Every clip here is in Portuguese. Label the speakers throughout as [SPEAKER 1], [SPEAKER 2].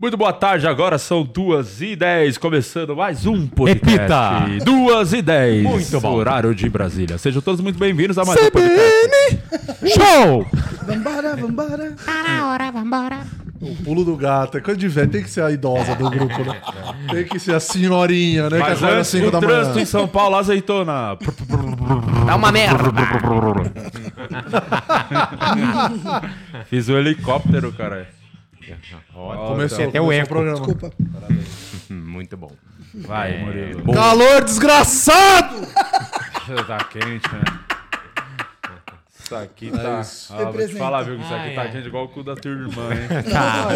[SPEAKER 1] Muito boa tarde, agora são duas e dez, começando mais um podcast.
[SPEAKER 2] Repita!
[SPEAKER 1] Duas e dez.
[SPEAKER 2] Muito bom.
[SPEAKER 1] Horário de Brasília. Sejam todos muito bem-vindos a mais um podcast.
[SPEAKER 2] Show!
[SPEAKER 3] Vambora, vambora.
[SPEAKER 4] Para, hora, vambora.
[SPEAKER 3] O pulo do gato é coisa de velho. Tem que ser a idosa do grupo, né? Tem que ser a senhorinha, né?
[SPEAKER 1] Mas
[SPEAKER 3] que acorda às
[SPEAKER 1] antes,
[SPEAKER 3] 5
[SPEAKER 1] o
[SPEAKER 3] da
[SPEAKER 1] trânsito em
[SPEAKER 3] manhã.
[SPEAKER 1] São Paulo azeitona.
[SPEAKER 4] É uma merda.
[SPEAKER 1] Fiz o helicóptero, cara.
[SPEAKER 3] Começou
[SPEAKER 2] até o
[SPEAKER 3] começou
[SPEAKER 2] eco.
[SPEAKER 3] programa.
[SPEAKER 2] Muito bom.
[SPEAKER 1] Vai, É, Murilo.
[SPEAKER 3] Calor desgraçado!
[SPEAKER 1] Tá quente, né? Isso aqui
[SPEAKER 3] É
[SPEAKER 1] tá. Ah, vou te falar, viu? que Isso aqui tá quente igual o cu da tua irmã, hein?
[SPEAKER 2] Tá,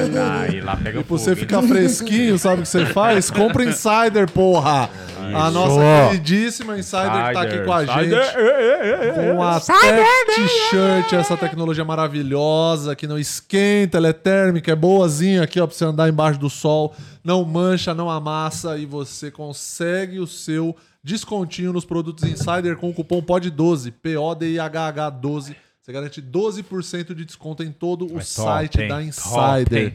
[SPEAKER 2] Aí lá pega
[SPEAKER 3] Pra você ficar fresquinho, sabe o que você faz? Compra Insider, porra! A nossa queridíssima Insider que tá aqui com a
[SPEAKER 1] Insider,
[SPEAKER 2] É,
[SPEAKER 3] gente. Com a Tech T-shirt, essa tecnologia maravilhosa que não esquenta, ela é térmica, é boazinha aqui, ó, pra você andar embaixo do sol, não mancha, não amassa e você consegue o seu descontinho nos produtos Insider com o cupom POD12, P-O-D-I-H-H-12. Você garante 12% de desconto em todo o site
[SPEAKER 2] hein?
[SPEAKER 3] da
[SPEAKER 2] Top,
[SPEAKER 3] Insider.
[SPEAKER 2] hein?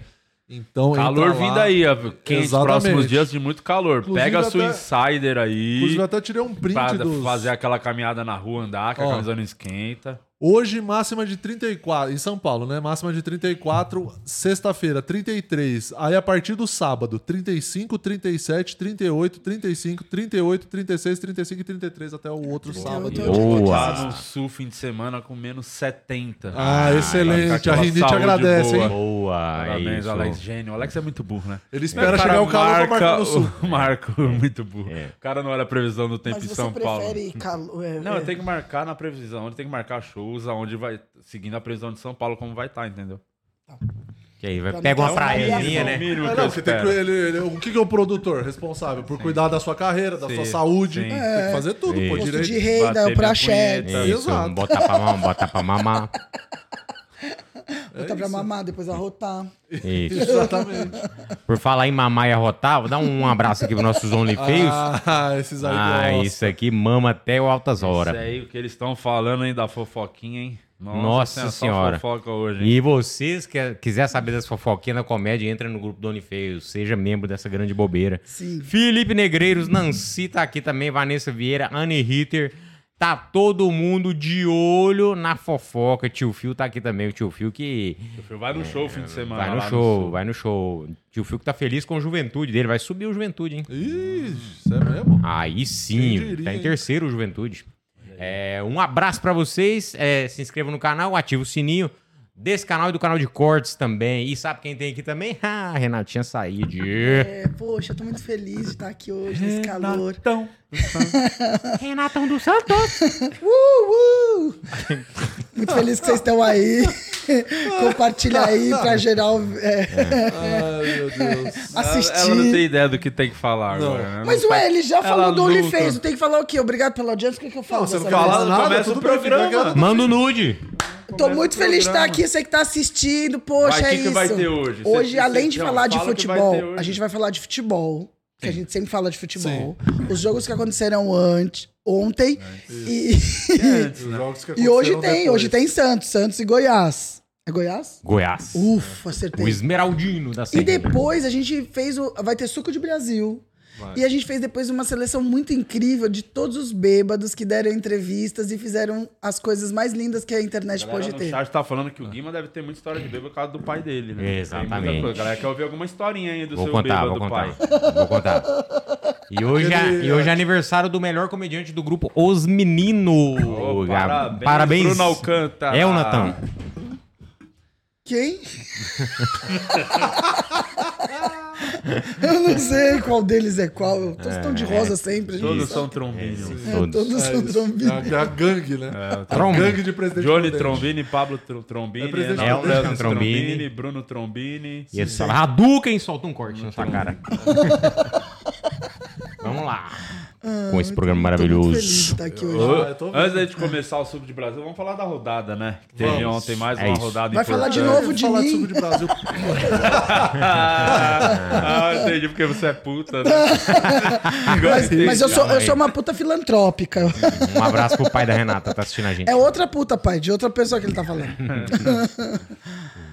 [SPEAKER 3] Então, entra
[SPEAKER 1] Calor
[SPEAKER 3] lá.
[SPEAKER 1] vindo aí, ó. Quente,
[SPEAKER 3] Exatamente.
[SPEAKER 1] próximos dias de muito calor.
[SPEAKER 3] Inclusive,
[SPEAKER 1] Pega a sua
[SPEAKER 3] até-
[SPEAKER 1] insider aí.
[SPEAKER 3] Inclusive, até tirei um print
[SPEAKER 1] Pra
[SPEAKER 3] dos...
[SPEAKER 1] fazer aquela caminhada na rua, andar, que a
[SPEAKER 3] Ó.
[SPEAKER 1] camisa não esquenta.
[SPEAKER 3] Hoje, máxima de 34. Em São Paulo, né? Máxima de 34. Sexta-feira, 33. Aí, a partir do sábado, 35, 37, 38, 35, 38, 36, 35 e 33. Até o outro sábado.
[SPEAKER 1] Tá
[SPEAKER 2] Boa!
[SPEAKER 1] no sul, fim de semana, com menos 70.
[SPEAKER 3] Ah,
[SPEAKER 1] vai
[SPEAKER 3] excelente.
[SPEAKER 1] ficar
[SPEAKER 3] A
[SPEAKER 1] com
[SPEAKER 3] Rinite
[SPEAKER 1] saúde
[SPEAKER 3] agradece,
[SPEAKER 1] boa.
[SPEAKER 3] hein?
[SPEAKER 2] Boa!
[SPEAKER 1] Parabéns,
[SPEAKER 2] isso.
[SPEAKER 1] Alex. Gênio. O Alex é muito burro, né?
[SPEAKER 3] Ele espera
[SPEAKER 1] O cara
[SPEAKER 3] chegar o calor pra marcar
[SPEAKER 1] marca
[SPEAKER 3] no sul.
[SPEAKER 1] o- Marco, muito burro. O cara não olha a previsão do tempo
[SPEAKER 5] Mas
[SPEAKER 1] em
[SPEAKER 5] você
[SPEAKER 1] São Paulo.
[SPEAKER 5] prefere calor? é,
[SPEAKER 1] Não,
[SPEAKER 5] é,
[SPEAKER 1] ele tem que marcar na previsão, ele tem que marcar shows aonde vai, seguindo a previsão de São Paulo, como vai estar, entendeu?
[SPEAKER 3] Tá.
[SPEAKER 2] E aí, vai,
[SPEAKER 5] Pra
[SPEAKER 2] pega
[SPEAKER 5] mim,
[SPEAKER 1] Tá
[SPEAKER 2] uma
[SPEAKER 5] é uma
[SPEAKER 2] praiazinha,
[SPEAKER 5] aliação.
[SPEAKER 2] né?
[SPEAKER 1] mínimo
[SPEAKER 3] Ah,
[SPEAKER 1] que eu
[SPEAKER 3] não, você tem que,
[SPEAKER 1] espero.
[SPEAKER 3] ele, ele- o que que é o produtor responsável? Por cuidar da sua carreira, da
[SPEAKER 1] Sim,
[SPEAKER 3] sua saúde. É,
[SPEAKER 1] sim.
[SPEAKER 3] Tem que fazer tudo, pô,
[SPEAKER 5] Posto
[SPEAKER 3] direito.
[SPEAKER 5] de renda,
[SPEAKER 1] Bater
[SPEAKER 5] pra
[SPEAKER 1] minha
[SPEAKER 5] axé,
[SPEAKER 1] punheta.
[SPEAKER 2] Isso,
[SPEAKER 3] Exato.
[SPEAKER 2] bota pra mamar, bota pra mamar.
[SPEAKER 3] É
[SPEAKER 5] botar pra mamar, depois arrotar.
[SPEAKER 2] Isso.
[SPEAKER 3] Exatamente.
[SPEAKER 2] Por falar em mamar e arrotar, vou dar um abraço aqui pros nossos Only Feios. Ah,
[SPEAKER 3] Ah, esses aí gostam.
[SPEAKER 2] isso aqui mama até o altas
[SPEAKER 1] Isso
[SPEAKER 2] horas.
[SPEAKER 1] aí, o que eles estão falando aí da fofoquinha, hein?
[SPEAKER 2] Nossa
[SPEAKER 1] só
[SPEAKER 2] Senhora.
[SPEAKER 1] fofoca hoje, hein?
[SPEAKER 2] E vocês que é, quiser saber das fofoquinhas da comédia, entra no grupo do Only Feios. Seja membro dessa grande bobeira.
[SPEAKER 5] Sim.
[SPEAKER 2] Felipe Negreiros, Nancy tá aqui também, Vanessa Vieira, Anne Ritter. Tá todo mundo de olho na fofoca. Tio Fio tá aqui também, o tio Fio que É,
[SPEAKER 1] Vai no show fim de semana.
[SPEAKER 2] vai
[SPEAKER 1] lá
[SPEAKER 2] no show, vai no show. Tio Fio que tá feliz com a juventude dele, vai subir o juventude, hein?
[SPEAKER 3] Ih, isso é mesmo?
[SPEAKER 2] Aí
[SPEAKER 3] Quem
[SPEAKER 2] sim,
[SPEAKER 3] diria,
[SPEAKER 2] tá em
[SPEAKER 3] hein?
[SPEAKER 2] terceiro o Juventude. É, um abraço pra vocês, é, se inscreva no canal, ativa o sininho desse canal e do canal de cortes também. E sabe quem tem aqui também? Ah, Renatinha Said.
[SPEAKER 5] É, poxa, eu tô muito feliz de estar aqui hoje, nesse calor.
[SPEAKER 1] Então,
[SPEAKER 4] Renatão do Santos.
[SPEAKER 5] Uh, uh! Muito feliz que vocês estão aí. Compartilha aí pra geral. é.
[SPEAKER 3] Ai, meu Deus. tá-
[SPEAKER 5] Assistir.
[SPEAKER 1] ela não tem ideia do que tem que falar agora, né?
[SPEAKER 5] Mas
[SPEAKER 1] Não
[SPEAKER 5] ué, ele já
[SPEAKER 1] Ela
[SPEAKER 5] falou do
[SPEAKER 1] luta.
[SPEAKER 5] OnlyFans, não tem que falar o quê? Obrigado pela audiência, o que, que eu falo?
[SPEAKER 3] Não, você não
[SPEAKER 5] dessa
[SPEAKER 3] fala
[SPEAKER 5] vez?
[SPEAKER 3] nada,
[SPEAKER 1] começa
[SPEAKER 3] tudo
[SPEAKER 1] o
[SPEAKER 3] bem, fica
[SPEAKER 1] programa.
[SPEAKER 3] quieto.
[SPEAKER 2] Manda o nude.
[SPEAKER 5] Tô muito feliz de estar aqui, você que tá assistindo, poxa,
[SPEAKER 1] Vai,
[SPEAKER 5] é
[SPEAKER 1] que que
[SPEAKER 5] isso.
[SPEAKER 1] vai ter hoje?
[SPEAKER 5] Hoje,
[SPEAKER 1] Cê-
[SPEAKER 5] além
[SPEAKER 1] cê-
[SPEAKER 5] de
[SPEAKER 1] não,
[SPEAKER 5] falar de
[SPEAKER 1] fala o que vai ter
[SPEAKER 5] futebol,
[SPEAKER 1] hoje.
[SPEAKER 5] a gente vai falar de futebol, que a gente sempre fala de futebol. Os jogos que aconteceram antes, ontem
[SPEAKER 1] É,
[SPEAKER 5] e,
[SPEAKER 1] Antes,
[SPEAKER 3] Os
[SPEAKER 1] né?
[SPEAKER 3] jogos que
[SPEAKER 5] e hoje
[SPEAKER 3] aconteceram
[SPEAKER 5] tem,
[SPEAKER 3] depois.
[SPEAKER 5] hoje tem Santos, Santos e Goiás. É Goiás?
[SPEAKER 2] Goiás.
[SPEAKER 5] Ufa,
[SPEAKER 1] É.
[SPEAKER 2] O
[SPEAKER 5] acertei.
[SPEAKER 2] Esmeraldino da
[SPEAKER 5] E
[SPEAKER 2] Serrinha.
[SPEAKER 5] depois a gente fez o vai ter suco de Brasil. E a gente fez depois uma seleção muito incrível de todos os bêbados que deram entrevistas e fizeram as coisas mais lindas que a internet
[SPEAKER 1] Galera
[SPEAKER 5] pode
[SPEAKER 1] no
[SPEAKER 5] ter.
[SPEAKER 1] chat tá falando que o Guima deve ter muita história de bêbado por causa do pai dele, né?
[SPEAKER 2] Exatamente.
[SPEAKER 1] Tem muita coisa. Galera, quer ouvir alguma historinha aí do
[SPEAKER 2] Vou
[SPEAKER 1] seu
[SPEAKER 2] contar,
[SPEAKER 1] bêbado
[SPEAKER 2] vou contar.
[SPEAKER 1] pai?
[SPEAKER 2] Vou contar. E hoje, é,
[SPEAKER 3] Ele-
[SPEAKER 2] e hoje é aniversário do melhor comediante do grupo, Os Meninos.
[SPEAKER 1] Ô, parabéns,
[SPEAKER 2] parabéns.
[SPEAKER 1] Bruno Alcântara.
[SPEAKER 2] É o Natan.
[SPEAKER 5] Quem? eu não sei qual deles é qual. Todos estão de rosa sempre. a gente
[SPEAKER 1] Todos
[SPEAKER 5] sabe.
[SPEAKER 1] são trombinhos.
[SPEAKER 5] É, todos,
[SPEAKER 2] Todos.
[SPEAKER 5] são
[SPEAKER 3] É,
[SPEAKER 5] trombinos.
[SPEAKER 3] a- é a gangue, né?
[SPEAKER 2] Trombe.
[SPEAKER 3] Gangue de presidente.
[SPEAKER 1] Johnny
[SPEAKER 3] Prudente.
[SPEAKER 1] Trombini, Pablo Tro- Trombini,
[SPEAKER 3] É presidente
[SPEAKER 1] Renato
[SPEAKER 2] Prudente.
[SPEAKER 1] Leandro
[SPEAKER 2] Trombini.
[SPEAKER 1] Bruno Trombini.
[SPEAKER 2] E eles falam, Hadouken, solta um corte na sua cara. Vamos lá.
[SPEAKER 5] Ah.
[SPEAKER 2] Com esse programa
[SPEAKER 5] Tô muito feliz de
[SPEAKER 2] maravilhoso.
[SPEAKER 5] estar aqui
[SPEAKER 1] Ô,
[SPEAKER 5] hoje.
[SPEAKER 3] Ah, eu tô vendo.
[SPEAKER 1] Antes da gente começar o Sub de Brasil, vamos falar da rodada, né? Que teve
[SPEAKER 3] Vamos.
[SPEAKER 1] ontem mais
[SPEAKER 2] É
[SPEAKER 1] uma
[SPEAKER 2] isso.
[SPEAKER 1] rodada
[SPEAKER 5] Vai
[SPEAKER 1] importante.
[SPEAKER 5] falar de novo
[SPEAKER 3] Vamos
[SPEAKER 5] de
[SPEAKER 3] falar
[SPEAKER 5] mim?
[SPEAKER 3] suco de Brasil.
[SPEAKER 1] ah, entendi porque você é puta, né?
[SPEAKER 5] Mas,
[SPEAKER 1] Gostei.
[SPEAKER 5] mas eu, sou,
[SPEAKER 2] calma
[SPEAKER 5] eu
[SPEAKER 2] aí.
[SPEAKER 5] sou uma puta filantrópica.
[SPEAKER 2] Um abraço pro pai da Renata, tá assistindo a gente.
[SPEAKER 5] É outra puta, pai, de outra pessoa que ele tá falando.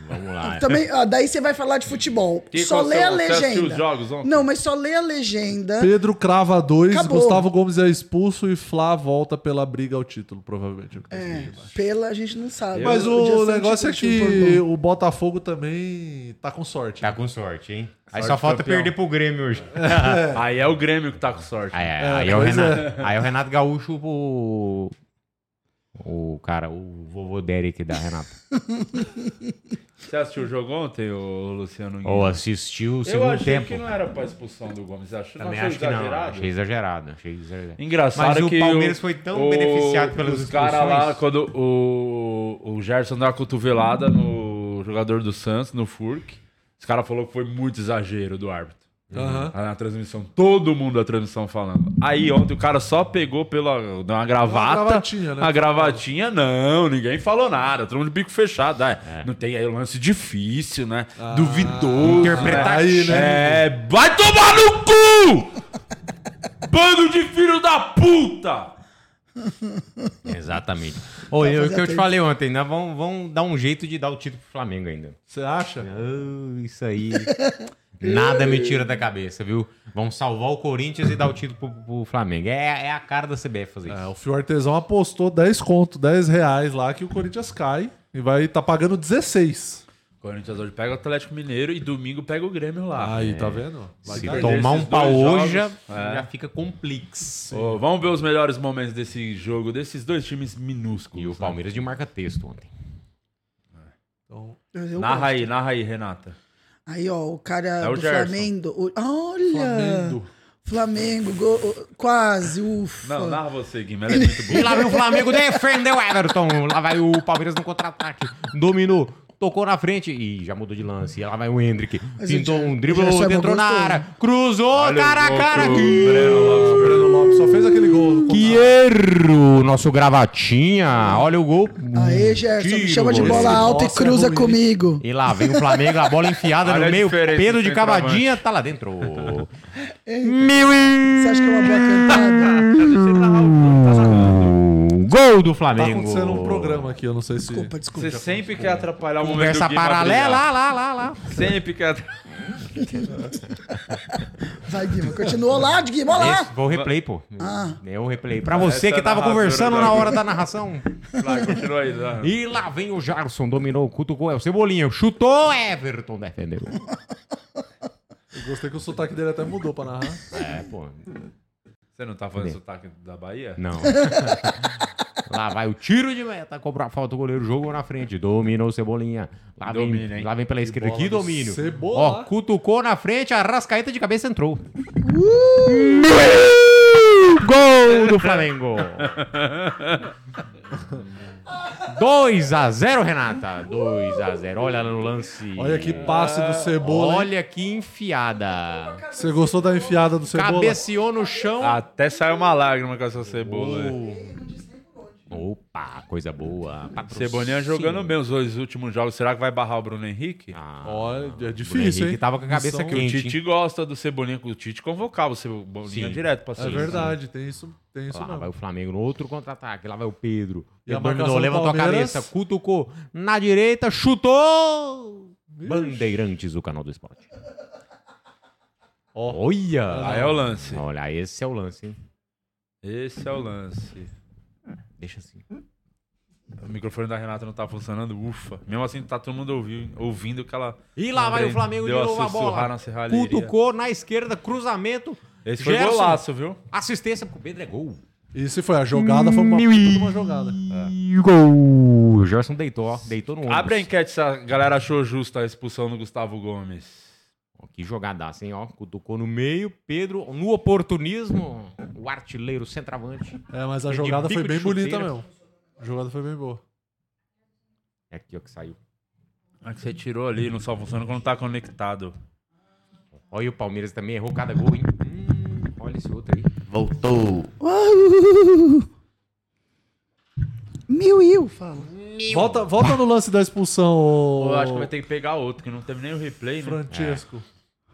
[SPEAKER 2] Vamos lá.
[SPEAKER 5] Também, ó, daí você vai falar de futebol.
[SPEAKER 1] Que
[SPEAKER 5] só
[SPEAKER 1] qual
[SPEAKER 5] lê a
[SPEAKER 1] são- você assistiu
[SPEAKER 5] legenda.
[SPEAKER 1] os jogos ontem?
[SPEAKER 5] Não, mas só lê a legenda.
[SPEAKER 3] Pedro crava dois,
[SPEAKER 5] Acabou.
[SPEAKER 3] Gustavo Gomes é expulso e Flá volta pela briga ao título, provavelmente.
[SPEAKER 5] É, pela a gente não sabe.
[SPEAKER 3] Mas
[SPEAKER 5] Podia ser
[SPEAKER 3] o
[SPEAKER 5] um
[SPEAKER 3] negócio é
[SPEAKER 5] título de futebol.
[SPEAKER 3] que o Botafogo também tá com sorte.
[SPEAKER 2] Tá com sorte, hein? Aí
[SPEAKER 1] Sorte
[SPEAKER 2] só falta
[SPEAKER 1] campeão.
[SPEAKER 2] perder pro Grêmio hoje.
[SPEAKER 1] Aí é o Grêmio que tá com sorte.
[SPEAKER 2] Aí,
[SPEAKER 3] É,
[SPEAKER 2] aí é o
[SPEAKER 3] pois
[SPEAKER 2] Renato, aí é o Renato Gaúcho, o. O cara, o vovô Derek da Renato.
[SPEAKER 1] Você assistiu o jogo ontem, ô Luciano Guimarães?
[SPEAKER 2] Ou assistiu o
[SPEAKER 1] Eu
[SPEAKER 2] segundo
[SPEAKER 1] achei
[SPEAKER 2] tempo.
[SPEAKER 1] que não era pra expulsão do Gomes. Acho,
[SPEAKER 2] Também
[SPEAKER 1] não achei
[SPEAKER 2] acho que não.
[SPEAKER 1] exagerado.
[SPEAKER 2] Achei exagerado. Achei exagerado.
[SPEAKER 1] Engraçado
[SPEAKER 2] Mas o
[SPEAKER 1] que
[SPEAKER 2] Palmeiras foi tão beneficiado pelas
[SPEAKER 1] Os caras lá,
[SPEAKER 2] expulsões.
[SPEAKER 1] quando o, o Gerson deu uma cotovelada no jogador do Santos, no Furk, os caras falaram que foi muito exagero do árbitro.
[SPEAKER 3] Aham.
[SPEAKER 1] Aí Na transmissão, todo mundo da transmissão falando. Aí ontem o cara só pegou pela deu uma gravata.
[SPEAKER 3] Uma gravatinha, né?
[SPEAKER 1] Uma gravatinha, não, ninguém falou nada. Todo mundo de bico fechado. Ah,
[SPEAKER 2] É.
[SPEAKER 1] Não tem aí lance difícil, né?
[SPEAKER 3] Ah,
[SPEAKER 1] Duvidoso.
[SPEAKER 2] interpretativo.
[SPEAKER 1] Aí, né? É, vai tomar no cu! Bando de filho da puta!
[SPEAKER 2] Exatamente. Ô, eu, o que eu te
[SPEAKER 5] atento.
[SPEAKER 2] falei ontem, né? Vão, vão dar um jeito de dar o título pro Flamengo ainda.
[SPEAKER 3] Você acha?
[SPEAKER 2] Ah, isso aí. Nada me tira da cabeça, viu? Vão salvar o Corinthians e dar o título pro, pro Flamengo. É, é a cara da CBF fazer
[SPEAKER 3] É,
[SPEAKER 2] isso.
[SPEAKER 3] o Fio Artesão apostou 10 conto, 10 reais lá que o Corinthians cai e vai tá pagando 16.
[SPEAKER 1] Corinthians hoje pega o Atlético Mineiro e domingo pega o Grêmio lá.
[SPEAKER 3] Aí, tá vendo? Vai
[SPEAKER 2] É. Se
[SPEAKER 1] perder
[SPEAKER 2] tomar um
[SPEAKER 1] esses dois
[SPEAKER 2] pau hoje, já,
[SPEAKER 1] jogos, é.
[SPEAKER 2] já fica complexo.
[SPEAKER 1] Ô, vamos ver os melhores momentos desse jogo, desses dois times minúsculos.
[SPEAKER 2] E o
[SPEAKER 1] né?
[SPEAKER 2] Palmeiras de marca texto ontem.
[SPEAKER 3] Então,
[SPEAKER 5] Eu- eu
[SPEAKER 1] Narra
[SPEAKER 5] gosto.
[SPEAKER 1] aí, narra aí, Renata.
[SPEAKER 5] Aí, ó, o cara
[SPEAKER 1] É o
[SPEAKER 5] do
[SPEAKER 1] Gerson.
[SPEAKER 5] Flamengo. o- Olha!
[SPEAKER 3] Flamengo.
[SPEAKER 5] Flamengo, go- o- quase, ufa.
[SPEAKER 1] Não, narra você, Guilherme. Ela é muito
[SPEAKER 2] E
[SPEAKER 1] boa.
[SPEAKER 2] lá vem o Flamengo, defendeu o Everton. Lá vai o Palmeiras no contra-ataque. Dominou. Tocou na frente e já mudou de lance. E lá vai o Hendrick.
[SPEAKER 5] Mas
[SPEAKER 2] Pintou
[SPEAKER 5] o Ger- o Gerson
[SPEAKER 2] um
[SPEAKER 5] é
[SPEAKER 2] drible,
[SPEAKER 5] bom
[SPEAKER 2] entrou na
[SPEAKER 5] gostoso.
[SPEAKER 2] área. Cruzou,
[SPEAKER 1] Olha o
[SPEAKER 2] cara a
[SPEAKER 1] gol
[SPEAKER 2] cara.
[SPEAKER 1] que o
[SPEAKER 2] Que,
[SPEAKER 1] Breno Lopes
[SPEAKER 3] O Breno Lopes só fez aquele gol. no
[SPEAKER 2] que
[SPEAKER 3] contra-
[SPEAKER 2] erro, nosso gravatinha. Olha o gol.
[SPEAKER 5] Aê, Gerson, me
[SPEAKER 2] Tiro,
[SPEAKER 5] chama de
[SPEAKER 2] goleiro.
[SPEAKER 5] bola alta e
[SPEAKER 3] Nossa, é
[SPEAKER 5] cruza
[SPEAKER 3] ruim, hein?
[SPEAKER 5] comigo.
[SPEAKER 2] E lá vem o Flamengo, a bola enfiada
[SPEAKER 1] Olha
[SPEAKER 2] no
[SPEAKER 1] a
[SPEAKER 2] meio.
[SPEAKER 1] diferença
[SPEAKER 2] Pedro de
[SPEAKER 1] entre centroavante.
[SPEAKER 2] cavadinha tá lá dentro. Meu e...
[SPEAKER 5] Você acha que é uma boa cantada?
[SPEAKER 1] Hum,
[SPEAKER 2] O Gol do
[SPEAKER 3] Tá
[SPEAKER 2] Flamengo.
[SPEAKER 3] acontecendo um programa aqui, eu não sei se.
[SPEAKER 5] Desculpa, desculpa.
[SPEAKER 1] Você sempre quer atrapalhar o momento
[SPEAKER 2] Conversa
[SPEAKER 1] do Gui pra
[SPEAKER 2] paralela,
[SPEAKER 1] brigar.
[SPEAKER 2] lá, lá, lá, lá.
[SPEAKER 1] Sempre quer atrapalhar.
[SPEAKER 5] Vai, Guima, continuou lá, de Guima, lá.
[SPEAKER 2] Esse foi o replay, pô.
[SPEAKER 5] Ah.
[SPEAKER 2] É o replay. Pra você
[SPEAKER 1] Essa
[SPEAKER 2] que tava
[SPEAKER 1] narradora
[SPEAKER 2] conversando
[SPEAKER 1] da-
[SPEAKER 2] na hora da narração.
[SPEAKER 1] Vai, continua aí. narra.
[SPEAKER 2] E lá vem o Jarson, dominou, cutucou, é o Cebolinha, chutou, Everton defendeu.
[SPEAKER 3] Eu gostei que o sotaque dele até mudou pra narrar.
[SPEAKER 2] É, pô,
[SPEAKER 1] Você não tá fazendo sotaque da Bahia?
[SPEAKER 2] não. Lá vai o tiro de meta, cobrou a falta, o goleiro jogou na frente, dominou o Cebolinha. Lá,
[SPEAKER 1] Domínio,
[SPEAKER 2] vem,
[SPEAKER 1] hein?
[SPEAKER 2] lá vem pela esquerda,
[SPEAKER 3] bola
[SPEAKER 2] que
[SPEAKER 3] do
[SPEAKER 2] domínio.
[SPEAKER 3] Cebola.
[SPEAKER 2] Ó, cutucou na frente, a rascaeta de cabeça entrou. Gol do Flamengo! 2 a 0 Renata. 2 a 0 Olha lá no lance.
[SPEAKER 3] Olha que passe do Cebola. hein?
[SPEAKER 2] Olha que enfiada.
[SPEAKER 3] Você gostou da enfiada do Cebola?
[SPEAKER 2] Cabeceou no chão.
[SPEAKER 1] Até saiu uma lágrima com essa cebola. aí.
[SPEAKER 2] Opa, coisa boa. Patrocínio.
[SPEAKER 1] Cebolinha jogando bem os dois últimos jogos. Será que vai barrar o Bruno Henrique?
[SPEAKER 2] Ah,
[SPEAKER 3] Olha, é
[SPEAKER 2] o Bruno
[SPEAKER 3] difícil,
[SPEAKER 2] Henrique
[SPEAKER 3] hein?
[SPEAKER 2] tava com a cabeça
[SPEAKER 3] Missão-
[SPEAKER 1] o
[SPEAKER 2] quente. hein?
[SPEAKER 1] Tite gosta do Cebolinha. O Tite convocava o Cebolinha
[SPEAKER 2] Sim. Ah,
[SPEAKER 1] direto pra
[SPEAKER 3] É
[SPEAKER 1] seleção.
[SPEAKER 3] verdade, tem isso, tem isso
[SPEAKER 2] Lá
[SPEAKER 3] mesmo.
[SPEAKER 2] vai o Flamengo no outro contra-ataque. Lá vai o Pedro.
[SPEAKER 3] E a
[SPEAKER 2] Ele dominou,
[SPEAKER 3] marcação do
[SPEAKER 2] levantou a
[SPEAKER 3] Palmeiras?
[SPEAKER 2] cabeça, cutucou na direita, chutou. Bandeirantes, o canal do esporte.
[SPEAKER 3] Ó,
[SPEAKER 2] Olha!
[SPEAKER 1] Aí é o lance.
[SPEAKER 2] Olha, esse é o lance, hein?
[SPEAKER 1] Esse é o lance.
[SPEAKER 2] Deixa assim.
[SPEAKER 1] O microfone da Renata não tá funcionando, ufa. Mesmo assim, tá todo mundo ouvindo, ouvindo que ela.
[SPEAKER 2] E lá vai o Flamengo de
[SPEAKER 1] deu
[SPEAKER 2] novo a
[SPEAKER 1] sussurrar
[SPEAKER 2] bola.
[SPEAKER 1] Na serralheria.
[SPEAKER 2] Cutucou na esquerda, cruzamento,
[SPEAKER 1] Esse foi
[SPEAKER 2] Gerson.
[SPEAKER 1] golaço, viu?
[SPEAKER 2] assistência pro Pedro é gol.
[SPEAKER 3] e se foi a jogada, foi uma puta de uma jogada. É.
[SPEAKER 2] E gol! O Gerson deitou, ó. Deitou no ombro.
[SPEAKER 1] Abre a enquete se a galera achou justa a expulsão do Gustavo Gomes.
[SPEAKER 2] Ó, Que jogadaça, hein? Ó, cutucou no meio, Pedro no oportunismo, o artilheiro centroavante.
[SPEAKER 3] É, mas a
[SPEAKER 2] Foi de
[SPEAKER 3] jogada
[SPEAKER 2] bico
[SPEAKER 3] foi
[SPEAKER 2] de
[SPEAKER 3] bem bonita
[SPEAKER 2] chuteira.
[SPEAKER 3] mesmo. A jogada foi bem boa.
[SPEAKER 2] É aqui, ó, que saiu.
[SPEAKER 1] É que você tirou ali, não só funciona quando tá conectado.
[SPEAKER 2] Olha e o Palmeiras também errou cada gol, hein? Hum, olha esse outro aí.
[SPEAKER 4] Voltou.
[SPEAKER 5] Uau! Mil il, fala.
[SPEAKER 3] Volta, volta no lance da expulsão, ô,
[SPEAKER 1] Pô, eu acho que vai ter que pegar outro, que não teve nem o replay, né?
[SPEAKER 3] Francesco.
[SPEAKER 2] É.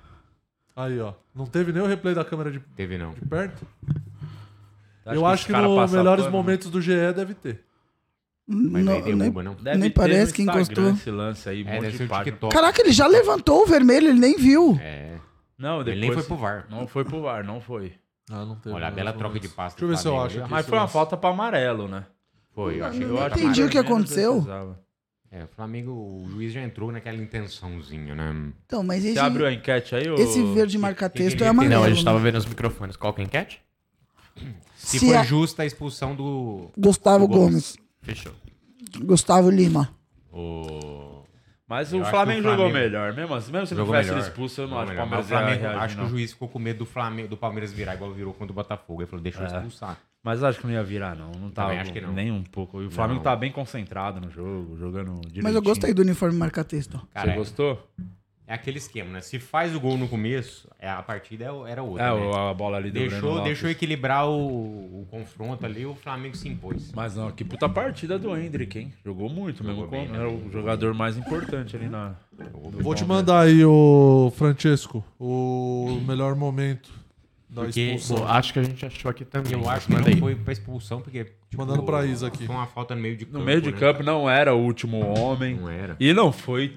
[SPEAKER 3] Aí, ó. Não teve nem o replay da câmera de
[SPEAKER 2] Teve não.
[SPEAKER 3] de perto?
[SPEAKER 1] Acho
[SPEAKER 3] eu acho que
[SPEAKER 1] os cara
[SPEAKER 3] nos
[SPEAKER 1] passa
[SPEAKER 3] melhores
[SPEAKER 1] pano, né?
[SPEAKER 3] momentos do GE deve ter.
[SPEAKER 2] Mas
[SPEAKER 5] Não,
[SPEAKER 2] aí derruba, não.
[SPEAKER 5] nem parece que
[SPEAKER 1] Instagram
[SPEAKER 5] encostou.
[SPEAKER 1] Esse lance aí, um
[SPEAKER 2] É,
[SPEAKER 1] monte
[SPEAKER 2] deve
[SPEAKER 1] de
[SPEAKER 2] ser o
[SPEAKER 1] página.
[SPEAKER 2] TikTok.
[SPEAKER 5] Caraca, ele já levantou o vermelho, ele nem viu.
[SPEAKER 2] É.
[SPEAKER 1] Não, depois...
[SPEAKER 2] Ele nem foi pro VAR.
[SPEAKER 1] Não foi pro VAR, não foi.
[SPEAKER 3] Ah, não teve
[SPEAKER 2] Olha, a
[SPEAKER 3] mais
[SPEAKER 2] bela
[SPEAKER 3] ou
[SPEAKER 2] troca
[SPEAKER 3] menos.
[SPEAKER 2] de passe.
[SPEAKER 3] Deixa eu
[SPEAKER 2] do
[SPEAKER 3] ver se eu
[SPEAKER 2] Flamengo
[SPEAKER 3] acho
[SPEAKER 2] ali, ó.
[SPEAKER 3] aqui.
[SPEAKER 1] Mas
[SPEAKER 3] Esse
[SPEAKER 1] foi uma
[SPEAKER 3] lance.
[SPEAKER 1] falta pra amarelo, né?
[SPEAKER 2] Foi, eu achei que
[SPEAKER 5] não
[SPEAKER 2] eu acho
[SPEAKER 5] entendi o
[SPEAKER 2] amarelo.
[SPEAKER 5] que aconteceu.
[SPEAKER 2] É, o Flamengo, o juiz já entrou naquela intençãozinha, né?
[SPEAKER 5] Então, mas esse,
[SPEAKER 1] Você abriu a enquete aí, ô...
[SPEAKER 5] esse verde marca-texto é
[SPEAKER 2] Não,
[SPEAKER 5] amarelo.
[SPEAKER 6] Não, a gente
[SPEAKER 5] né?
[SPEAKER 6] tava vendo os microfones. Qual que é a enquete?
[SPEAKER 2] Se,
[SPEAKER 5] Se
[SPEAKER 2] foi
[SPEAKER 5] a-
[SPEAKER 2] justa a expulsão do.
[SPEAKER 5] Gustavo Gomes.
[SPEAKER 6] Fechou.
[SPEAKER 5] Gustavo Lima.
[SPEAKER 2] o-
[SPEAKER 1] Mas
[SPEAKER 2] Eu
[SPEAKER 1] o
[SPEAKER 2] acho
[SPEAKER 1] Flamengo,
[SPEAKER 2] que o
[SPEAKER 1] jogou
[SPEAKER 2] Flamengo-
[SPEAKER 1] melhor. Mesmo, assim, mesmo se não
[SPEAKER 2] Jogou
[SPEAKER 1] tivesse sido
[SPEAKER 2] melhor.
[SPEAKER 1] expulso, eu não
[SPEAKER 2] Jogou
[SPEAKER 1] acho que o
[SPEAKER 2] melhor. Mas
[SPEAKER 1] Palmeiras
[SPEAKER 2] o Flamengo-
[SPEAKER 1] ia reagir,
[SPEAKER 2] Acho que
[SPEAKER 1] não.
[SPEAKER 2] o juiz ficou com medo do, Flamengo, do Palmeiras virar, igual virou contra o Botafogo. Ele falou, deixa eu expulsar.
[SPEAKER 1] É. Mas acho que não ia virar, não. Não tava
[SPEAKER 2] Também acho que não.
[SPEAKER 1] nem um pouco. E o Flamengo
[SPEAKER 2] Não.
[SPEAKER 1] tá bem concentrado no jogo, jogando direitinho.
[SPEAKER 5] Mas eu gostei do uniforme marca-texto.
[SPEAKER 1] Você
[SPEAKER 2] Cara, é-
[SPEAKER 1] gostou?
[SPEAKER 2] é aquele esquema, né? Se faz o gol no começo, é- a partida é- era outra.
[SPEAKER 1] É,
[SPEAKER 2] né?
[SPEAKER 1] o- a bola ali do Breno
[SPEAKER 2] Deixou,
[SPEAKER 1] Lopes.
[SPEAKER 2] deixou equilibrar o, o confronto ali, o Flamengo se impôs.
[SPEAKER 1] Mas não, que puta partida do Hendrick, hein? Jogou muito mesmo.
[SPEAKER 2] Jogou bem,
[SPEAKER 1] como
[SPEAKER 2] né?
[SPEAKER 1] Era o jogador mais importante ali na...
[SPEAKER 3] Eu Vou te mandar aí, o Francesco, o melhor momento da
[SPEAKER 2] Porque-
[SPEAKER 3] expulsão.
[SPEAKER 6] acho que a gente achou aqui também.
[SPEAKER 2] Eu acho que
[SPEAKER 6] Manda aí.
[SPEAKER 2] né? não foi pra expulsão, porque. tipo,
[SPEAKER 3] Mandando pra Isa aqui.
[SPEAKER 2] Foi uma falta no meio de campo.
[SPEAKER 1] No meio de
[SPEAKER 2] né?
[SPEAKER 1] campo não era o último homem.
[SPEAKER 2] Não era.
[SPEAKER 1] E não foi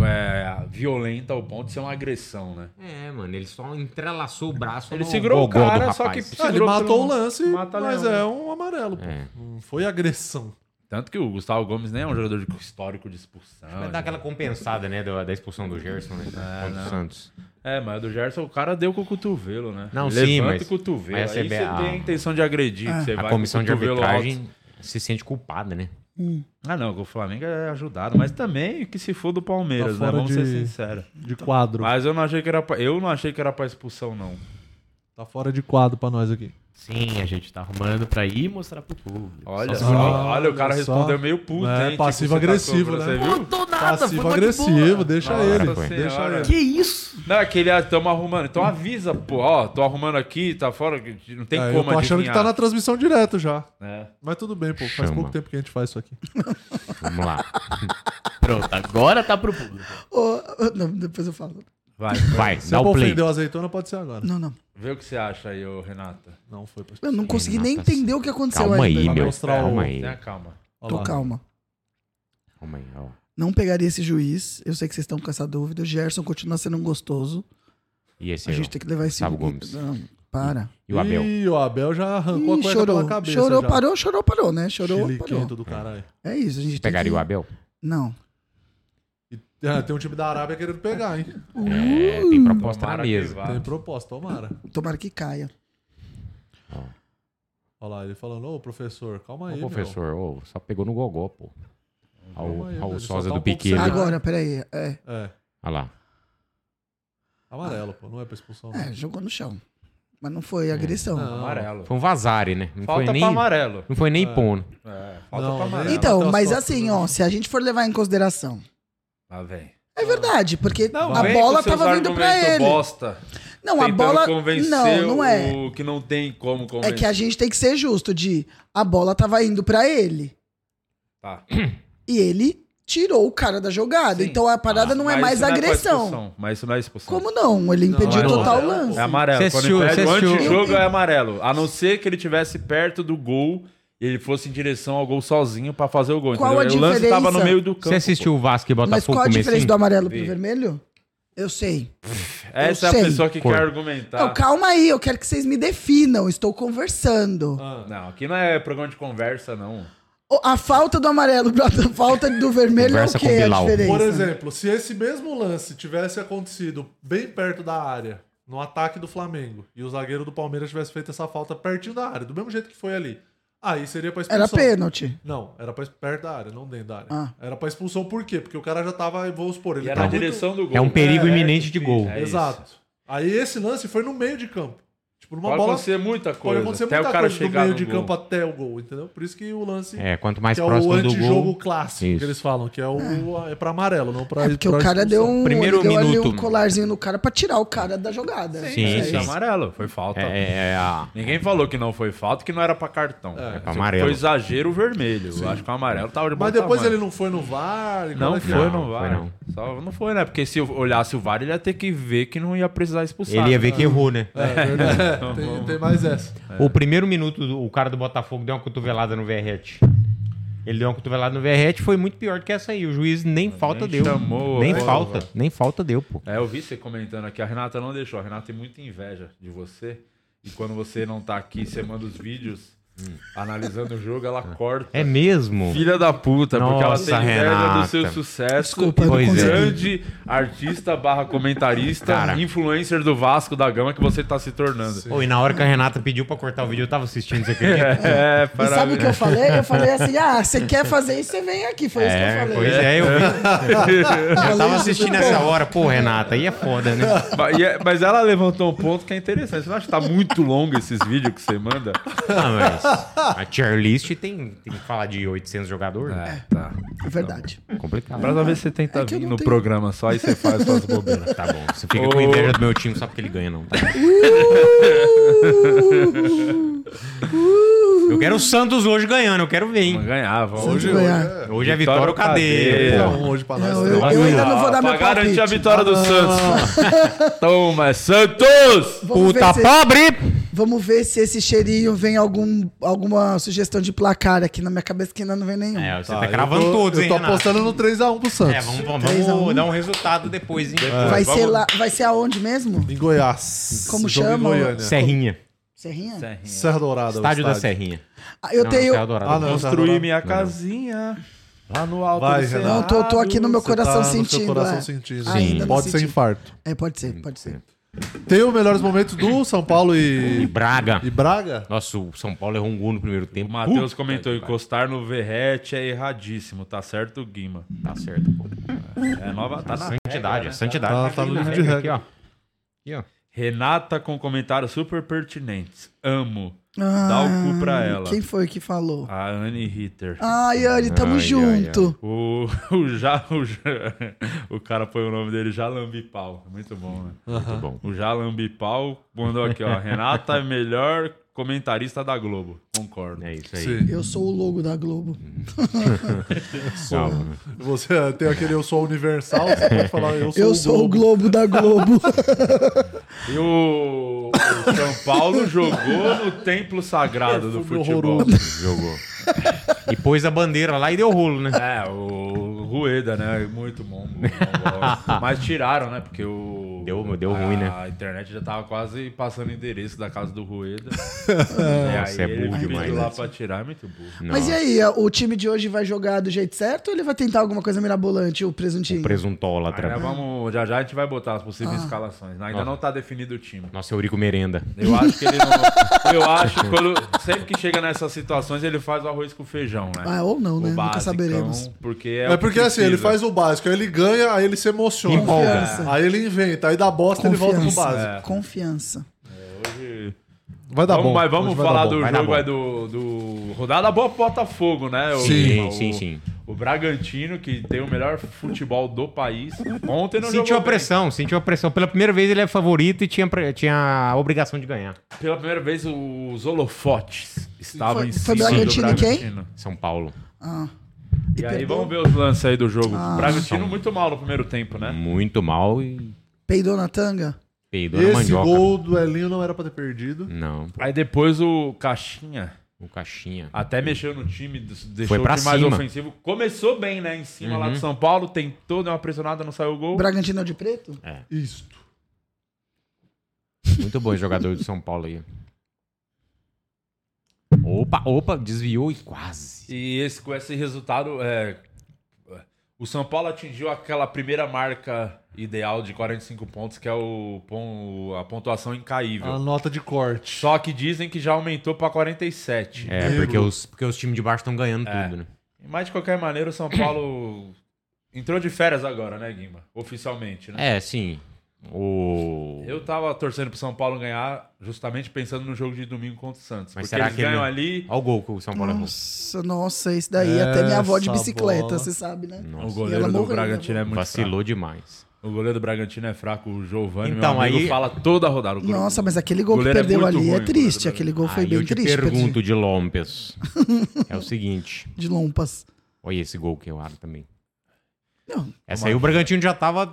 [SPEAKER 1] é, violenta ao ponto de ser uma agressão, né?
[SPEAKER 2] É, mano, ele só entrelaçou o braço.
[SPEAKER 1] Ele
[SPEAKER 2] no
[SPEAKER 1] segurou o
[SPEAKER 2] gogó do
[SPEAKER 1] cara, só que.
[SPEAKER 2] rapaz.
[SPEAKER 3] Ah, ele
[SPEAKER 1] segurou
[SPEAKER 3] matou
[SPEAKER 1] pelo-
[SPEAKER 3] o lance,
[SPEAKER 1] Mata
[SPEAKER 3] mas
[SPEAKER 1] leão,
[SPEAKER 3] é
[SPEAKER 1] né?
[SPEAKER 3] um amarelo, pô.
[SPEAKER 2] É.
[SPEAKER 3] Não Foi agressão.
[SPEAKER 1] Tanto que o Gustavo Gomes nem é um jogador de histórico de expulsão.
[SPEAKER 2] Vai dar aquela compensada, né, da, da expulsão do Gerson, né? contra o Santos.
[SPEAKER 1] É, mas do Gerson o cara deu com o cotovelo, né?
[SPEAKER 2] Não,
[SPEAKER 1] Levanta
[SPEAKER 2] sim, mas-
[SPEAKER 1] o cotovelo.
[SPEAKER 2] mas essa
[SPEAKER 1] Aí
[SPEAKER 2] é
[SPEAKER 1] você
[SPEAKER 2] bem- a-
[SPEAKER 1] tem a intenção de agredir,
[SPEAKER 3] Ah.
[SPEAKER 1] que você vai
[SPEAKER 2] É, A
[SPEAKER 1] com o
[SPEAKER 2] comissão de
[SPEAKER 1] cotovelo
[SPEAKER 2] arbitragem
[SPEAKER 1] alto.
[SPEAKER 2] se sente culpada, né?
[SPEAKER 3] Hum.
[SPEAKER 1] Ah, não, o Flamengo é ajudado, mas também que se for do Palmeiras,
[SPEAKER 3] Tá
[SPEAKER 1] né?
[SPEAKER 3] fora
[SPEAKER 1] Vamos ser
[SPEAKER 3] de-
[SPEAKER 1] sinceros.
[SPEAKER 3] De quadro.
[SPEAKER 1] Mas eu não achei que era pra... eu não achei que era pra expulsão não.
[SPEAKER 3] Tá fora de quadro pra nós aqui.
[SPEAKER 6] Sim, a gente tá arrumando pra ir e mostrar pro público.
[SPEAKER 1] Olha,
[SPEAKER 3] Só-
[SPEAKER 1] só, olha o cara
[SPEAKER 3] olha só.
[SPEAKER 1] respondeu meio puto,
[SPEAKER 3] É,
[SPEAKER 1] hein? Tipo,
[SPEAKER 3] passivo-agressivo,
[SPEAKER 1] você tá
[SPEAKER 3] né?
[SPEAKER 1] cobrando, Você viu?
[SPEAKER 6] Tô nada, foi
[SPEAKER 3] Passivo
[SPEAKER 6] uma de boa.
[SPEAKER 3] agressivo, deixa
[SPEAKER 1] Nossa
[SPEAKER 3] ele.
[SPEAKER 1] senhora.
[SPEAKER 3] Deixa ele.
[SPEAKER 6] Que isso?
[SPEAKER 1] Não, aquele, ah, tamo arrumando. Então avisa, pô, ó, tô arrumando aqui, tá fora, que não tem
[SPEAKER 3] É,
[SPEAKER 1] como
[SPEAKER 3] eu tô achando que tá
[SPEAKER 1] adivinhar.
[SPEAKER 3] na transmissão direto já.
[SPEAKER 1] É.
[SPEAKER 3] Mas tudo bem, pô. Faz
[SPEAKER 2] Chama.
[SPEAKER 3] pouco tempo que a gente faz isso aqui.
[SPEAKER 2] Vamos lá.
[SPEAKER 6] Pronto, agora tá pro público.
[SPEAKER 5] Ô, não, depois eu falo.
[SPEAKER 1] Vai,
[SPEAKER 2] Vai,
[SPEAKER 3] Se
[SPEAKER 2] dá
[SPEAKER 3] eu
[SPEAKER 2] o play.
[SPEAKER 3] ofendeu a azeitona, pode ser agora.
[SPEAKER 5] Não, não.
[SPEAKER 1] vê o que você acha aí, ô Renata.
[SPEAKER 3] Não foi pra
[SPEAKER 5] Eu não consegui nem
[SPEAKER 2] Renata,
[SPEAKER 5] entender o que aconteceu
[SPEAKER 2] calma
[SPEAKER 5] ainda.
[SPEAKER 2] aí,
[SPEAKER 3] Vai
[SPEAKER 2] meu.
[SPEAKER 3] mostrar
[SPEAKER 2] Calma
[SPEAKER 3] o-
[SPEAKER 2] aí.
[SPEAKER 1] Tenha calma.
[SPEAKER 3] Olha
[SPEAKER 5] Tô
[SPEAKER 3] lá.
[SPEAKER 5] calma.
[SPEAKER 2] Calma aí, ó.
[SPEAKER 5] Não pegaria esse juiz. Eu sei que vocês estão com essa dúvida. O Gerson continua sendo um gostoso.
[SPEAKER 2] E esse
[SPEAKER 5] A
[SPEAKER 2] aí,
[SPEAKER 5] gente
[SPEAKER 2] ó.
[SPEAKER 5] tem que levar esse.
[SPEAKER 2] Gustavo Gomes.
[SPEAKER 5] Não, para.
[SPEAKER 2] E o Abel.
[SPEAKER 3] Ih, o Abel já arrancou
[SPEAKER 5] Ih,
[SPEAKER 3] a cueca
[SPEAKER 5] chorou.
[SPEAKER 3] pela cabeça.
[SPEAKER 5] chorou,
[SPEAKER 3] já.
[SPEAKER 5] parou, chorou, parou, né? Chorou,
[SPEAKER 3] Chiliquento
[SPEAKER 5] parou.
[SPEAKER 3] do caralho.
[SPEAKER 5] É isso, a gente tem
[SPEAKER 2] Pegaria
[SPEAKER 5] que-
[SPEAKER 2] o Abel?
[SPEAKER 5] Não.
[SPEAKER 3] E, ah, tem um time da Arábia querendo pegar, hein?
[SPEAKER 2] É,
[SPEAKER 5] Uhum.
[SPEAKER 2] tem proposta
[SPEAKER 1] Tomara
[SPEAKER 2] na
[SPEAKER 1] que
[SPEAKER 2] mesa.
[SPEAKER 1] vá.
[SPEAKER 3] Tem proposta, tomara.
[SPEAKER 5] Tomara que caia.
[SPEAKER 3] Olha lá, ele falando, ô professor, calma aí.
[SPEAKER 2] Ô,
[SPEAKER 3] meu.
[SPEAKER 2] professor, ô, só pegou no gogó, pô.
[SPEAKER 3] Calma aí,
[SPEAKER 2] Olha o
[SPEAKER 3] ele só
[SPEAKER 2] Sosa
[SPEAKER 3] tá
[SPEAKER 2] do
[SPEAKER 3] um pouco
[SPEAKER 2] Piquet.
[SPEAKER 3] sem
[SPEAKER 2] Olha
[SPEAKER 3] ar.
[SPEAKER 5] Agora, peraí. É,
[SPEAKER 3] É,
[SPEAKER 2] lá.
[SPEAKER 3] amarelo, pô, não é pra expulsão. não.
[SPEAKER 5] é, jogou no chão. Mas não foi agressão.
[SPEAKER 3] Não.
[SPEAKER 1] Amarelo.
[SPEAKER 2] É. Foi um vazare, né? Não
[SPEAKER 1] Falta
[SPEAKER 2] foi nem,
[SPEAKER 1] pra amarelo.
[SPEAKER 2] não foi nem né? pono.
[SPEAKER 1] É, falta
[SPEAKER 3] Não,
[SPEAKER 1] pra
[SPEAKER 3] né?
[SPEAKER 1] amarelo.
[SPEAKER 5] Então,
[SPEAKER 3] Então,
[SPEAKER 5] mas
[SPEAKER 3] só-
[SPEAKER 5] assim, ó, se a gente for levar em consideração.
[SPEAKER 1] Ah, vem.
[SPEAKER 5] É verdade, porque
[SPEAKER 1] Não,
[SPEAKER 5] a
[SPEAKER 1] vem
[SPEAKER 5] bola
[SPEAKER 1] com seus
[SPEAKER 5] tava vindo pra
[SPEAKER 1] argumentos
[SPEAKER 5] ele.
[SPEAKER 1] Bosta,
[SPEAKER 5] Não, a
[SPEAKER 1] tentando
[SPEAKER 5] bola.
[SPEAKER 1] convencer
[SPEAKER 5] Não, não é.
[SPEAKER 1] o que não tem como
[SPEAKER 5] É
[SPEAKER 1] convencer.
[SPEAKER 5] que a gente tem que ser justo de a bola tava indo pra ele
[SPEAKER 1] Tá.
[SPEAKER 5] e ele tirou o cara da jogada.
[SPEAKER 1] Sim.
[SPEAKER 5] Então a parada
[SPEAKER 1] Ah,
[SPEAKER 5] não é
[SPEAKER 1] mas
[SPEAKER 5] mais
[SPEAKER 1] isso pra
[SPEAKER 5] agressão.
[SPEAKER 1] expulsão, mas isso não é expulsão.
[SPEAKER 5] Como não? Ele impediu
[SPEAKER 1] Não, é
[SPEAKER 5] total o
[SPEAKER 1] amarelo,
[SPEAKER 5] lance.
[SPEAKER 1] É amarelo.
[SPEAKER 2] Você
[SPEAKER 1] Quando
[SPEAKER 2] assistiu,
[SPEAKER 1] impede,
[SPEAKER 2] você
[SPEAKER 1] o
[SPEAKER 2] assistiu.
[SPEAKER 1] antijogo é amarelo. A não ser que ele tivesse perto do gol e ele fosse em direção ao gol sozinho pra fazer o gol.
[SPEAKER 5] Qual
[SPEAKER 1] entendeu?
[SPEAKER 5] a
[SPEAKER 1] o lance tava
[SPEAKER 5] diferença?
[SPEAKER 1] no meio do campo.
[SPEAKER 2] Você assistiu o Vasco e
[SPEAKER 5] Mas
[SPEAKER 2] Botafogo
[SPEAKER 5] qual a diferença
[SPEAKER 2] comecinho?
[SPEAKER 5] do amarelo pro
[SPEAKER 1] Vi.
[SPEAKER 5] vermelho? Eu sei.
[SPEAKER 1] pô. Essa é a
[SPEAKER 5] Eu sei.
[SPEAKER 1] pessoa que
[SPEAKER 2] Cor.
[SPEAKER 1] quer argumentar.
[SPEAKER 5] Não, calma aí, eu quero que vocês me definam. Estou conversando.
[SPEAKER 1] Não, aqui não é programa de conversa, não.
[SPEAKER 5] O- A falta do amarelo pra a falta do vermelho
[SPEAKER 2] Conversa
[SPEAKER 5] é o quê?
[SPEAKER 2] com
[SPEAKER 5] A
[SPEAKER 2] Bilal.
[SPEAKER 5] diferença?
[SPEAKER 3] Por exemplo, se esse mesmo lance tivesse acontecido bem perto da área, no ataque do Flamengo, e o zagueiro do Palmeiras tivesse feito essa falta pertinho da área, do mesmo jeito que foi ali, aí seria pra expulsão.
[SPEAKER 5] Era pênalti.
[SPEAKER 3] Não, era pra perto da área, não dentro da área.
[SPEAKER 5] Ah.
[SPEAKER 3] Era pra expulsão por quê? Porque o cara já tava, vou supor, ele
[SPEAKER 1] E era
[SPEAKER 3] tava
[SPEAKER 1] na
[SPEAKER 3] muito-
[SPEAKER 1] direção do gol.
[SPEAKER 2] É um perigo
[SPEAKER 1] É, é
[SPEAKER 2] iminente de gol.
[SPEAKER 1] difícil, é isso.
[SPEAKER 3] Exato. Aí esse lance foi no meio de campo. Tipo, numa
[SPEAKER 1] Pode
[SPEAKER 3] bola.
[SPEAKER 1] acontecer muita coisa.
[SPEAKER 3] pode acontecer
[SPEAKER 1] até
[SPEAKER 3] muita
[SPEAKER 1] o cara
[SPEAKER 3] coisa do
[SPEAKER 1] chegar
[SPEAKER 3] meio
[SPEAKER 1] no
[SPEAKER 3] de
[SPEAKER 1] gol.
[SPEAKER 3] campo até o gol, entendeu? Por isso que o lance.
[SPEAKER 2] É, quanto mais
[SPEAKER 3] que é o
[SPEAKER 2] próximo do
[SPEAKER 3] antijogo
[SPEAKER 2] gol.
[SPEAKER 3] clássico
[SPEAKER 2] Isso.
[SPEAKER 3] que eles falam, que é o. É, pra amarelo, não pra.
[SPEAKER 5] É porque
[SPEAKER 3] pra
[SPEAKER 5] o cara deu
[SPEAKER 3] expulsão.
[SPEAKER 5] um,
[SPEAKER 2] Primeiro
[SPEAKER 5] ele deu ali um
[SPEAKER 2] minuto.
[SPEAKER 5] colarzinho no cara pra tirar o cara da jogada.
[SPEAKER 2] Sim,
[SPEAKER 1] é,
[SPEAKER 2] sim.
[SPEAKER 1] isso é amarelo, foi falta.
[SPEAKER 2] É, é, é a-
[SPEAKER 1] Ninguém falou que não foi falta, que não era pra cartão.
[SPEAKER 2] é pra
[SPEAKER 1] Se
[SPEAKER 2] amarelo.
[SPEAKER 1] Foi exagero o vermelho. Eu acho que o amarelo tava de bom
[SPEAKER 3] Mas depois
[SPEAKER 1] tamanho.
[SPEAKER 3] ele não foi no VAR. e como
[SPEAKER 1] Não
[SPEAKER 3] é que
[SPEAKER 1] foi
[SPEAKER 3] é?
[SPEAKER 1] não
[SPEAKER 2] não
[SPEAKER 1] VAR.
[SPEAKER 2] foi, não.
[SPEAKER 1] Só não foi, né? Porque se eu olhasse o VAR, ele ia ter que ver que não ia precisar expulsar.
[SPEAKER 2] Ele ia ver que errou, né?
[SPEAKER 3] É, verdade. tem, tem mais essa.
[SPEAKER 2] O primeiro minuto, do- o cara do Botafogo deu uma cotovelada no Verrete. Ele deu uma cotovelada no Verrete, foi muito pior do que essa aí. O juiz nem falta deu.
[SPEAKER 1] chamou,
[SPEAKER 2] nem
[SPEAKER 1] né?
[SPEAKER 2] falta, nem falta deu, pô.
[SPEAKER 1] É, eu vi você comentando aqui, a Renata não deixou. A Renata tem muita inveja de você. E quando você não tá aqui, você manda os vídeos analisando o jogo, ela corta.
[SPEAKER 2] É mesmo?
[SPEAKER 1] Filha da puta, porque ela
[SPEAKER 2] Nossa,
[SPEAKER 1] tem inveja do
[SPEAKER 2] Renata.
[SPEAKER 1] seu sucesso.
[SPEAKER 5] Desculpa, eu
[SPEAKER 2] não Pois é.
[SPEAKER 1] grande artista barra comentarista,
[SPEAKER 2] Cara.
[SPEAKER 1] influencer do Vasco da Gama que você tá se tornando.
[SPEAKER 2] Ô, e na hora que a Renata pediu pra cortar o vídeo, eu tava assistindo isso aqui.
[SPEAKER 1] É,
[SPEAKER 5] E sabe
[SPEAKER 1] parabéns.
[SPEAKER 5] o que eu falei? Eu falei assim: ah, você quer fazer isso, você vem aqui. Foi
[SPEAKER 2] É,
[SPEAKER 5] isso que eu
[SPEAKER 2] pois
[SPEAKER 5] falei.
[SPEAKER 2] é, eu vi.
[SPEAKER 5] Falei
[SPEAKER 2] Eu tava
[SPEAKER 5] isso,
[SPEAKER 2] assistindo
[SPEAKER 5] tudo
[SPEAKER 2] essa
[SPEAKER 5] bom.
[SPEAKER 2] hora. Pô, Renata, aí é foda, né?
[SPEAKER 1] Ba- e é- Mas ela levantou um ponto que é interessante. Você não acha que tá muito longo esses vídeos que você manda?
[SPEAKER 2] Ah, mas a tier list tem, tem que falar de 800 jogadores. né?
[SPEAKER 1] Tá.
[SPEAKER 5] É verdade.
[SPEAKER 2] Complicado.
[SPEAKER 1] Pra talvez você tenta
[SPEAKER 5] É que eu
[SPEAKER 1] vir
[SPEAKER 5] não
[SPEAKER 1] no
[SPEAKER 5] tenho-
[SPEAKER 1] programa só e você faz suas bobeiras.
[SPEAKER 2] Tá bom, você fica com inveja do meu time só porque ele ganha,
[SPEAKER 5] Uh!
[SPEAKER 2] não. tá? Eu quero o Santos hoje ganhanando, eu quero ver,
[SPEAKER 1] Mas
[SPEAKER 2] hein?
[SPEAKER 1] ganhava.
[SPEAKER 5] Hoje
[SPEAKER 1] Hoje
[SPEAKER 5] ganhar. É.
[SPEAKER 2] Hoje é vitória ou
[SPEAKER 1] Vitória
[SPEAKER 2] cadeia. né?
[SPEAKER 1] ou
[SPEAKER 3] Então, hoje pra nós.
[SPEAKER 5] Não,
[SPEAKER 3] tá
[SPEAKER 5] eu,
[SPEAKER 3] bom.
[SPEAKER 5] eu ainda não vou dar
[SPEAKER 1] pra
[SPEAKER 5] meu
[SPEAKER 1] garantir
[SPEAKER 5] palpite. Ah,
[SPEAKER 1] a vitória do Santos. Toma, Santos!
[SPEAKER 5] Vamos ver se-
[SPEAKER 2] pobre!
[SPEAKER 5] Vamos ver se esse cheirinho vem algum, alguma sugestão de placar aqui na minha cabeça, que ainda não vem nenhum.
[SPEAKER 2] É, você
[SPEAKER 3] Tá,
[SPEAKER 2] tá cravando
[SPEAKER 3] eu tô,
[SPEAKER 2] todos, hein,
[SPEAKER 3] Eu tô
[SPEAKER 2] Renato?
[SPEAKER 3] apostando no 3x1 pro Santos.
[SPEAKER 2] É, vamos, vamos,
[SPEAKER 5] um Três a
[SPEAKER 2] vamos
[SPEAKER 5] um.
[SPEAKER 2] dar um resultado depois, hein?
[SPEAKER 5] vai,
[SPEAKER 1] vamos-
[SPEAKER 5] ser lá, vai ser aonde mesmo?
[SPEAKER 3] Em Goiás.
[SPEAKER 5] Como
[SPEAKER 3] Jogo em
[SPEAKER 5] chama?
[SPEAKER 3] Goiânia.
[SPEAKER 2] Serrinha.
[SPEAKER 5] Serrinha?
[SPEAKER 3] Serra Dourada. o
[SPEAKER 2] Estádio da Serrinha.
[SPEAKER 5] Ah, eu
[SPEAKER 2] Não,
[SPEAKER 5] tenho.
[SPEAKER 2] Serra Dourada.
[SPEAKER 3] Ah, não.
[SPEAKER 1] Construir minha
[SPEAKER 2] Não.
[SPEAKER 1] casinha lá no alto
[SPEAKER 3] Vai,
[SPEAKER 1] do
[SPEAKER 3] Renato.
[SPEAKER 5] Não, tô, tô aqui no meu
[SPEAKER 3] Você
[SPEAKER 5] coração
[SPEAKER 3] tá no seu
[SPEAKER 5] sentindo.
[SPEAKER 3] coração
[SPEAKER 5] é.
[SPEAKER 3] sentindo.
[SPEAKER 5] Ainda não
[SPEAKER 3] Pode ser
[SPEAKER 5] senti.
[SPEAKER 3] infarto.
[SPEAKER 5] É, pode ser, pode ser.
[SPEAKER 3] Tem os melhores momentos do São Paulo
[SPEAKER 2] E
[SPEAKER 3] e,
[SPEAKER 2] Braga.
[SPEAKER 3] e Braga?
[SPEAKER 2] Nossa, o São Paulo errou um gol no primeiro tempo.
[SPEAKER 1] O Matheus
[SPEAKER 2] Puta
[SPEAKER 1] comentou,
[SPEAKER 2] que pariu.
[SPEAKER 1] encostar no Verrete é erradíssimo, tá certo, Guima?
[SPEAKER 2] Tá certo, pô.
[SPEAKER 1] É nova, tá na
[SPEAKER 2] Santidade,
[SPEAKER 1] regra, né?
[SPEAKER 2] santidade.
[SPEAKER 3] Tá- tá no
[SPEAKER 2] na
[SPEAKER 3] livro de
[SPEAKER 2] Aqui,
[SPEAKER 3] regra.
[SPEAKER 2] ó. Aqui, ó.
[SPEAKER 1] Renata com comentários super pertinentes. Amo. Dá o cu pra
[SPEAKER 5] Ah,
[SPEAKER 1] ela.
[SPEAKER 5] Quem foi que falou?
[SPEAKER 1] A Anne Ritter.
[SPEAKER 5] Ai, Anne, tamo
[SPEAKER 2] Ai, ai,
[SPEAKER 5] junto.
[SPEAKER 1] O, o, ja, o, Ja- o cara põe o nome dele Jalambipau. Muito bom, né?
[SPEAKER 2] Muito bom.
[SPEAKER 1] O Jalambipau mandou aqui, ó. Renata é melhor comentarista da Globo. Concordo.
[SPEAKER 2] É isso aí.
[SPEAKER 5] Eu sou o logo da Globo.
[SPEAKER 2] Salva, né?
[SPEAKER 3] Você eh, tem aquele Eu Sou Universal, você pode falar Eu Sou,
[SPEAKER 5] Eu sou o
[SPEAKER 3] Globo.
[SPEAKER 5] Globo da Globo.
[SPEAKER 1] E o, o São Paulo jogou no templo sagrado do
[SPEAKER 3] Futebol
[SPEAKER 1] futebol.
[SPEAKER 2] Jogou. E pôs a bandeira lá e deu rolo, né?
[SPEAKER 1] É, o Rueda, né? Muito bom. bom, bom. Mas tiraram, né? Porque o.
[SPEAKER 2] Deu- deu ruim, né?
[SPEAKER 1] A internet já tava quase passando o endereço da casa do Rueda.
[SPEAKER 2] Nossa, é burro demais,
[SPEAKER 1] lá
[SPEAKER 2] né?
[SPEAKER 1] pra tirar, é muito burro.
[SPEAKER 2] Não.
[SPEAKER 5] Mas e aí, o time de hoje vai jogar do jeito certo ou ele vai tentar alguma coisa mirabolante, o presuntinho?
[SPEAKER 2] Presuntola
[SPEAKER 1] Aí, né,
[SPEAKER 2] atrás.
[SPEAKER 1] vamos, já já a gente vai botar as
[SPEAKER 5] Ah.
[SPEAKER 1] possíveis escalações. né? Ainda não tá definido o time.
[SPEAKER 2] Nossa, Eurico Merenda.
[SPEAKER 1] Eu acho que ele não. Eu acho que quando. Sempre que chega nessas situações, ele faz o arroz com feijão, né?
[SPEAKER 5] Ah, ou não,
[SPEAKER 1] O
[SPEAKER 5] né? Nunca
[SPEAKER 1] basicão,
[SPEAKER 5] saberemos.
[SPEAKER 1] Porque é, o
[SPEAKER 3] É
[SPEAKER 1] que
[SPEAKER 3] porque assim, ele
[SPEAKER 1] precisa.
[SPEAKER 3] faz o básico, aí ele ganha, aí ele se emociona.
[SPEAKER 5] Confiança.
[SPEAKER 3] Aí ele inventa, aí dá bosta ele volta pro básico.
[SPEAKER 5] Confiança. Confiança.
[SPEAKER 3] Vai dar
[SPEAKER 1] É, vamos,
[SPEAKER 3] bom.
[SPEAKER 1] mas vamos
[SPEAKER 3] Hoje vai
[SPEAKER 1] falar
[SPEAKER 3] dar bom.
[SPEAKER 1] do
[SPEAKER 2] vai dar
[SPEAKER 1] jogo
[SPEAKER 2] bom.
[SPEAKER 1] aí do, do rodada boa pro Botafogo, né? O-
[SPEAKER 2] Sim,
[SPEAKER 1] o-
[SPEAKER 2] sim, sim.
[SPEAKER 1] O Bragantino que tem o melhor futebol do país. Ontem não
[SPEAKER 2] Sentiu a
[SPEAKER 1] jogou
[SPEAKER 2] pressão, sentiu a pressão. Pela primeira vez ele é favorito e tinha, pre- tinha a obrigação de ganhar.
[SPEAKER 1] bem. Pela primeira vez os holofotes estavam
[SPEAKER 5] Foi-
[SPEAKER 1] em
[SPEAKER 5] foi
[SPEAKER 1] cima
[SPEAKER 5] Bragantino
[SPEAKER 1] do
[SPEAKER 5] quem?
[SPEAKER 1] Bragantino.
[SPEAKER 2] São Paulo.
[SPEAKER 5] Ah.
[SPEAKER 1] E aí
[SPEAKER 5] perdeu?
[SPEAKER 1] vamos ver os lances aí do jogo. Bragantino muito mal no primeiro tempo, né?
[SPEAKER 2] Muito mal e
[SPEAKER 5] Peidou na tanga?
[SPEAKER 2] peidou na
[SPEAKER 3] Esse
[SPEAKER 2] mandioca.
[SPEAKER 3] gol do Elinho não era pra ter perdido.
[SPEAKER 2] Não,
[SPEAKER 1] Aí depois o Caixinha
[SPEAKER 2] o Caixinha.
[SPEAKER 1] até mexeu no time, des- deixou
[SPEAKER 2] pra
[SPEAKER 1] o time mais
[SPEAKER 2] cima. Uhum.
[SPEAKER 1] ofensivo. Começou bem, né? Em cima lá do São Paulo, tentou, deu uma pressionada, não saiu o gol.
[SPEAKER 5] Bragantino é de preto?
[SPEAKER 3] Isto.
[SPEAKER 2] Muito bom esse jogador do São Paulo aí. Opa, opa, desviou e quase.
[SPEAKER 1] E esse, com esse resultado, é, o São Paulo atingiu aquela primeira marca ideal de 45 pontos, que é o, pon- a pontuação incaível.
[SPEAKER 3] A nota de corte.
[SPEAKER 1] Só que dizem que já aumentou para 47.
[SPEAKER 2] É, porque os, porque os times de baixo estão ganhando
[SPEAKER 1] É.
[SPEAKER 2] tudo, né?
[SPEAKER 1] Mas, de qualquer maneira, o São Paulo entrou de férias agora, né, Guima? Oficialmente, né?
[SPEAKER 2] É, sim. O...
[SPEAKER 1] Eu tava torcendo pro São Paulo ganhar, justamente pensando no jogo de domingo contra o Santos.
[SPEAKER 2] Mas
[SPEAKER 1] porque
[SPEAKER 2] será
[SPEAKER 1] eles
[SPEAKER 2] que ele-
[SPEAKER 1] ganham ali,
[SPEAKER 2] Olha o gol que o São Paulo errou.
[SPEAKER 5] Nossa, nossa, esse daí até
[SPEAKER 3] Essa
[SPEAKER 5] minha avó de bicicleta,
[SPEAKER 3] bola.
[SPEAKER 5] você sabe, né?
[SPEAKER 1] É, o
[SPEAKER 2] Nossa,
[SPEAKER 1] goleiro
[SPEAKER 5] ela
[SPEAKER 1] do
[SPEAKER 5] morreu,
[SPEAKER 1] Bragantino é muito fraco.
[SPEAKER 2] vacilou demais.
[SPEAKER 1] O goleiro do Bragantino é fraco, o Giovani,
[SPEAKER 2] Então,
[SPEAKER 1] meu amigo,
[SPEAKER 2] aí-
[SPEAKER 1] fala toda a rodada. O gol-
[SPEAKER 5] Nossa, mas aquele gol que
[SPEAKER 1] Goleiro é
[SPEAKER 5] perdeu
[SPEAKER 1] muito
[SPEAKER 5] ali
[SPEAKER 1] ruim,
[SPEAKER 5] é
[SPEAKER 1] o
[SPEAKER 5] triste.
[SPEAKER 1] goleiro.
[SPEAKER 5] Aquele gol foi
[SPEAKER 2] Aí
[SPEAKER 5] bem
[SPEAKER 2] eu te
[SPEAKER 5] triste.
[SPEAKER 2] pergunto de Lompes. é o seguinte.
[SPEAKER 5] perdi De lompas.
[SPEAKER 2] Olha esse gol que eu abro também.
[SPEAKER 5] Não. Ah.
[SPEAKER 2] Essa aí o Bragantino já tava,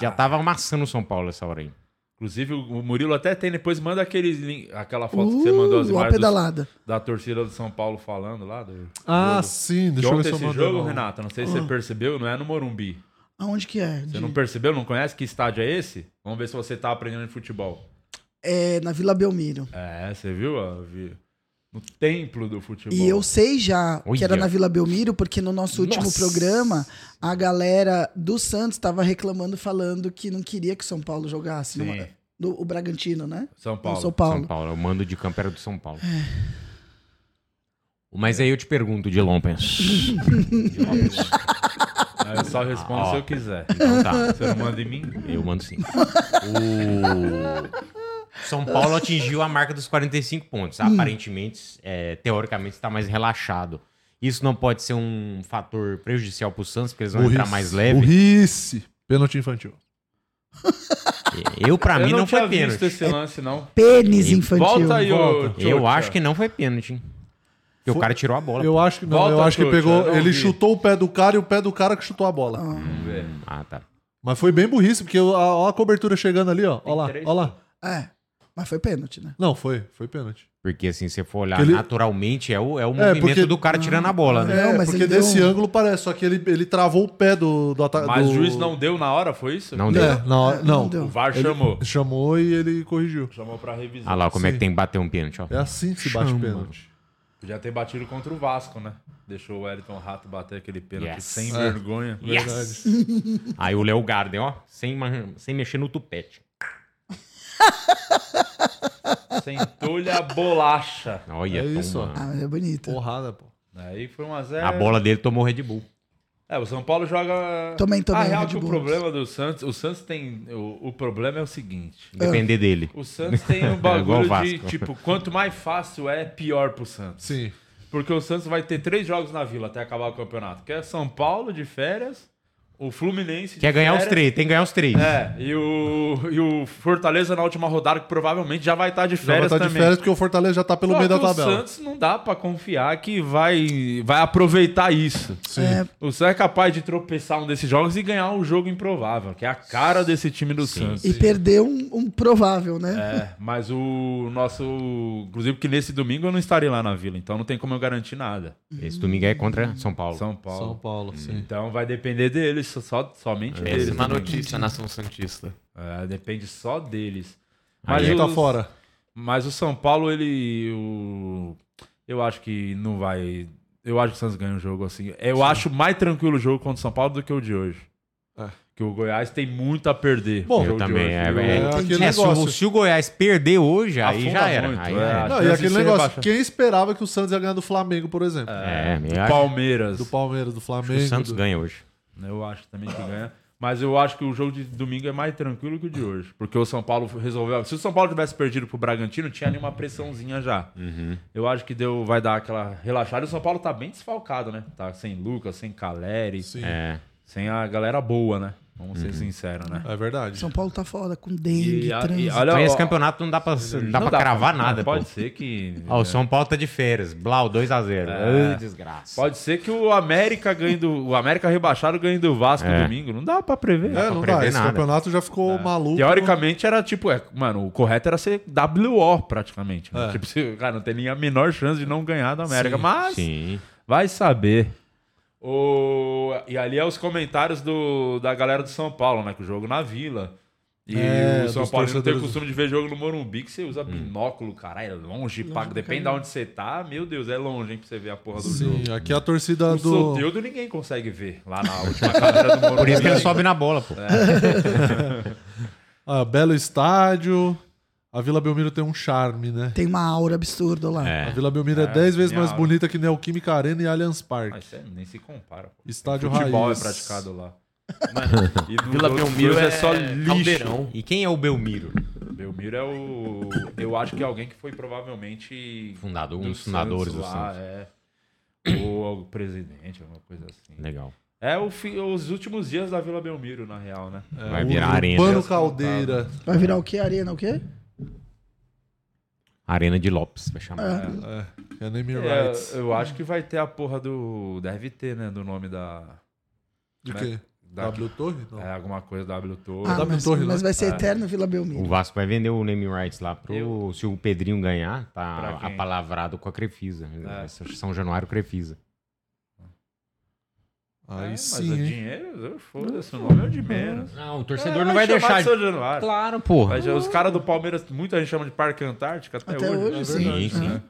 [SPEAKER 2] já tava amassando o São Paulo essa hora aí.
[SPEAKER 1] Inclusive, o Murilo até tem, depois manda aquele, link- aquela foto que você
[SPEAKER 5] Uh,
[SPEAKER 1] mandou as
[SPEAKER 5] uma
[SPEAKER 1] imagens dos-
[SPEAKER 5] pedalada.
[SPEAKER 1] da torcida do São Paulo falando lá. Do
[SPEAKER 3] Ah,
[SPEAKER 1] jogo.
[SPEAKER 3] sim.
[SPEAKER 1] Que
[SPEAKER 3] Deixa eu ver
[SPEAKER 1] ontem
[SPEAKER 3] se eu
[SPEAKER 1] esse
[SPEAKER 3] mando.
[SPEAKER 1] jogo,
[SPEAKER 5] um.
[SPEAKER 3] não.
[SPEAKER 1] Renato, não sei
[SPEAKER 5] Ah.
[SPEAKER 1] se você percebeu, não é no Morumbi.
[SPEAKER 5] Aonde que é?
[SPEAKER 1] Você
[SPEAKER 5] De-
[SPEAKER 1] não percebeu, não conhece que estádio é esse? Vamos ver se você tá aprendendo de futebol.
[SPEAKER 5] É na Vila Belmiro.
[SPEAKER 1] É, você viu? ó, vi- No templo do futebol.
[SPEAKER 5] E eu sei já
[SPEAKER 2] Olha.
[SPEAKER 5] que era na Vila Belmiro, porque no nosso último
[SPEAKER 2] Nossa.
[SPEAKER 5] programa, a galera do Santos estava reclamando, falando que não queria que o São Paulo jogasse.
[SPEAKER 1] Sim.
[SPEAKER 5] numa- no- o Bragantino, né?
[SPEAKER 1] São
[SPEAKER 5] Não,
[SPEAKER 1] Paulo.
[SPEAKER 5] São Paulo. É.
[SPEAKER 2] São Paulo, eu mando de campo era do São Paulo. Mas aí eu te pergunto, de Lompens.
[SPEAKER 1] Aí É, eu só respondo
[SPEAKER 2] Ó.
[SPEAKER 1] se eu quiser.
[SPEAKER 2] Então tá.
[SPEAKER 1] Você não manda em mim?
[SPEAKER 2] Eu mando sim. O São Paulo atingiu a marca dos 45 pontos. Aparentemente, é, teoricamente, está mais relaxado. Isso não pode ser um fator prejudicial para o Santos, porque eles vão entrar
[SPEAKER 3] Burrice.
[SPEAKER 2] mais leve.
[SPEAKER 3] Burrice. Pênalti infantil.
[SPEAKER 2] Eu, para
[SPEAKER 1] eu
[SPEAKER 2] mim, não,
[SPEAKER 1] tinha
[SPEAKER 2] foi pênalti.
[SPEAKER 1] visto esse lance, não.
[SPEAKER 5] Pênis
[SPEAKER 2] E
[SPEAKER 5] infantil.
[SPEAKER 1] Volta aí, ô.
[SPEAKER 2] Eu
[SPEAKER 1] Tchotcha.
[SPEAKER 2] acho que não foi pênalti. hein? Porque o
[SPEAKER 3] Foi-
[SPEAKER 2] cara tirou a bola.
[SPEAKER 3] Eu acho que não.
[SPEAKER 1] Volta,
[SPEAKER 3] eu acho que
[SPEAKER 1] Tuti, eu
[SPEAKER 3] pegou.
[SPEAKER 1] não
[SPEAKER 3] Ele
[SPEAKER 1] vi.
[SPEAKER 3] chutou o pé do cara e o pé do cara que chutou a bola.
[SPEAKER 1] Vamos ver.
[SPEAKER 2] Ah, tá.
[SPEAKER 3] Mas foi bem burrice, porque eu- a- ó a cobertura chegando ali, ó. Ó lá,
[SPEAKER 1] três,
[SPEAKER 3] ó lá.
[SPEAKER 5] É, mas foi pênalti, né?
[SPEAKER 3] Não, foi. Foi pênalti.
[SPEAKER 2] Porque assim, se você for olhar
[SPEAKER 3] Ele-
[SPEAKER 2] naturalmente, é o, é o
[SPEAKER 3] É,
[SPEAKER 2] movimento
[SPEAKER 3] porque-
[SPEAKER 2] do cara tirando a bola, né?
[SPEAKER 5] É,
[SPEAKER 3] É,
[SPEAKER 5] mas
[SPEAKER 3] porque
[SPEAKER 5] ele deu
[SPEAKER 3] desse
[SPEAKER 5] um-
[SPEAKER 3] ângulo parece, só que ele, ele travou o pé do, do ataque.
[SPEAKER 1] Mas
[SPEAKER 3] do...
[SPEAKER 1] o juiz não deu na hora, foi isso?
[SPEAKER 2] Não deu.
[SPEAKER 3] É, não, não.
[SPEAKER 5] deu.
[SPEAKER 1] O VAR
[SPEAKER 3] Ele
[SPEAKER 1] chamou.
[SPEAKER 3] Chamou e ele corrigiu.
[SPEAKER 1] Chamou pra revisão.
[SPEAKER 2] Olha lá como é que
[SPEAKER 3] Sim.
[SPEAKER 2] tem que bater um pênalti, ó.
[SPEAKER 3] É assim que se bate
[SPEAKER 2] Chama.
[SPEAKER 3] pênalti.
[SPEAKER 1] Podia ter batido contra o Vasco, né? Deixou o Elton Rato bater aquele pênalti
[SPEAKER 2] Yes.
[SPEAKER 1] sem
[SPEAKER 3] É.
[SPEAKER 1] vergonha.
[SPEAKER 2] Yes! Aí o Léo Garden, ó, sem, ma- sem mexer no tupete.
[SPEAKER 1] Sentou-lhe a bolacha.
[SPEAKER 2] Olha,
[SPEAKER 3] É
[SPEAKER 2] toma.
[SPEAKER 3] isso, ó.
[SPEAKER 5] Ah, mas é bonito.
[SPEAKER 3] Porrada, pô.
[SPEAKER 1] Aí foi 1x0.
[SPEAKER 3] É.
[SPEAKER 2] A bola dele tomou Red Bull.
[SPEAKER 1] É, o São Paulo joga.
[SPEAKER 5] Também, também,
[SPEAKER 1] A real
[SPEAKER 5] Red
[SPEAKER 1] que o
[SPEAKER 5] Bull.
[SPEAKER 1] problema do Santos. O Santos tem. O, o problema é o seguinte.
[SPEAKER 2] Depender dele. É
[SPEAKER 1] O Santos tem um
[SPEAKER 2] igual o
[SPEAKER 1] bagulho de,
[SPEAKER 2] Vasco.
[SPEAKER 1] tipo, quanto mais fácil é, pior pro Santos.
[SPEAKER 3] Sim.
[SPEAKER 1] Porque o Santos vai ter três jogos na vila até acabar o campeonato. Que é São Paulo de férias, o Fluminense. de
[SPEAKER 2] Quer ganhar os
[SPEAKER 1] férias,
[SPEAKER 2] três, tem que ganhar os três.
[SPEAKER 1] É, e o, e o Fortaleza na última rodada, que provavelmente já vai estar de
[SPEAKER 3] Já vai
[SPEAKER 1] férias
[SPEAKER 3] estar tá de
[SPEAKER 1] também.
[SPEAKER 3] férias porque o Fortaleza já tá pelo
[SPEAKER 1] Só
[SPEAKER 3] meio da
[SPEAKER 1] que O
[SPEAKER 3] tabela.
[SPEAKER 1] Santos não dá pra confiar que vai, vai aproveitar isso.
[SPEAKER 3] Sim.
[SPEAKER 5] É,
[SPEAKER 1] O Santos é capaz de tropeçar um desses jogos e ganhar um jogo improvável, que é a cara desse time do
[SPEAKER 3] Assim.
[SPEAKER 1] Santos.
[SPEAKER 5] e perdeu um, um provável, né?
[SPEAKER 1] É, mas o nosso. Inclusive, que nesse domingo eu não estarei lá na vila, então não tem como eu garantir nada.
[SPEAKER 2] Esse domingo é contra São Paulo.
[SPEAKER 1] São Paulo.
[SPEAKER 3] São Paulo, sim.
[SPEAKER 1] Então vai depender deles, só- só, somente deles.
[SPEAKER 2] é
[SPEAKER 6] Péssima
[SPEAKER 1] também.
[SPEAKER 6] notícia, nação Santista.
[SPEAKER 1] É, depende só deles.
[SPEAKER 2] Aí
[SPEAKER 1] Mas
[SPEAKER 3] Ele tá
[SPEAKER 1] o-
[SPEAKER 3] fora.
[SPEAKER 1] Mas o São Paulo, ele. o- Eu acho que não vai. Eu acho que o Santos ganha um jogo assim. Eu acho mais tranquilo o jogo contra o São Paulo do que o de hoje.
[SPEAKER 3] É.
[SPEAKER 1] Que o Goiás tem muito a perder.
[SPEAKER 3] Bom,
[SPEAKER 1] o
[SPEAKER 2] Eu
[SPEAKER 1] jogo de
[SPEAKER 2] também.
[SPEAKER 1] hoje.
[SPEAKER 2] É,
[SPEAKER 1] E o-
[SPEAKER 2] é,
[SPEAKER 3] aquele
[SPEAKER 2] é, se, o,
[SPEAKER 3] negócio.
[SPEAKER 2] se o Goiás perder hoje, aí
[SPEAKER 1] Afunda
[SPEAKER 2] já era.
[SPEAKER 1] muito,
[SPEAKER 2] aí
[SPEAKER 1] é.
[SPEAKER 2] já era.
[SPEAKER 3] Não,
[SPEAKER 1] chance
[SPEAKER 3] e
[SPEAKER 1] de
[SPEAKER 3] aquele
[SPEAKER 1] ser
[SPEAKER 3] negócio,
[SPEAKER 1] rebaixado.
[SPEAKER 3] quem esperava que o Santos ia ganhar do Flamengo, por exemplo?
[SPEAKER 2] É,
[SPEAKER 1] do
[SPEAKER 2] eu acho
[SPEAKER 1] Palmeiras.
[SPEAKER 3] Do Palmeiras, do
[SPEAKER 2] que
[SPEAKER 3] Flamengo.
[SPEAKER 2] o Santos
[SPEAKER 3] do-
[SPEAKER 2] ganha hoje.
[SPEAKER 1] Eu acho também que ganha. Mas eu acho que o jogo de domingo é mais tranquilo que o de hoje. Porque o São Paulo resolveu. Se o São Paulo tivesse perdido pro Bragantino, tinha ali uma pressãozinha já.
[SPEAKER 2] Uhum.
[SPEAKER 1] Eu acho que deu, vai dar aquela relaxada. E o São Paulo tá bem desfalcado, né? Tá sem Lucas, sem Caleri.
[SPEAKER 3] Sim, é,
[SPEAKER 2] É. Uhum.
[SPEAKER 1] Sem a galera boa, né? Vamos ser sinceros, né?
[SPEAKER 3] É verdade.
[SPEAKER 5] São Paulo tá foda, com dengue,
[SPEAKER 1] a-
[SPEAKER 5] trânsito.
[SPEAKER 1] olha,
[SPEAKER 2] Então, esse
[SPEAKER 1] ó,
[SPEAKER 2] campeonato não dá pra, não dá
[SPEAKER 1] não
[SPEAKER 2] pra
[SPEAKER 1] dá
[SPEAKER 2] cravar
[SPEAKER 1] não,
[SPEAKER 2] nada,
[SPEAKER 1] Pode
[SPEAKER 2] pô.
[SPEAKER 1] ser que.
[SPEAKER 2] Ó, o São Paulo tá de férias. Blau, 2x0.
[SPEAKER 1] É.
[SPEAKER 2] Desgraça.
[SPEAKER 1] Pode ser que o América ganhe do. O América rebaixado ganhe do Vasco
[SPEAKER 2] É.
[SPEAKER 1] domingo. Não dá pra prever.
[SPEAKER 3] É, não
[SPEAKER 2] pra
[SPEAKER 3] dá.
[SPEAKER 2] prever
[SPEAKER 3] Esse
[SPEAKER 2] nada. É.
[SPEAKER 3] campeonato já ficou maluco.
[SPEAKER 1] Teoricamente era tipo, é, mano, o correto era ser WO praticamente. né?
[SPEAKER 3] É.
[SPEAKER 1] Tipo, se- cara, não tem nem a menor chance de não ganhar do América, mas
[SPEAKER 2] Sim.
[SPEAKER 1] vai saber. O... E ali é os comentários do... da galera do São Paulo, né? Que o jogo na vila. E
[SPEAKER 3] É,
[SPEAKER 1] o São
[SPEAKER 3] dos
[SPEAKER 1] Paulo não tem o
[SPEAKER 3] torcedores.
[SPEAKER 1] costume de ver jogo no Morumbi, que você
[SPEAKER 2] Hum.
[SPEAKER 1] usa binóculo, caralho, é longe, paga. Depende de onde você tá, meu Deus, é longe, hein, pra você ver a porra do jogo.
[SPEAKER 3] Sim, aqui é a torcida
[SPEAKER 1] O
[SPEAKER 3] do.
[SPEAKER 1] Soteudo ninguém consegue ver Ah, lá na última câmera do Morumbi. É.
[SPEAKER 2] Por isso que ele sobe na bola, pô.
[SPEAKER 3] Ah, belo estádio. A Vila Belmiro tem um charme, né?
[SPEAKER 5] Tem uma aura absurda lá.
[SPEAKER 3] A
[SPEAKER 2] É.
[SPEAKER 3] Vila Belmiro é 10 vezes
[SPEAKER 1] minha
[SPEAKER 3] mais
[SPEAKER 1] aula.
[SPEAKER 3] bonita que Neoquímica Arena e Allianz Parque.
[SPEAKER 1] Mas
[SPEAKER 2] é
[SPEAKER 1] isso nem se compara. Pô.
[SPEAKER 3] Estádio
[SPEAKER 1] Futebol
[SPEAKER 3] Raiz.
[SPEAKER 1] é praticado lá. e no
[SPEAKER 6] Vila
[SPEAKER 1] outro
[SPEAKER 6] Belmiro
[SPEAKER 1] dois
[SPEAKER 6] é,
[SPEAKER 1] só lixo.
[SPEAKER 6] caldeirão.
[SPEAKER 2] E quem é o Belmiro?
[SPEAKER 1] Belmiro é o. Eu acho que é alguém que foi provavelmente.
[SPEAKER 2] Fundador, um
[SPEAKER 1] do
[SPEAKER 2] dos fundadores do
[SPEAKER 1] Santos lá,
[SPEAKER 2] Santos.
[SPEAKER 1] É. Ou o presidente, alguma coisa assim.
[SPEAKER 2] Legal.
[SPEAKER 1] É o fi- os últimos dias da Vila Belmiro, na real, né?
[SPEAKER 3] É,
[SPEAKER 2] Vai
[SPEAKER 3] o
[SPEAKER 2] virar arena.
[SPEAKER 3] Urbano Caldeira.
[SPEAKER 5] Vai virar o quê? Arena o quê?
[SPEAKER 2] Arena de Lopes, vai chamar.
[SPEAKER 3] É, Name
[SPEAKER 1] É,
[SPEAKER 3] Rights.
[SPEAKER 1] eu acho que vai ter a porra do. Deve ter, né? Do nome da.
[SPEAKER 3] De
[SPEAKER 1] né?
[SPEAKER 3] quê?
[SPEAKER 1] daqui-
[SPEAKER 3] W Torre? Não.
[SPEAKER 1] É, alguma coisa W tá Torre.
[SPEAKER 5] Ah,
[SPEAKER 3] W
[SPEAKER 5] mas,
[SPEAKER 3] Torre,
[SPEAKER 5] mas
[SPEAKER 3] né?
[SPEAKER 5] vai ser eterno Vila
[SPEAKER 2] O
[SPEAKER 5] Belmiro.
[SPEAKER 2] Vasco vai vender o naming rights lá pro. Se o Pedrinho ganhar,
[SPEAKER 1] Pra
[SPEAKER 2] tá
[SPEAKER 1] quem?
[SPEAKER 2] apalavrado com a Crefisa.
[SPEAKER 1] É.
[SPEAKER 2] São Januário Crefisa.
[SPEAKER 1] É,
[SPEAKER 3] Aí
[SPEAKER 1] mas
[SPEAKER 3] sim,
[SPEAKER 1] o
[SPEAKER 3] hein?
[SPEAKER 1] dinheiro, eu- foda-se, o nome é o de menos.
[SPEAKER 2] Não, o
[SPEAKER 1] É,
[SPEAKER 2] torcedor não vai
[SPEAKER 1] chamar
[SPEAKER 2] deixar.
[SPEAKER 1] de São Januário.
[SPEAKER 2] Claro, porra.
[SPEAKER 1] Mas, é, os caras do Palmeiras, muita gente chama de Parque Antártica até,
[SPEAKER 5] Até
[SPEAKER 1] hoje.
[SPEAKER 5] hoje,
[SPEAKER 1] né? É
[SPEAKER 5] sim.
[SPEAKER 1] verdade,
[SPEAKER 2] Sim,
[SPEAKER 1] né?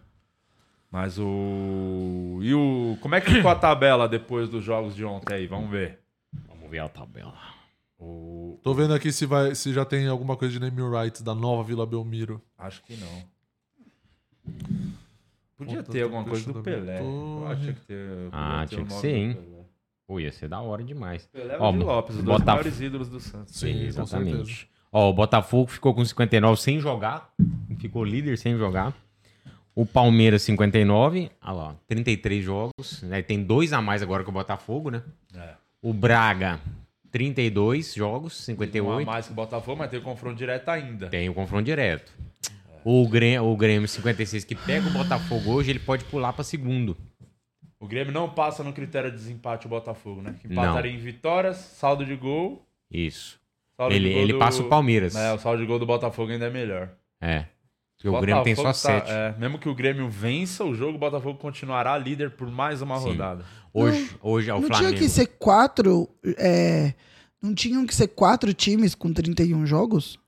[SPEAKER 1] Mas o. E o. Como é que ficou a tabela depois dos jogos de ontem aí? Vamos ver.
[SPEAKER 2] Vamos ver a tabela.
[SPEAKER 1] O...
[SPEAKER 3] Tô vendo aqui se, vai, se já tem alguma coisa de naming rights da nova Vila Belmiro.
[SPEAKER 2] Ah,
[SPEAKER 1] Acho que não. Podia
[SPEAKER 3] Conta
[SPEAKER 1] ter alguma
[SPEAKER 3] do
[SPEAKER 1] coisa do
[SPEAKER 3] Cristiano
[SPEAKER 1] Pelé.
[SPEAKER 3] Torre.
[SPEAKER 1] Eu acho que ter.
[SPEAKER 2] Ah,
[SPEAKER 1] podia ter né?
[SPEAKER 2] tinha
[SPEAKER 1] o
[SPEAKER 2] que
[SPEAKER 1] nome
[SPEAKER 2] ser,
[SPEAKER 1] do
[SPEAKER 2] hein?
[SPEAKER 1] Pelé.
[SPEAKER 2] Pô, ia ser da hora demais.
[SPEAKER 1] Pelé
[SPEAKER 2] Ó,
[SPEAKER 1] e o Lopes, os dois
[SPEAKER 2] Botaf-
[SPEAKER 1] maiores ídolos do Santos.
[SPEAKER 3] Sim, com certeza.
[SPEAKER 2] exatamente. Ó, o Botafogo ficou com 59 sem jogar. Ficou líder sem jogar. O Palmeiras 59, olha lá, ó, 33 jogos. Né? Tem dois a mais agora que o Botafogo, né?
[SPEAKER 1] É.
[SPEAKER 2] O Braga, 32 jogos,
[SPEAKER 1] Um a
[SPEAKER 2] 58.
[SPEAKER 1] mais que o Botafogo, mas tem confronto direto ainda.
[SPEAKER 2] Tem o confronto direto. O Grêmio, o Grêmio 56 que pega o Botafogo hoje, ele pode pular pra segundo.
[SPEAKER 1] O Grêmio não passa no critério de desempate o Botafogo, né? Que empataria
[SPEAKER 2] Não.
[SPEAKER 1] em vitórias, saldo de gol.
[SPEAKER 2] Isso.
[SPEAKER 1] saldo
[SPEAKER 2] Ele,
[SPEAKER 1] de gol
[SPEAKER 2] ele
[SPEAKER 1] do-
[SPEAKER 2] passa o Palmeiras.
[SPEAKER 1] É, o saldo de gol do Botafogo ainda é melhor.
[SPEAKER 2] É. Porque o Grêmio tem só
[SPEAKER 1] Botafogo tá-
[SPEAKER 2] 7.
[SPEAKER 1] é, mesmo que o Grêmio vença o jogo, o Botafogo continuará líder por mais uma
[SPEAKER 2] Sim.
[SPEAKER 1] rodada.
[SPEAKER 2] Hoje, hoje é o
[SPEAKER 5] não
[SPEAKER 2] Flamengo.
[SPEAKER 5] tinha que ser quatro. é, não tinham que ser quatro times com 31 jogos?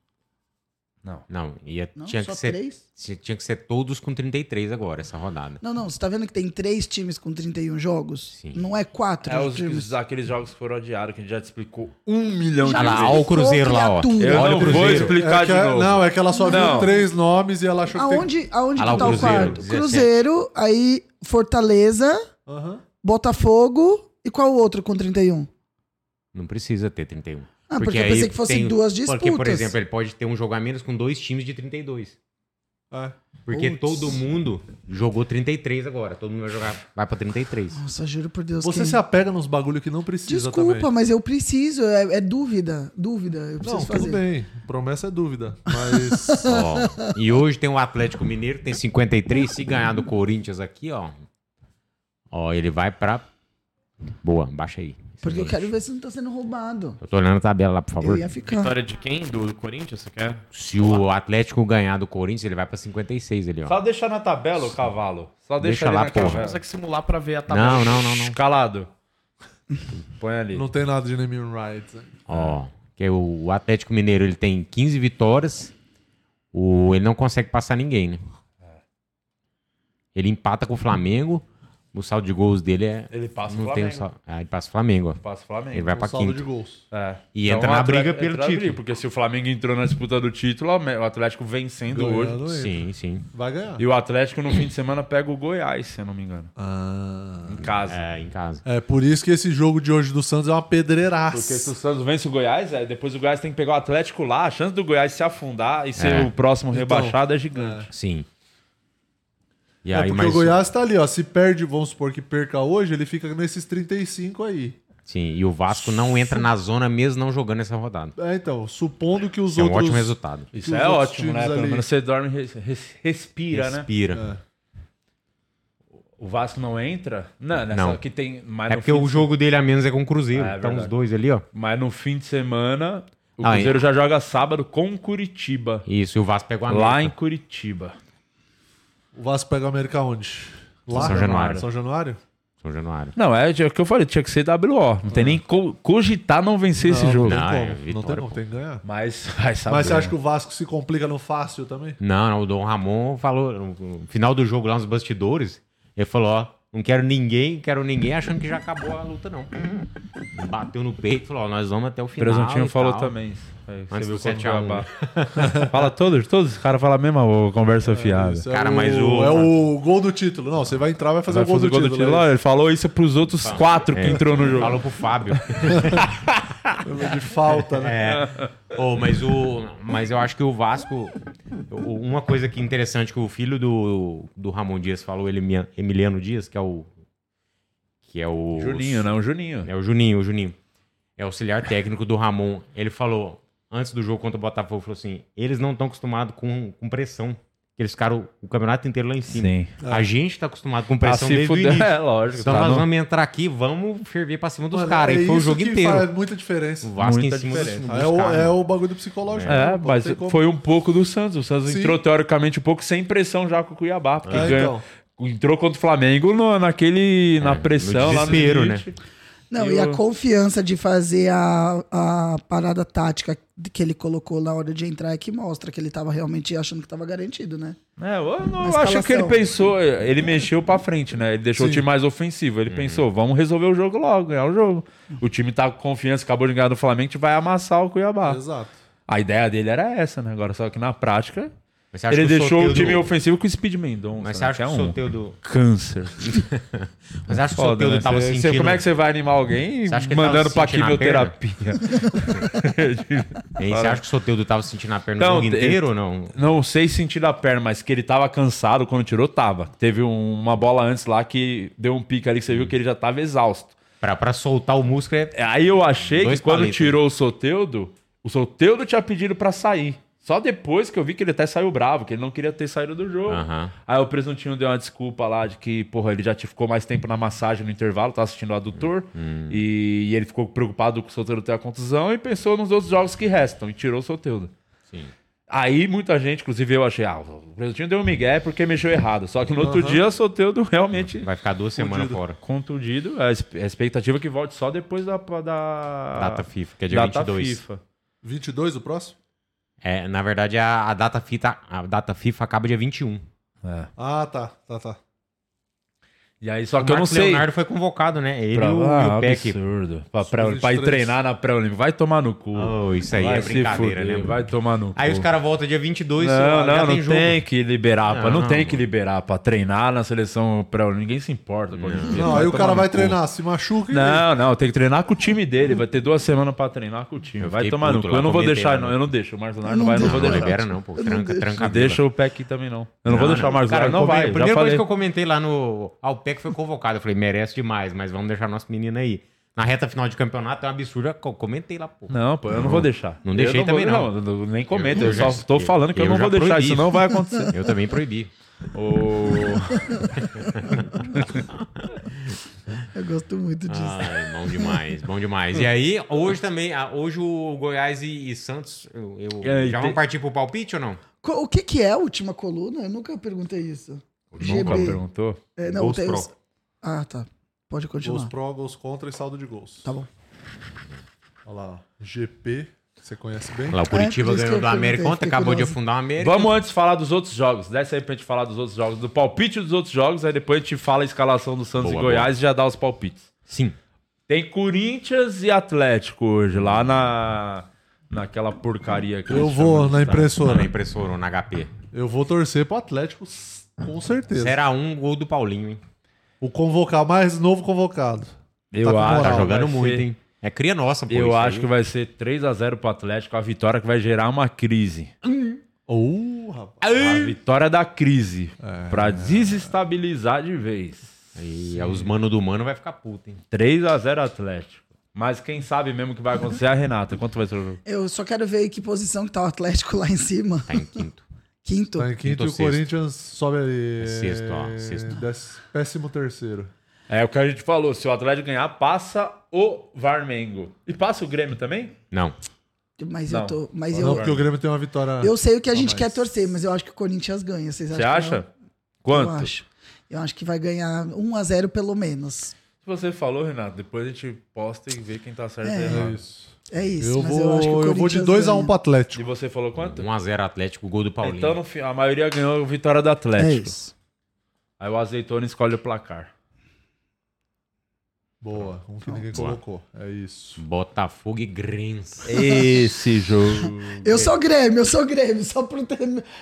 [SPEAKER 1] Não.
[SPEAKER 2] Não, ia,
[SPEAKER 5] Não,
[SPEAKER 2] tinha,
[SPEAKER 5] só
[SPEAKER 2] que ser,
[SPEAKER 5] três?
[SPEAKER 2] tinha tinha que ser todos com 33 agora, essa rodada.
[SPEAKER 5] Não, não. Você tá vendo que tem três times com 31 jogos?
[SPEAKER 2] Sim.
[SPEAKER 5] Não é quatro
[SPEAKER 1] É os,
[SPEAKER 5] times.
[SPEAKER 1] os- aqueles jogos que foram odiados, que a gente já te explicou um milhão
[SPEAKER 5] Já
[SPEAKER 1] de
[SPEAKER 2] Olha lá,
[SPEAKER 1] vezes.
[SPEAKER 2] olha o Cruzeiro lá, ó.
[SPEAKER 5] Criatura.
[SPEAKER 1] Eu
[SPEAKER 2] Olha
[SPEAKER 1] não
[SPEAKER 2] o
[SPEAKER 1] vou
[SPEAKER 2] Cruzeiro.
[SPEAKER 1] explicar
[SPEAKER 3] É que
[SPEAKER 1] de
[SPEAKER 3] a-
[SPEAKER 1] novo.
[SPEAKER 3] Não, é que ela só
[SPEAKER 1] Não.
[SPEAKER 3] viu três nomes e ela achou que tem-
[SPEAKER 5] Aonde, aonde
[SPEAKER 2] Ah lá,
[SPEAKER 5] que
[SPEAKER 2] o
[SPEAKER 5] tá o
[SPEAKER 2] Cruzeiro,
[SPEAKER 5] quarto?
[SPEAKER 2] 17.
[SPEAKER 5] Cruzeiro, aí Fortaleza,
[SPEAKER 3] Aham.
[SPEAKER 5] Botafogo e um? qual o outro com 31?
[SPEAKER 2] Não precisa ter 31.
[SPEAKER 5] Ah, porque, eu pensei que fossem
[SPEAKER 2] tem-
[SPEAKER 5] duas disputas.
[SPEAKER 2] Porque, por exemplo, ele pode ter um jogo a menos com dois times de 32.
[SPEAKER 3] É.
[SPEAKER 2] Porque
[SPEAKER 5] Putz.
[SPEAKER 2] todo mundo jogou 33 agora. Todo mundo vai jogar, vai pra 33.
[SPEAKER 5] Nossa, juro por Deus.
[SPEAKER 3] Você
[SPEAKER 5] quem-
[SPEAKER 3] se apega nos bagulho que não precisa
[SPEAKER 5] Desculpa,
[SPEAKER 3] também.
[SPEAKER 5] mas eu preciso. É, é dúvida. Dúvida. Eu preciso
[SPEAKER 3] Não,
[SPEAKER 5] fazer.
[SPEAKER 3] tudo bem. Promessa é dúvida. Mas.
[SPEAKER 2] Ó, e hoje tem o Atlético Mineiro, que tem 53. Se ganhar do Corinthians aqui, ó. Ó, ele vai pra. Boa, baixa aí.
[SPEAKER 5] Porque eu quero ver se não tá sendo roubado.
[SPEAKER 2] Eu tô olhando a tabela lá, por
[SPEAKER 5] Eu
[SPEAKER 2] favor.
[SPEAKER 5] ia
[SPEAKER 7] Tá
[SPEAKER 5] ficar.
[SPEAKER 6] História de quem? Do Corinthians, você quer?
[SPEAKER 2] Se o Atlético ganhar do Corinthians, ele vai pra 56 ali, ó.
[SPEAKER 1] Só deixar na tabela o cavalo. Só
[SPEAKER 2] Deixa
[SPEAKER 1] deixar
[SPEAKER 2] lá,
[SPEAKER 1] na
[SPEAKER 2] porra.
[SPEAKER 1] tabela.
[SPEAKER 6] Consegue simular pra ver a tabela.
[SPEAKER 2] Não, não, não, não.
[SPEAKER 1] Calado. Põe ali.
[SPEAKER 3] Não tem nada de naming rights. né?
[SPEAKER 2] Ó, que é o Atlético Mineiro ele tem 15 vitórias. O, ele não consegue passar ninguém, né?
[SPEAKER 1] É.
[SPEAKER 2] Ele empata com o Flamengo. O saldo de gols dele é.
[SPEAKER 1] Ele passa o
[SPEAKER 2] não tem
[SPEAKER 1] Flamengo.
[SPEAKER 2] sal- Ah, ele passa o Flamengo, ó.
[SPEAKER 1] Passa o Flamengo.
[SPEAKER 2] Ele vai pra
[SPEAKER 3] Um saldo de
[SPEAKER 2] quinto.
[SPEAKER 3] gols.
[SPEAKER 1] É.
[SPEAKER 2] E entra na
[SPEAKER 1] o Atle-
[SPEAKER 2] briga pelo
[SPEAKER 1] entra na
[SPEAKER 2] título.
[SPEAKER 1] porque se o Flamengo entrou na disputa do título, o Atlético vencendo hoje.
[SPEAKER 3] Ganhando ele.
[SPEAKER 2] Sim, sim.
[SPEAKER 3] Vai ganhar.
[SPEAKER 1] E o Atlético no fim de semana pega o Goiás, se eu não me engano.
[SPEAKER 3] Ah.
[SPEAKER 1] Em casa.
[SPEAKER 2] É, em casa.
[SPEAKER 3] É por isso que esse jogo de hoje do Santos é uma pedreiraça.
[SPEAKER 1] Porque se o Santos vence o Goiás, é, depois o Goiás tem que pegar o Atlético lá. A chance do Goiás se afundar e ser
[SPEAKER 2] É.
[SPEAKER 1] o próximo
[SPEAKER 3] Então,
[SPEAKER 1] rebaixado é gigante.
[SPEAKER 2] Sim. E
[SPEAKER 3] É
[SPEAKER 2] aí,
[SPEAKER 3] porque
[SPEAKER 2] mas.
[SPEAKER 3] o Goiás tá ali, ó. Se perde, vamos supor que perca hoje, ele fica nesses 35 aí.
[SPEAKER 2] Sim, e o Vasco não entra na zona mesmo não jogando essa rodada.
[SPEAKER 3] É, então, supondo que os
[SPEAKER 2] É um
[SPEAKER 3] outros.
[SPEAKER 2] ótimo resultado.
[SPEAKER 3] que
[SPEAKER 1] Isso
[SPEAKER 3] os
[SPEAKER 1] é
[SPEAKER 3] outros
[SPEAKER 1] ótimo, né?
[SPEAKER 3] times
[SPEAKER 1] Pelo
[SPEAKER 3] ali-
[SPEAKER 1] menos você dorme e res- res- respira, né?
[SPEAKER 2] Respira.
[SPEAKER 3] É.
[SPEAKER 1] O Vasco não entra? Não, nessa
[SPEAKER 2] Não.
[SPEAKER 1] que tem. Mas
[SPEAKER 2] É
[SPEAKER 1] no
[SPEAKER 2] porque
[SPEAKER 1] fim
[SPEAKER 2] o
[SPEAKER 1] de-
[SPEAKER 2] jogo dele a menos é com o Cruzeiro.
[SPEAKER 1] Ah, é
[SPEAKER 2] então os
[SPEAKER 1] verdade.
[SPEAKER 2] dois ali, ó.
[SPEAKER 1] Mas no fim de semana, o
[SPEAKER 2] Ah,
[SPEAKER 1] Cruzeiro já joga sábado com o Curitiba.
[SPEAKER 2] Isso, e o Vasco pega o América.
[SPEAKER 1] Lá em Curitiba.
[SPEAKER 3] O Vasco pega o América onde? Lá?
[SPEAKER 2] São Januário.
[SPEAKER 3] São Januário?
[SPEAKER 2] São Januário.
[SPEAKER 1] Não, é o que eu falei, tinha que ser WO. Não tem nem co- cogitar não vencer esse jogo.
[SPEAKER 3] É. Não,
[SPEAKER 2] Não,
[SPEAKER 3] tem
[SPEAKER 2] é
[SPEAKER 3] como. não tem
[SPEAKER 2] vitória,
[SPEAKER 3] como,
[SPEAKER 2] pô.
[SPEAKER 3] tem que ganhar.
[SPEAKER 1] Mas vai saber.
[SPEAKER 3] Mas você acha
[SPEAKER 1] né?
[SPEAKER 3] que o Vasco se complica no fácil também?
[SPEAKER 2] Não, não, o Dom Ramon falou no no final do jogo lá nos bastidores, ele falou, ó, não quero ninguém, quero ninguém achando que já acabou a luta não. Bateu no peito, e falou, ó, nós vamos até o
[SPEAKER 1] O
[SPEAKER 2] final.
[SPEAKER 1] Presuntinho
[SPEAKER 2] e
[SPEAKER 1] falou
[SPEAKER 2] tal.
[SPEAKER 1] também. isso. Aí,
[SPEAKER 2] Antes do
[SPEAKER 1] você viu
[SPEAKER 2] 7
[SPEAKER 1] como
[SPEAKER 2] a 1.
[SPEAKER 1] Cuiabá. Fala todos, todos os caras falam a mesma ô, conversa fiada.
[SPEAKER 3] É, Isso
[SPEAKER 2] Cara,
[SPEAKER 3] o,
[SPEAKER 2] mas o-
[SPEAKER 3] É o gol do título. Não, você vai entrar vai fazer
[SPEAKER 1] Vai
[SPEAKER 3] o gol
[SPEAKER 1] fazer
[SPEAKER 3] do título. é
[SPEAKER 1] título. Olha, Ele falou isso pros outros quatro que
[SPEAKER 2] É,
[SPEAKER 1] entrou no jogo.
[SPEAKER 2] Falou pro Fábio.
[SPEAKER 3] né? De falta, né?
[SPEAKER 2] É. Ô, mas o. Mas eu acho que o Vasco. o- Uma coisa que interessante que o filho do, do Ramon Dias falou, ele, Emiliano Dias, que é o. Que é o.
[SPEAKER 1] Juninho, não, Juninho.
[SPEAKER 2] É o Juninho, o Juninho. É o auxiliar técnico do Ramon. Ele falou, antes do jogo contra o Botafogo, falou assim: eles não estão acostumados com, com pressão. que eles ficaram o campeonato inteiro lá em cima.
[SPEAKER 1] Sim.
[SPEAKER 3] É.
[SPEAKER 2] A gente tá acostumado com
[SPEAKER 1] Pra
[SPEAKER 2] pressão
[SPEAKER 1] se
[SPEAKER 2] desde o
[SPEAKER 1] fuder,
[SPEAKER 2] início.
[SPEAKER 1] é lógico.
[SPEAKER 2] Então
[SPEAKER 1] tá
[SPEAKER 2] nós
[SPEAKER 1] no-
[SPEAKER 2] vamos entrar aqui, vamos ferver pra cima dos
[SPEAKER 3] Mano,
[SPEAKER 2] caras.
[SPEAKER 3] é
[SPEAKER 2] e foi o
[SPEAKER 3] isso
[SPEAKER 2] jogo
[SPEAKER 3] que
[SPEAKER 2] inteiro.
[SPEAKER 3] Faz muita diferença.
[SPEAKER 2] O Vasco em
[SPEAKER 1] Muita
[SPEAKER 2] cima dos,
[SPEAKER 1] diferença.
[SPEAKER 2] dos
[SPEAKER 3] É o,
[SPEAKER 2] caras.
[SPEAKER 3] é o bagulho do psicológico. né?
[SPEAKER 1] É,
[SPEAKER 3] Não
[SPEAKER 1] mas
[SPEAKER 3] tem como.
[SPEAKER 1] foi um pouco do Santos. O Santos
[SPEAKER 3] Sim.
[SPEAKER 1] entrou teoricamente um pouco sem pressão já com o Cuiabá, porque
[SPEAKER 3] É,
[SPEAKER 1] ganhou. Entrou contra o Flamengo no- naquele, na pressão,
[SPEAKER 2] É,
[SPEAKER 1] lá no
[SPEAKER 2] desespero, né?
[SPEAKER 1] limite.
[SPEAKER 5] Não,
[SPEAKER 1] E
[SPEAKER 5] e a
[SPEAKER 1] o-
[SPEAKER 5] confiança de fazer a, a parada tática que ele colocou na hora de entrar é que mostra que ele tava realmente achando que tava garantido, né?
[SPEAKER 1] É, eu não
[SPEAKER 5] Na
[SPEAKER 1] eu acho que ele
[SPEAKER 5] escalação.
[SPEAKER 1] pensou, ele mexeu pra frente, né? Ele deixou o
[SPEAKER 3] Sim.
[SPEAKER 1] time mais ofensivo.
[SPEAKER 2] Uhum.
[SPEAKER 1] Ele pensou, vamos resolver o jogo logo, ganhar o jogo. O time tá com confiança, acabou de ganhar do Flamengo, a gente vai amassar o Cuiabá.
[SPEAKER 3] Exato.
[SPEAKER 1] A ideia dele era essa, né? Agora, só que na prática,
[SPEAKER 2] Mas você acha
[SPEAKER 1] ele
[SPEAKER 2] que
[SPEAKER 1] deixou o
[SPEAKER 2] Soteldo-
[SPEAKER 1] time ofensivo com o Speed Mendonça.
[SPEAKER 2] Mas você
[SPEAKER 1] né?
[SPEAKER 2] acha que o
[SPEAKER 1] é um
[SPEAKER 2] Soteudo.
[SPEAKER 1] câncer.
[SPEAKER 2] Mas acho que o
[SPEAKER 1] Foda,
[SPEAKER 2] Soteudo
[SPEAKER 1] né?
[SPEAKER 2] tava
[SPEAKER 1] Cê- cê-
[SPEAKER 2] sentindo.
[SPEAKER 1] como é que você vai animar alguém
[SPEAKER 2] Você acha que ele
[SPEAKER 1] mandando pra
[SPEAKER 2] tava sentindo na
[SPEAKER 1] quimioterapia?
[SPEAKER 2] Hein, você acha que o Soteudo tava sentindo a perna
[SPEAKER 1] Então,
[SPEAKER 2] o jogo
[SPEAKER 1] ele-
[SPEAKER 2] inteiro ou não?
[SPEAKER 1] Não sei sentir da perna, mas que ele tava cansado quando tirou, tava. Teve um- uma bola antes lá que deu um pique ali que você viu que ele já tava exausto.
[SPEAKER 2] Pra, pra soltar o músculo é.
[SPEAKER 1] Aí eu achei
[SPEAKER 2] Dois
[SPEAKER 1] que quando
[SPEAKER 2] palitos.
[SPEAKER 1] tirou o Soteudo, o Soteudo tinha pedido pra sair. Só depois que eu vi que ele até saiu bravo, que ele não queria ter saído do jogo.
[SPEAKER 2] Aham.
[SPEAKER 1] Aí o presuntinho deu uma desculpa lá de que, porra, ele já te- ficou mais tempo na massagem no intervalo, tá assistindo o adutor.
[SPEAKER 2] Hum,
[SPEAKER 1] E, e ele ficou preocupado com o Soteudo ter a contusão e pensou nos outros jogos que restam e tirou o Soteudo.
[SPEAKER 2] Sim.
[SPEAKER 1] Aí muita gente, inclusive eu achei, ah, o presuntinho deu um migué porque mexeu errado. Só que no outro dia o Soteudo realmente
[SPEAKER 2] Vai ficar duas semanas fora.
[SPEAKER 1] contundido. A es- a expectativa é que volte só depois da. da
[SPEAKER 2] Data FIFA, que é dia
[SPEAKER 1] data
[SPEAKER 2] 22.
[SPEAKER 1] FIFA.
[SPEAKER 3] 22 o próximo?
[SPEAKER 2] É, na verdade, a, a data fita, a data FIFA acaba dia 21.
[SPEAKER 3] Ah, tá, tá, tá.
[SPEAKER 1] E aí, só
[SPEAKER 2] O
[SPEAKER 1] que eu não
[SPEAKER 2] Marcos
[SPEAKER 1] sei.
[SPEAKER 2] Leonardo foi convocado, né? Ele
[SPEAKER 1] Pra-
[SPEAKER 2] e o,
[SPEAKER 1] ah,
[SPEAKER 3] é um
[SPEAKER 2] e o Peck.
[SPEAKER 1] absurdo. Pra, pra, pra ir
[SPEAKER 3] 23.
[SPEAKER 1] treinar na pré-olímpica. Vai tomar no cu.
[SPEAKER 2] Oh, isso aí
[SPEAKER 1] vai
[SPEAKER 2] é
[SPEAKER 1] se
[SPEAKER 2] brincadeira,
[SPEAKER 1] fuder,
[SPEAKER 2] né? mano?
[SPEAKER 1] Vai tomar no cu.
[SPEAKER 2] Aí os caras voltam dia 22
[SPEAKER 1] Não,
[SPEAKER 2] e já
[SPEAKER 1] não,
[SPEAKER 2] tem
[SPEAKER 1] não
[SPEAKER 2] jogo.
[SPEAKER 1] tem que liberar, pá. Não,
[SPEAKER 2] Não,
[SPEAKER 1] tem que liberar pra treinar na seleção pré-olímpica. Ninguém se importa. com isso.
[SPEAKER 3] Não, aí o
[SPEAKER 1] tomar
[SPEAKER 3] cara
[SPEAKER 1] no
[SPEAKER 3] vai
[SPEAKER 1] cu.
[SPEAKER 3] treinar, se machuca e.
[SPEAKER 1] Não, não, tem que treinar com o time dele. Vai ter duas semanas pra treinar com o time.
[SPEAKER 2] Eu
[SPEAKER 1] Vai
[SPEAKER 2] fiquei
[SPEAKER 1] tomar no
[SPEAKER 2] puto
[SPEAKER 1] cu.
[SPEAKER 2] lá
[SPEAKER 1] Eu não
[SPEAKER 2] com
[SPEAKER 1] vou
[SPEAKER 2] o BT,
[SPEAKER 1] deixar,
[SPEAKER 2] né?
[SPEAKER 1] não. Eu não deixo. O Marcos Leonardo não
[SPEAKER 5] não
[SPEAKER 1] vai, eu não
[SPEAKER 5] deixo.
[SPEAKER 1] vou
[SPEAKER 2] Não, não
[SPEAKER 1] deixar.
[SPEAKER 2] libera não, pô. Tranca, tranca a
[SPEAKER 1] Não
[SPEAKER 2] vila.
[SPEAKER 1] deixa o Peck também, não. Eu não vou deixar o Marcos
[SPEAKER 2] Cara,
[SPEAKER 1] Leonardo. Não
[SPEAKER 2] come-
[SPEAKER 1] vai.
[SPEAKER 2] A
[SPEAKER 1] já
[SPEAKER 2] primeira coisa
[SPEAKER 1] falei.
[SPEAKER 2] que eu comentei lá no. Ah, o PEC foi convocado. Eu falei, merece demais, mas vamos deixar nosso menino aí. Na reta final de campeonato é um absurdo. Eu co- comentei lá, pô.
[SPEAKER 1] Não, pô, eu não vou deixar.
[SPEAKER 2] Não deixei
[SPEAKER 1] Eu
[SPEAKER 2] também,
[SPEAKER 1] vou-
[SPEAKER 2] não.
[SPEAKER 1] eu nem comento, eu,
[SPEAKER 2] Eu
[SPEAKER 1] só
[SPEAKER 2] já-
[SPEAKER 1] tô falando que eu,
[SPEAKER 2] eu
[SPEAKER 1] não
[SPEAKER 2] já
[SPEAKER 1] vou deixar,
[SPEAKER 2] proibi.
[SPEAKER 1] isso não vai acontecer.
[SPEAKER 2] Eu também proibi.
[SPEAKER 1] O-
[SPEAKER 5] Eu gosto muito disso.
[SPEAKER 2] Ai, bom demais, bom demais. E aí, hoje também, ah, hoje o Goiás e, e Santos, eu, eu-
[SPEAKER 1] É, e
[SPEAKER 2] já
[SPEAKER 1] tem-
[SPEAKER 2] vão partir pro palpite ou não?
[SPEAKER 5] Co- O que, que é a última coluna? Eu nunca perguntei isso.
[SPEAKER 1] Nunca perguntou?
[SPEAKER 5] É, não,
[SPEAKER 2] Gols
[SPEAKER 5] tem
[SPEAKER 2] pro.
[SPEAKER 5] os- Ah, tá. Pode
[SPEAKER 3] Gols
[SPEAKER 5] continuar.
[SPEAKER 3] pró, gols contra e saldo de gols.
[SPEAKER 5] Tá bom.
[SPEAKER 3] Olha lá, GP, você conhece bem.
[SPEAKER 2] Lá, o Curitiba
[SPEAKER 5] É, por isso que
[SPEAKER 2] ganhou
[SPEAKER 5] eu
[SPEAKER 2] do América
[SPEAKER 5] perguntei,
[SPEAKER 2] ontem,
[SPEAKER 5] fiquei
[SPEAKER 2] acabou de
[SPEAKER 5] curioso.
[SPEAKER 2] afundar o América.
[SPEAKER 1] Vamos antes falar dos outros jogos. Desce aí pra gente falar dos outros jogos, do palpite dos outros jogos, aí depois a gente fala a escalação do Santos
[SPEAKER 2] Boa,
[SPEAKER 1] e Goiás e já dá os palpites.
[SPEAKER 2] Sim.
[SPEAKER 1] Tem Corinthians e Atlético hoje, lá na naquela porcaria que
[SPEAKER 3] Eu
[SPEAKER 1] eles
[SPEAKER 3] vou
[SPEAKER 1] chamam de
[SPEAKER 3] na
[SPEAKER 1] estádio.
[SPEAKER 3] impressora.
[SPEAKER 2] Na impressora, ou na HP.
[SPEAKER 3] Eu vou torcer pro Atlético, s- com certeza.
[SPEAKER 2] Será um gol do Paulinho, hein?
[SPEAKER 3] O convocar mais novo convocado.
[SPEAKER 1] Eu
[SPEAKER 3] Tá com
[SPEAKER 1] acho,
[SPEAKER 3] moral.
[SPEAKER 2] Tá
[SPEAKER 1] vai
[SPEAKER 2] jogando
[SPEAKER 1] ser-
[SPEAKER 2] muito, hein? É cria nossa, pô.
[SPEAKER 1] Eu
[SPEAKER 2] isso
[SPEAKER 1] acho
[SPEAKER 2] aí.
[SPEAKER 1] que vai ser 3 a 0 pro Atlético, a vitória que vai gerar uma crise.
[SPEAKER 3] Uh, rapaz. É.
[SPEAKER 1] A vitória da crise. Pra desestabilizar de vez.
[SPEAKER 2] E aí, os mano do mano vai ficar puto, hein?
[SPEAKER 1] 3x0 Atlético. Mas quem sabe mesmo que vai acontecer é a Renata. Quanto vai ser o jogo?
[SPEAKER 5] Eu só quero ver em que posição que tá o Atlético lá em cima.
[SPEAKER 2] Tá em quinto.
[SPEAKER 5] Quinto.
[SPEAKER 3] Tá em quinto
[SPEAKER 2] Quinto
[SPEAKER 3] e
[SPEAKER 2] ou
[SPEAKER 3] o
[SPEAKER 2] sexto?
[SPEAKER 3] Corinthians sobe ali.
[SPEAKER 2] É sexto, ó, sexto.
[SPEAKER 3] Décimo, péssimo terceiro.
[SPEAKER 1] É o que a gente falou. Se o Atlético ganhar, passa o Varmengo. E passa o Grêmio também?
[SPEAKER 2] Não.
[SPEAKER 5] Mas
[SPEAKER 1] Não.
[SPEAKER 5] eu tô. Mas
[SPEAKER 3] Não,
[SPEAKER 5] eu,
[SPEAKER 3] porque o Grêmio tem uma vitória.
[SPEAKER 5] eu sei o que a gente
[SPEAKER 3] mas-
[SPEAKER 5] quer torcer, mas eu acho que o Corinthians ganha. Vocês
[SPEAKER 1] Você
[SPEAKER 5] acham que
[SPEAKER 1] acha?
[SPEAKER 5] não?
[SPEAKER 1] Quanto?
[SPEAKER 5] Eu acho. Eu acho que vai ganhar 1 a 0 pelo menos.
[SPEAKER 1] Se você falou, Renato, depois a gente posta e vê quem tá certo e
[SPEAKER 3] É
[SPEAKER 1] errado.
[SPEAKER 3] isso.
[SPEAKER 5] É isso.
[SPEAKER 3] eu,
[SPEAKER 5] mas
[SPEAKER 3] vou,
[SPEAKER 5] eu acho que o
[SPEAKER 3] eu, vou de
[SPEAKER 5] Corinthians
[SPEAKER 3] 2x1
[SPEAKER 5] ganha.
[SPEAKER 3] pro Atlético.
[SPEAKER 1] E você falou quanto?
[SPEAKER 2] 1x0 Atlético, gol do Paulinho.
[SPEAKER 1] Então, no fim, a maioria ganhou a vitória do Atlético.
[SPEAKER 5] É isso.
[SPEAKER 1] Aí o azeitona escolhe o placar.
[SPEAKER 3] Boa, um que ninguém
[SPEAKER 2] Boa.
[SPEAKER 3] colocou. É isso.
[SPEAKER 2] Botafogo e Grêmio.
[SPEAKER 1] Esse jogo.
[SPEAKER 3] Hum, é.
[SPEAKER 5] Eu sou Grêmio, eu sou Grêmio, só pro ter...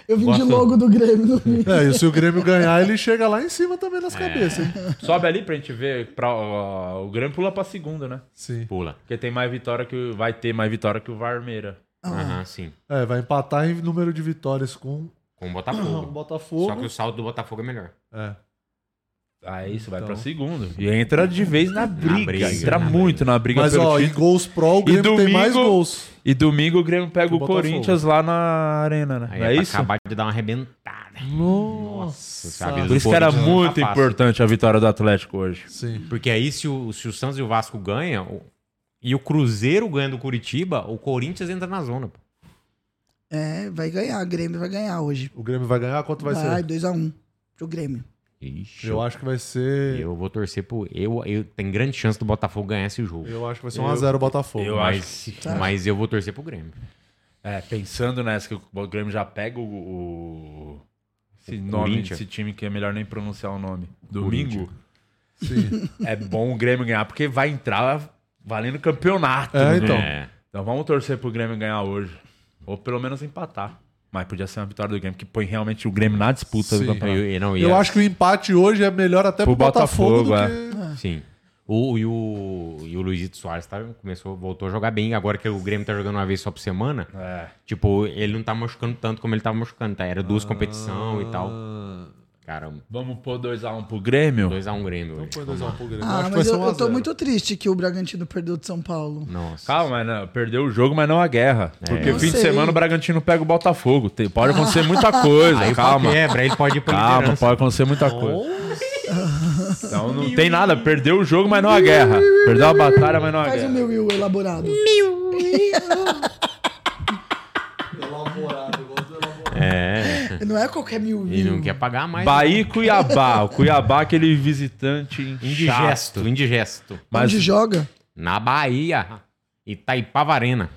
[SPEAKER 5] Eu vim
[SPEAKER 2] Bota-
[SPEAKER 5] de logo do Grêmio no vídeo.
[SPEAKER 3] É, e se o Grêmio ganhar, ele chega lá em cima também
[SPEAKER 2] É.
[SPEAKER 3] nas cabeças, hein?
[SPEAKER 1] Sobe ali pra gente ver. Pra, ó, o Grêmio pula pra segunda, né?
[SPEAKER 3] Sim.
[SPEAKER 2] Pula.
[SPEAKER 1] Porque tem mais vitória que. o- Vai ter mais vitória que o Varmeira.
[SPEAKER 2] Aham, sim.
[SPEAKER 3] É, vai empatar em número de vitórias com
[SPEAKER 2] Com o
[SPEAKER 3] o
[SPEAKER 2] Botafogo.
[SPEAKER 3] Botafogo.
[SPEAKER 2] Só que o saldo do Botafogo é melhor.
[SPEAKER 3] É.
[SPEAKER 1] Aí você Ah, vai
[SPEAKER 3] Então.
[SPEAKER 1] pra segundo. E entra de vez na briga.
[SPEAKER 2] briga,
[SPEAKER 1] entra
[SPEAKER 2] na
[SPEAKER 1] muito na briga
[SPEAKER 3] Mas,
[SPEAKER 1] pelo
[SPEAKER 3] ó, em
[SPEAKER 1] título.
[SPEAKER 3] gols pró, o
[SPEAKER 1] E
[SPEAKER 3] Grêmio tem
[SPEAKER 1] domingo-
[SPEAKER 3] mais gols.
[SPEAKER 1] E domingo o Grêmio pega
[SPEAKER 3] Que
[SPEAKER 1] o
[SPEAKER 3] Botafogo.
[SPEAKER 1] Corinthians lá na arena, né?
[SPEAKER 2] Aí
[SPEAKER 1] Não é,
[SPEAKER 2] pra
[SPEAKER 1] isso?
[SPEAKER 2] acabar de dar uma arrebentada.
[SPEAKER 3] Nossa.
[SPEAKER 2] a vida
[SPEAKER 1] Por
[SPEAKER 2] do
[SPEAKER 1] isso que era
[SPEAKER 2] Corinthians não tá
[SPEAKER 1] muito
[SPEAKER 2] fácil.
[SPEAKER 1] importante a vitória do Atlético hoje.
[SPEAKER 3] Sim.
[SPEAKER 2] Porque aí, se o, se o Santos e o Vasco ganham, o- e o Cruzeiro ganha do Curitiba, o Corinthians entra na zona. pô.
[SPEAKER 5] É, vai ganhar. O Grêmio vai ganhar hoje.
[SPEAKER 3] O Grêmio vai ganhar? Quanto vai,
[SPEAKER 5] Vai,
[SPEAKER 3] ser?
[SPEAKER 5] 2x1 pro Grêmio.
[SPEAKER 2] Ixi,
[SPEAKER 3] Eu
[SPEAKER 2] eu,
[SPEAKER 3] acho que vai ser.
[SPEAKER 2] eu vou torcer pro. Eu, eu, tem grande chance do Botafogo ganhar esse jogo.
[SPEAKER 3] Eu acho que vai ser 1x0 o Botafogo.
[SPEAKER 1] eu acho.
[SPEAKER 2] mas, mas eu vou torcer pro Grêmio.
[SPEAKER 1] É, pensando nessa que o Grêmio já pega o. o esse
[SPEAKER 2] O
[SPEAKER 1] nome,
[SPEAKER 2] Corinthians.
[SPEAKER 1] esse time que é melhor nem pronunciar o nome. Domingo.
[SPEAKER 3] Sim.
[SPEAKER 1] É bom o Grêmio ganhar, porque vai entrar valendo campeonato.
[SPEAKER 3] É,
[SPEAKER 1] né?
[SPEAKER 3] então.
[SPEAKER 2] É.
[SPEAKER 1] Então vamos torcer pro Grêmio ganhar hoje. Ou pelo menos empatar. Mas podia ser uma vitória do Grêmio, que põe realmente o Grêmio na disputa
[SPEAKER 3] Sim.
[SPEAKER 1] do campeonato.
[SPEAKER 2] Eu, eu- não, e
[SPEAKER 3] Eu
[SPEAKER 2] a-
[SPEAKER 3] acho que o empate hoje é melhor até pro,
[SPEAKER 1] Pro
[SPEAKER 3] Botafogo, é.
[SPEAKER 1] Botafogo, é.
[SPEAKER 3] do que.
[SPEAKER 2] Sim. O, e, o, e o Luizito Soares tá, começou, voltou a jogar bem. Agora que o Grêmio tá jogando uma vez só por semana,
[SPEAKER 1] É.
[SPEAKER 2] tipo, ele não tá machucando tanto como ele tava machucando, tá? Era duas competições e tal.
[SPEAKER 3] Ah,
[SPEAKER 2] Caramba,
[SPEAKER 1] Vamos pôr 2x1 pro Grêmio?
[SPEAKER 2] 2x1 um Grêmio hoje.
[SPEAKER 3] Põe 2x1 pro Grêmio.
[SPEAKER 5] Ah,
[SPEAKER 3] acho que vai
[SPEAKER 5] mas
[SPEAKER 3] ser
[SPEAKER 5] eu,
[SPEAKER 3] 1 a
[SPEAKER 5] eu tô
[SPEAKER 3] 0.
[SPEAKER 5] muito triste que o Bragantino perdeu de São Paulo.
[SPEAKER 2] Nossa. É.
[SPEAKER 1] Calma, né? perdeu o jogo, mas não a guerra. Porque
[SPEAKER 5] Eu
[SPEAKER 1] fim de
[SPEAKER 5] sei.
[SPEAKER 1] semana o Bragantino pega o Botafogo. Tem- pode acontecer muita coisa,
[SPEAKER 2] Aí
[SPEAKER 1] calma.
[SPEAKER 2] calma. quebra, ele pode ir pra
[SPEAKER 1] Calma,
[SPEAKER 2] liderança.
[SPEAKER 1] pode acontecer muita coisa. Então não tem nada. Perdeu o jogo, mas não a guerra. Ah, Perdeu a batalha, mas não é a
[SPEAKER 5] Faz um o
[SPEAKER 1] guerra.
[SPEAKER 5] meu Will elaborado.
[SPEAKER 3] Elaborado, eu gosto do elaborado.
[SPEAKER 2] É,
[SPEAKER 5] Não é qualquer mil
[SPEAKER 2] e não
[SPEAKER 5] Will.
[SPEAKER 2] quer pagar mais. né?
[SPEAKER 1] Bahia e Cuiabá. O Cuiabá, aquele visitante indigesto.
[SPEAKER 2] Indigesto, indigesto.
[SPEAKER 1] Mas
[SPEAKER 5] Onde joga?
[SPEAKER 2] Na Bahia, Itaipava Arena.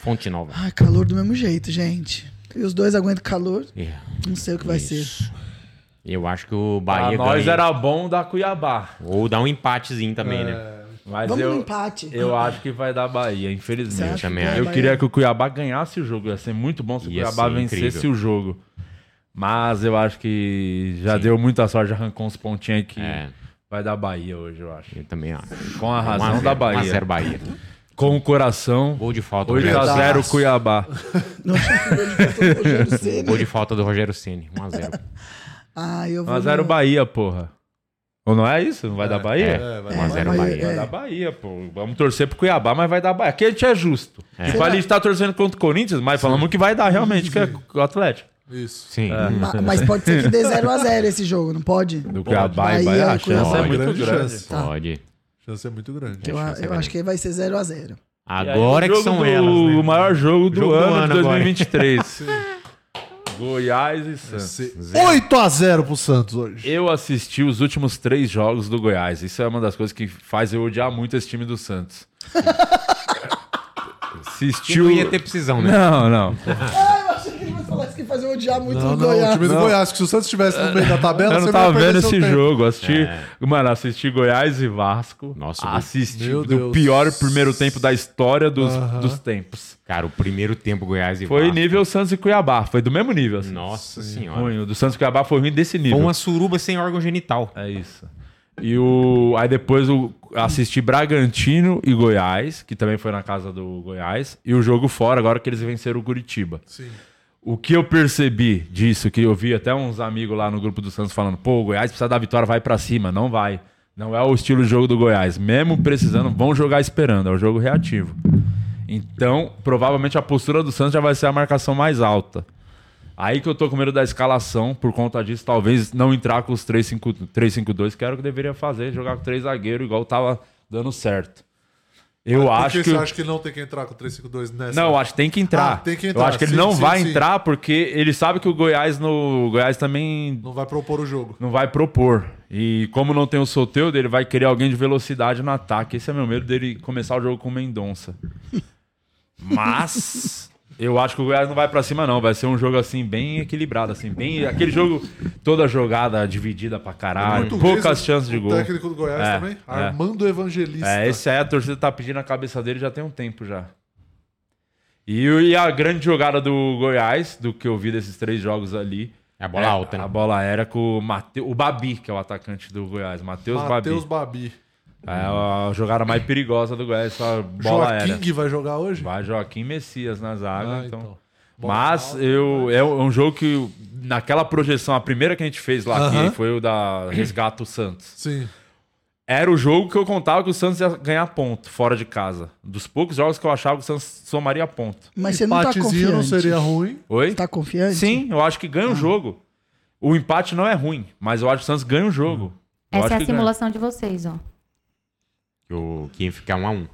[SPEAKER 2] Fonte Nova.
[SPEAKER 5] Ai, calor do mesmo jeito, gente. E os dois aguentam calor.
[SPEAKER 2] É.
[SPEAKER 5] Não sei o que vai ser.
[SPEAKER 2] Eu acho que o
[SPEAKER 1] pra
[SPEAKER 2] Bahia
[SPEAKER 1] nós
[SPEAKER 2] ganha.
[SPEAKER 1] era bom dar Cuiabá. É,
[SPEAKER 2] Ou dá um empatezinho também, né?
[SPEAKER 1] Mas
[SPEAKER 5] Vamos
[SPEAKER 1] eu,
[SPEAKER 5] no empate.
[SPEAKER 1] eu acho que vai dar Bahia,
[SPEAKER 5] Você
[SPEAKER 1] infelizmente.
[SPEAKER 5] acha
[SPEAKER 2] também
[SPEAKER 5] que
[SPEAKER 2] acho.
[SPEAKER 1] Eu
[SPEAKER 5] vai?
[SPEAKER 1] queria que o Cuiabá ganhasse o jogo. Ia ser muito bom se o
[SPEAKER 2] Ia
[SPEAKER 1] Cuiabá
[SPEAKER 2] ser
[SPEAKER 1] vencesse
[SPEAKER 2] incrível.
[SPEAKER 1] o jogo. Mas eu acho que já deu muita sorte, já arrancou uns pontinhos aqui.
[SPEAKER 2] É.
[SPEAKER 1] Vai dar Bahia hoje, eu acho.
[SPEAKER 2] Eu também acho. É
[SPEAKER 1] Com
[SPEAKER 2] 1
[SPEAKER 1] a
[SPEAKER 2] a
[SPEAKER 1] razão
[SPEAKER 2] 0,
[SPEAKER 1] da
[SPEAKER 2] 1 a
[SPEAKER 1] Bahia.
[SPEAKER 2] 0 Bahia.
[SPEAKER 1] Com o coração.
[SPEAKER 2] Gol de falta do Rogério Ceni.
[SPEAKER 1] 8x0 tá Cuiabá.
[SPEAKER 5] Não eu tô com o Ceni.
[SPEAKER 2] Gol de falta do Rogério Ceni. 1 a 0.
[SPEAKER 5] Ah, eu vou.
[SPEAKER 1] 1x0
[SPEAKER 5] no-
[SPEAKER 1] Bahia, porra. Ou não é isso? Não vai dar Bahia?
[SPEAKER 3] É, vai
[SPEAKER 2] 1 a
[SPEAKER 3] dar.
[SPEAKER 2] 0
[SPEAKER 5] Bahia,
[SPEAKER 2] Bahia.
[SPEAKER 1] Vai dar Bahia, pô. Vamos torcer pro Cuiabá, mas vai dar Bahia. Aqui a gente é justo. É. Tipo, a gente tá torcendo contra o Corinthians, mas falamos que vai dar realmente, que é o Atlético. É.
[SPEAKER 3] Isso. Hum.
[SPEAKER 2] Sim.
[SPEAKER 5] Ma- Ah, Mas pode ser que dê 0x0 esse jogo, não pode?
[SPEAKER 1] Do Cuiabá e
[SPEAKER 5] Bahia,
[SPEAKER 1] Bahia, a chance
[SPEAKER 5] Cuiabá.
[SPEAKER 1] é muito
[SPEAKER 3] Grande
[SPEAKER 1] grande.
[SPEAKER 3] chance.
[SPEAKER 5] Tá.
[SPEAKER 2] Pode.
[SPEAKER 3] Chance é muito grande.
[SPEAKER 5] Eu, eu acho que vai ser 0x0.
[SPEAKER 1] E aí,
[SPEAKER 2] Agora
[SPEAKER 1] o
[SPEAKER 2] que
[SPEAKER 1] jogo
[SPEAKER 2] são
[SPEAKER 1] do-
[SPEAKER 2] elas, né?
[SPEAKER 1] O maior jogo do
[SPEAKER 2] Jogo do
[SPEAKER 1] ano,
[SPEAKER 2] ano
[SPEAKER 1] de
[SPEAKER 2] agora.
[SPEAKER 1] 2023. Goiás e Santos.
[SPEAKER 3] 8x0 pro Santos hoje.
[SPEAKER 1] Eu assisti os últimos três jogos do Goiás. Isso é uma das coisas que faz eu odiar muito esse time do Santos.
[SPEAKER 2] Que
[SPEAKER 1] Assistiu.
[SPEAKER 2] não ia ter precisão, né?
[SPEAKER 1] Não, não.
[SPEAKER 5] Ah, eu achei que ele vai falar isso que fazer odiar muito um-
[SPEAKER 3] Não,
[SPEAKER 5] o
[SPEAKER 3] não, o
[SPEAKER 5] Goiás.
[SPEAKER 3] time do Goiás, que se o Santos estivesse no meio da tabela,
[SPEAKER 1] Eu não
[SPEAKER 3] você
[SPEAKER 1] tava
[SPEAKER 3] vai perder seu
[SPEAKER 1] vendo esse
[SPEAKER 3] tempo.
[SPEAKER 1] jogo. Assisti,
[SPEAKER 2] É.
[SPEAKER 1] mano, assisti Goiás e Vasco.
[SPEAKER 2] Nossa,
[SPEAKER 1] assisti
[SPEAKER 3] meu
[SPEAKER 1] do
[SPEAKER 3] Deus.
[SPEAKER 1] pior primeiro tempo da história dos, dos tempos.
[SPEAKER 2] Cara, o primeiro tempo Goiás e
[SPEAKER 1] Foi
[SPEAKER 2] Vasco.
[SPEAKER 1] nível Santos e Cuiabá. Foi do mesmo nível. assim.
[SPEAKER 2] Nossa senhora.
[SPEAKER 1] Ruim. O do Santos e Cuiabá foi ruim desse nível.
[SPEAKER 2] Foi uma suruba sem órgão genital.
[SPEAKER 1] É isso. E o aí depois eu assisti Bragantino e Goiás, que também foi na casa do Goiás, e o jogo fora agora que eles venceram o Curitiba.
[SPEAKER 3] Sim.
[SPEAKER 1] O que eu percebi disso, que eu vi até uns amigos lá no grupo do Santos falando, pô, o Goiás precisa da vitória, vai pra cima, não vai. Não é o estilo de jogo do Goiás. Mesmo precisando, vão jogar esperando, é o jogo reativo. Então, provavelmente a postura do Santos já vai ser a marcação mais alta. Aí que eu tô com medo da escalação, por conta disso, talvez não entrar com os 3-5- 3-5-2, que era o que deveria fazer, jogar com três zagueiros, igual tava dando certo. Eu
[SPEAKER 3] Por
[SPEAKER 1] acho que.
[SPEAKER 3] você acha que não tem que entrar com 3-5-2 nessa?
[SPEAKER 1] Não, eu acho que tem que entrar.
[SPEAKER 3] Ah, tem que
[SPEAKER 1] Eu
[SPEAKER 3] entrar,
[SPEAKER 1] acho que ele
[SPEAKER 3] sim,
[SPEAKER 1] não
[SPEAKER 3] sim,
[SPEAKER 1] vai
[SPEAKER 3] sim.
[SPEAKER 1] entrar porque ele sabe que o Goiás no o Goiás também
[SPEAKER 3] Não vai propor o jogo.
[SPEAKER 1] não vai propor. E como não tem o Soteudo, ele vai querer alguém de velocidade no ataque. Esse é meu medo dele começar o jogo com o Mendonça. Mas eu acho que o Goiás não vai pra cima não, vai ser um jogo assim bem equilibrado assim, bem aquele jogo toda jogada dividida pra caralho,
[SPEAKER 3] Português,
[SPEAKER 1] poucas chances de
[SPEAKER 3] o
[SPEAKER 1] gol.
[SPEAKER 3] técnico do Goiás
[SPEAKER 1] É,
[SPEAKER 3] também?
[SPEAKER 1] é.
[SPEAKER 3] Armando Evangelista.
[SPEAKER 1] É, esse aí a torcida tá pedindo a cabeça dele já tem um tempo já. E, o- e a grande jogada do Goiás, do que eu vi desses três jogos ali.
[SPEAKER 2] É a bola
[SPEAKER 1] é
[SPEAKER 2] alta, né?
[SPEAKER 1] A bola era com o, Mate, o Babi, que é o atacante do Goiás. Matheus Babi.
[SPEAKER 3] Matheus Babi.
[SPEAKER 1] É a jogada mais perigosa do Goiás, só bola
[SPEAKER 3] Joaquim
[SPEAKER 1] aérea.
[SPEAKER 3] vai jogar hoje?
[SPEAKER 1] Vai Joaquim Messias na zaga.
[SPEAKER 3] Ah,
[SPEAKER 1] então. Mas eu, é um jogo que, naquela projeção, a primeira que a gente fez lá,
[SPEAKER 3] Aham.
[SPEAKER 1] que foi o da Resgata o Santos.
[SPEAKER 3] Sim.
[SPEAKER 1] Era o jogo que eu contava que o Santos ia ganhar ponto fora de casa. Dos poucos jogos que eu achava que o Santos somaria ponto.
[SPEAKER 5] Mas você não tá
[SPEAKER 3] Empatezinho
[SPEAKER 5] confiante.
[SPEAKER 3] não seria ruim.
[SPEAKER 1] Oi?
[SPEAKER 5] Você tá confiante? Ah.
[SPEAKER 1] Sim, eu acho que ganha o jogo. O empate não é ruim, mas eu acho que o Santos ganha o jogo. Eu
[SPEAKER 8] Essa
[SPEAKER 1] acho
[SPEAKER 8] é a
[SPEAKER 1] que
[SPEAKER 8] simulação de vocês, ó.
[SPEAKER 2] Que, o, que fica um a um.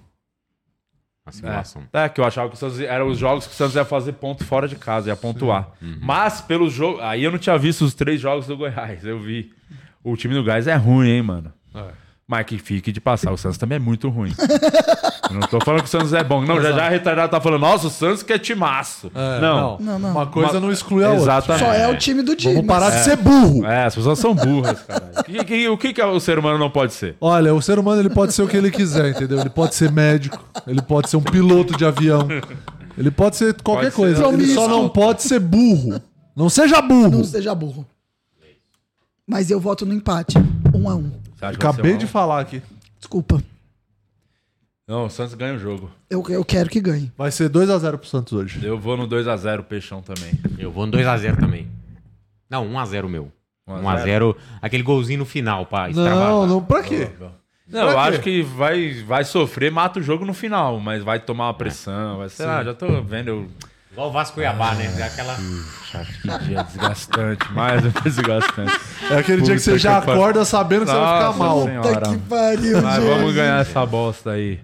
[SPEAKER 2] A
[SPEAKER 1] ganha.
[SPEAKER 2] simulação.
[SPEAKER 1] É, é, que eu achava que o Santos eram os jogos que o Santos ia fazer ponto fora de casa, ia pontuar.
[SPEAKER 2] Uhum.
[SPEAKER 1] Mas pelo jogo. Aí eu não tinha visto os três jogos do Goiás, eu vi. O time do Goiás é ruim, hein, mano. Mas que fique de passar, o Santos também é muito ruim. eu não tô falando que o Santos é bom. Não, já já a retardada tá falando, nossa, o Santos que é timaço.
[SPEAKER 3] É,
[SPEAKER 1] não.
[SPEAKER 5] Não, não.
[SPEAKER 3] Uma coisa
[SPEAKER 1] Uma-
[SPEAKER 3] não exclui a outra.
[SPEAKER 1] Exatamente.
[SPEAKER 5] Só é. o time do Dimas.
[SPEAKER 3] Vamos parar de ser burro.
[SPEAKER 1] É, as pessoas são burras, caralho. Que- que- o que, que o ser humano não pode ser?
[SPEAKER 3] Olha, o ser humano ele pode ser o que ele quiser, entendeu? Ele pode ser médico, ele pode ser um piloto de avião, ele pode ser qualquer
[SPEAKER 1] Pode ser
[SPEAKER 3] coisa. ele só
[SPEAKER 5] promíscuo.
[SPEAKER 3] não pode ser é burro. Não seja burro.
[SPEAKER 5] Não seja burro. Mas eu voto no empate. Um a um.
[SPEAKER 1] Você acha que vai ser
[SPEAKER 3] Acabei
[SPEAKER 1] um a
[SPEAKER 3] de
[SPEAKER 1] um?
[SPEAKER 3] falar aqui.
[SPEAKER 5] Desculpa.
[SPEAKER 1] Não, o Santos ganha o jogo.
[SPEAKER 5] Eu, eu quero que ganhe.
[SPEAKER 3] Vai ser 2x0 pro Santos hoje.
[SPEAKER 1] Eu vou no 2x0 Peixão também.
[SPEAKER 2] Eu vou no 2x0 também. Não, 1x0 meu.
[SPEAKER 1] 1 a
[SPEAKER 2] 1x0, aquele golzinho no final pra extravasar.
[SPEAKER 3] Não, não, pra quê?
[SPEAKER 1] Não, eu
[SPEAKER 3] Pra quê?
[SPEAKER 1] acho que vai, vai sofrer, mata o jogo no final, mas vai tomar uma pressão. Vai, sei lá, já tô vendo. Eu...
[SPEAKER 2] Igual o Vasco Cuiabá, né? Aquela...
[SPEAKER 1] Cara, que dia é desgastante, mais um desgastante.
[SPEAKER 3] É aquele dia que você
[SPEAKER 1] Puta
[SPEAKER 3] já
[SPEAKER 1] que pariu.
[SPEAKER 3] acorda sabendo que você vai ficar
[SPEAKER 1] Nossa
[SPEAKER 3] mal.
[SPEAKER 5] Puta
[SPEAKER 1] senhora.
[SPEAKER 5] que pariu,
[SPEAKER 1] Mas
[SPEAKER 5] Diego.
[SPEAKER 1] vamos ganhar essa bosta aí.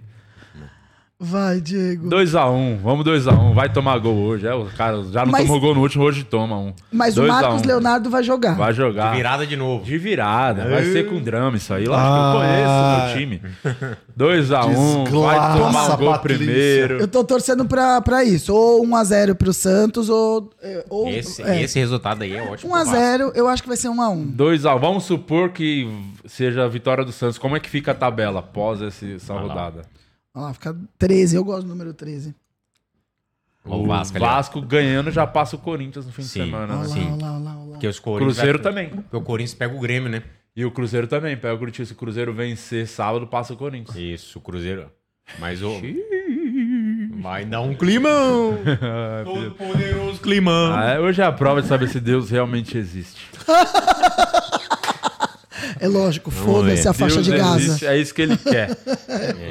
[SPEAKER 5] Vai, Diego.
[SPEAKER 1] 2x1, vamos 2x1. Vai tomar gol hoje. É, o cara já não
[SPEAKER 5] Mas-
[SPEAKER 1] tomou gol no último, hoje toma um.
[SPEAKER 5] Mas o
[SPEAKER 1] 2 a
[SPEAKER 5] Marcos
[SPEAKER 1] um.
[SPEAKER 5] Leonardo vai jogar.
[SPEAKER 1] Vai jogar.
[SPEAKER 2] Virada de novo.
[SPEAKER 1] De virada. Vai ser com drama isso aí. Lógico
[SPEAKER 3] Ah.
[SPEAKER 1] que eu conheço meu time. 2x1. vai
[SPEAKER 2] um
[SPEAKER 3] Desgraça,
[SPEAKER 1] tomar o gol
[SPEAKER 3] Patrícia.
[SPEAKER 1] primeiro.
[SPEAKER 5] Eu tô torcendo pra, pra isso. Ou 1x0 pro Santos, ou. é, ou
[SPEAKER 2] Esse,
[SPEAKER 5] é.
[SPEAKER 2] esse resultado aí é ótimo. pro Vasco.
[SPEAKER 5] 1x0, eu acho que vai ser 1x1.
[SPEAKER 1] 2x1. Vamos supor que seja a vitória do Santos. Como é que fica a tabela após esse- essa rodada?
[SPEAKER 5] Olha lá, fica 13. Eu gosto do número 13.
[SPEAKER 2] Ó, O Vasco, ali, ó.
[SPEAKER 1] ganhando já passa o Corinthians no fim
[SPEAKER 2] Sim.
[SPEAKER 1] de semana.
[SPEAKER 5] Olha
[SPEAKER 1] né?
[SPEAKER 5] lá,
[SPEAKER 2] Sim.
[SPEAKER 5] olha lá, olha lá, olha lá.
[SPEAKER 2] Porque os Corinthians
[SPEAKER 1] Cruzeiro
[SPEAKER 2] vai-
[SPEAKER 1] também.
[SPEAKER 2] Porque o Corinthians pega o Grêmio, né?
[SPEAKER 1] E o Cruzeiro também. Pega o Corinthians. Se o Cruzeiro vencer sábado, passa o Corinthians.
[SPEAKER 2] Isso, o Cruzeiro. Mas o. Vai dar um climão! Todo poderoso climão!
[SPEAKER 1] Ah, é, hoje é a prova de saber se Deus realmente existe.
[SPEAKER 5] É lógico, foda-se a faixa
[SPEAKER 1] Deus
[SPEAKER 5] de
[SPEAKER 1] existe,
[SPEAKER 5] Gaza.
[SPEAKER 1] é isso que ele quer.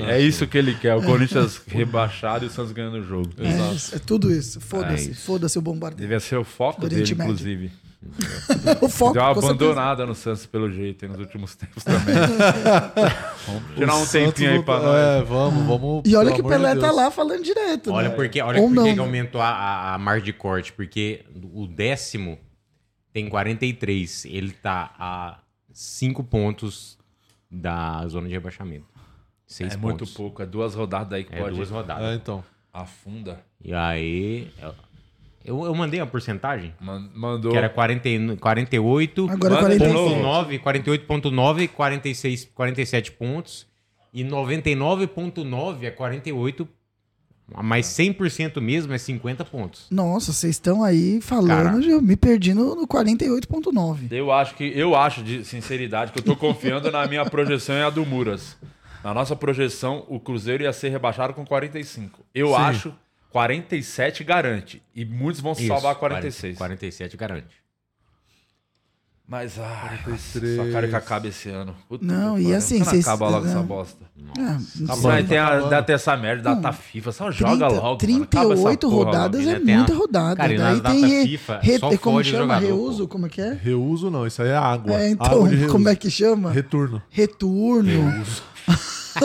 [SPEAKER 1] É, isso que ele quer. O Corinthians rebaixado e o Santos ganhando o jogo.
[SPEAKER 5] É, isso, é tudo isso.
[SPEAKER 2] É
[SPEAKER 5] Foda-se,
[SPEAKER 2] isso.
[SPEAKER 5] foda-se o bombardeio.
[SPEAKER 1] Devia ser o foco
[SPEAKER 5] Do
[SPEAKER 1] dele,
[SPEAKER 5] Oriente Médio.
[SPEAKER 1] inclusive.
[SPEAKER 5] O foco.
[SPEAKER 1] Deu uma
[SPEAKER 5] com certeza.
[SPEAKER 1] abandonada no Santos, pelo jeito, aí nos últimos tempos também. Vamos tirar um tempinho aí pra nós.
[SPEAKER 3] É, vamos, vamos.
[SPEAKER 5] E olha
[SPEAKER 3] pelo
[SPEAKER 5] que o
[SPEAKER 3] amor de
[SPEAKER 5] Pelé tá
[SPEAKER 3] Deus.
[SPEAKER 5] lá falando direto.
[SPEAKER 2] Olha
[SPEAKER 5] né?
[SPEAKER 2] porque, olha
[SPEAKER 5] Ou
[SPEAKER 2] porque
[SPEAKER 5] não,
[SPEAKER 2] que
[SPEAKER 5] né?
[SPEAKER 2] aumentou a, a, a margem de corte, porque o décimo tem 43. Ele tá a 5 pontos da zona de rebaixamento.
[SPEAKER 1] É
[SPEAKER 2] 6
[SPEAKER 1] muito pouco, é duas rodadas aí que
[SPEAKER 2] É
[SPEAKER 1] pode
[SPEAKER 2] duas rodadas.
[SPEAKER 3] É, então.
[SPEAKER 1] afunda.
[SPEAKER 2] E aí. Eu, eu mandei uma porcentagem.
[SPEAKER 1] Man- Mandou.
[SPEAKER 2] Que era 40, 48.
[SPEAKER 5] Agora é
[SPEAKER 1] Manda
[SPEAKER 5] 45.
[SPEAKER 1] de novo.
[SPEAKER 2] 48.9, 48.9, 46, 47 pontos. E 99.9 é 48. Mas 100% mesmo é 50 pontos.
[SPEAKER 5] Nossa, vocês estão aí falando,
[SPEAKER 2] Cara.
[SPEAKER 5] eu me perdi no, no 48.9.
[SPEAKER 1] Eu acho que eu acho de sinceridade que eu tô confiando na minha projeção e a do Muras. Na nossa projeção, o Cruzeiro ia ser rebaixado com 45. Eu acho 47 garante e muitos vão se salvar 46.
[SPEAKER 2] 47 garante.
[SPEAKER 1] Mas ai,
[SPEAKER 3] 43.
[SPEAKER 1] só cara que acaba esse ano. Puta
[SPEAKER 5] Não,
[SPEAKER 1] que
[SPEAKER 5] e
[SPEAKER 1] pariu.
[SPEAKER 5] assim,
[SPEAKER 1] Quando
[SPEAKER 5] vocês-
[SPEAKER 1] acaba logo
[SPEAKER 5] não.
[SPEAKER 1] essa bosta.
[SPEAKER 5] É, não
[SPEAKER 3] Tá
[SPEAKER 5] sei.
[SPEAKER 3] bom.
[SPEAKER 1] Sai, tem a,
[SPEAKER 3] acabando.
[SPEAKER 1] dá até essa merda, data FIFA, só joga
[SPEAKER 5] 30,
[SPEAKER 1] logo. mano. Acaba essa
[SPEAKER 5] 38
[SPEAKER 1] porra
[SPEAKER 5] rodadas
[SPEAKER 2] logo,
[SPEAKER 5] é
[SPEAKER 2] né? Tem a-
[SPEAKER 5] muita rodada.
[SPEAKER 2] Cara, e nas
[SPEAKER 5] Daí tem
[SPEAKER 2] datas
[SPEAKER 5] re,
[SPEAKER 2] FIFA,
[SPEAKER 5] re-
[SPEAKER 2] só
[SPEAKER 5] como
[SPEAKER 2] fode o
[SPEAKER 5] chama?
[SPEAKER 2] jogador,
[SPEAKER 5] reuso?
[SPEAKER 2] pô.
[SPEAKER 5] Como é que é?
[SPEAKER 3] Reuso não, isso aí é água.
[SPEAKER 5] É, então,
[SPEAKER 3] água de reuso.
[SPEAKER 5] como é que chama?
[SPEAKER 3] Retorno.
[SPEAKER 5] Returno.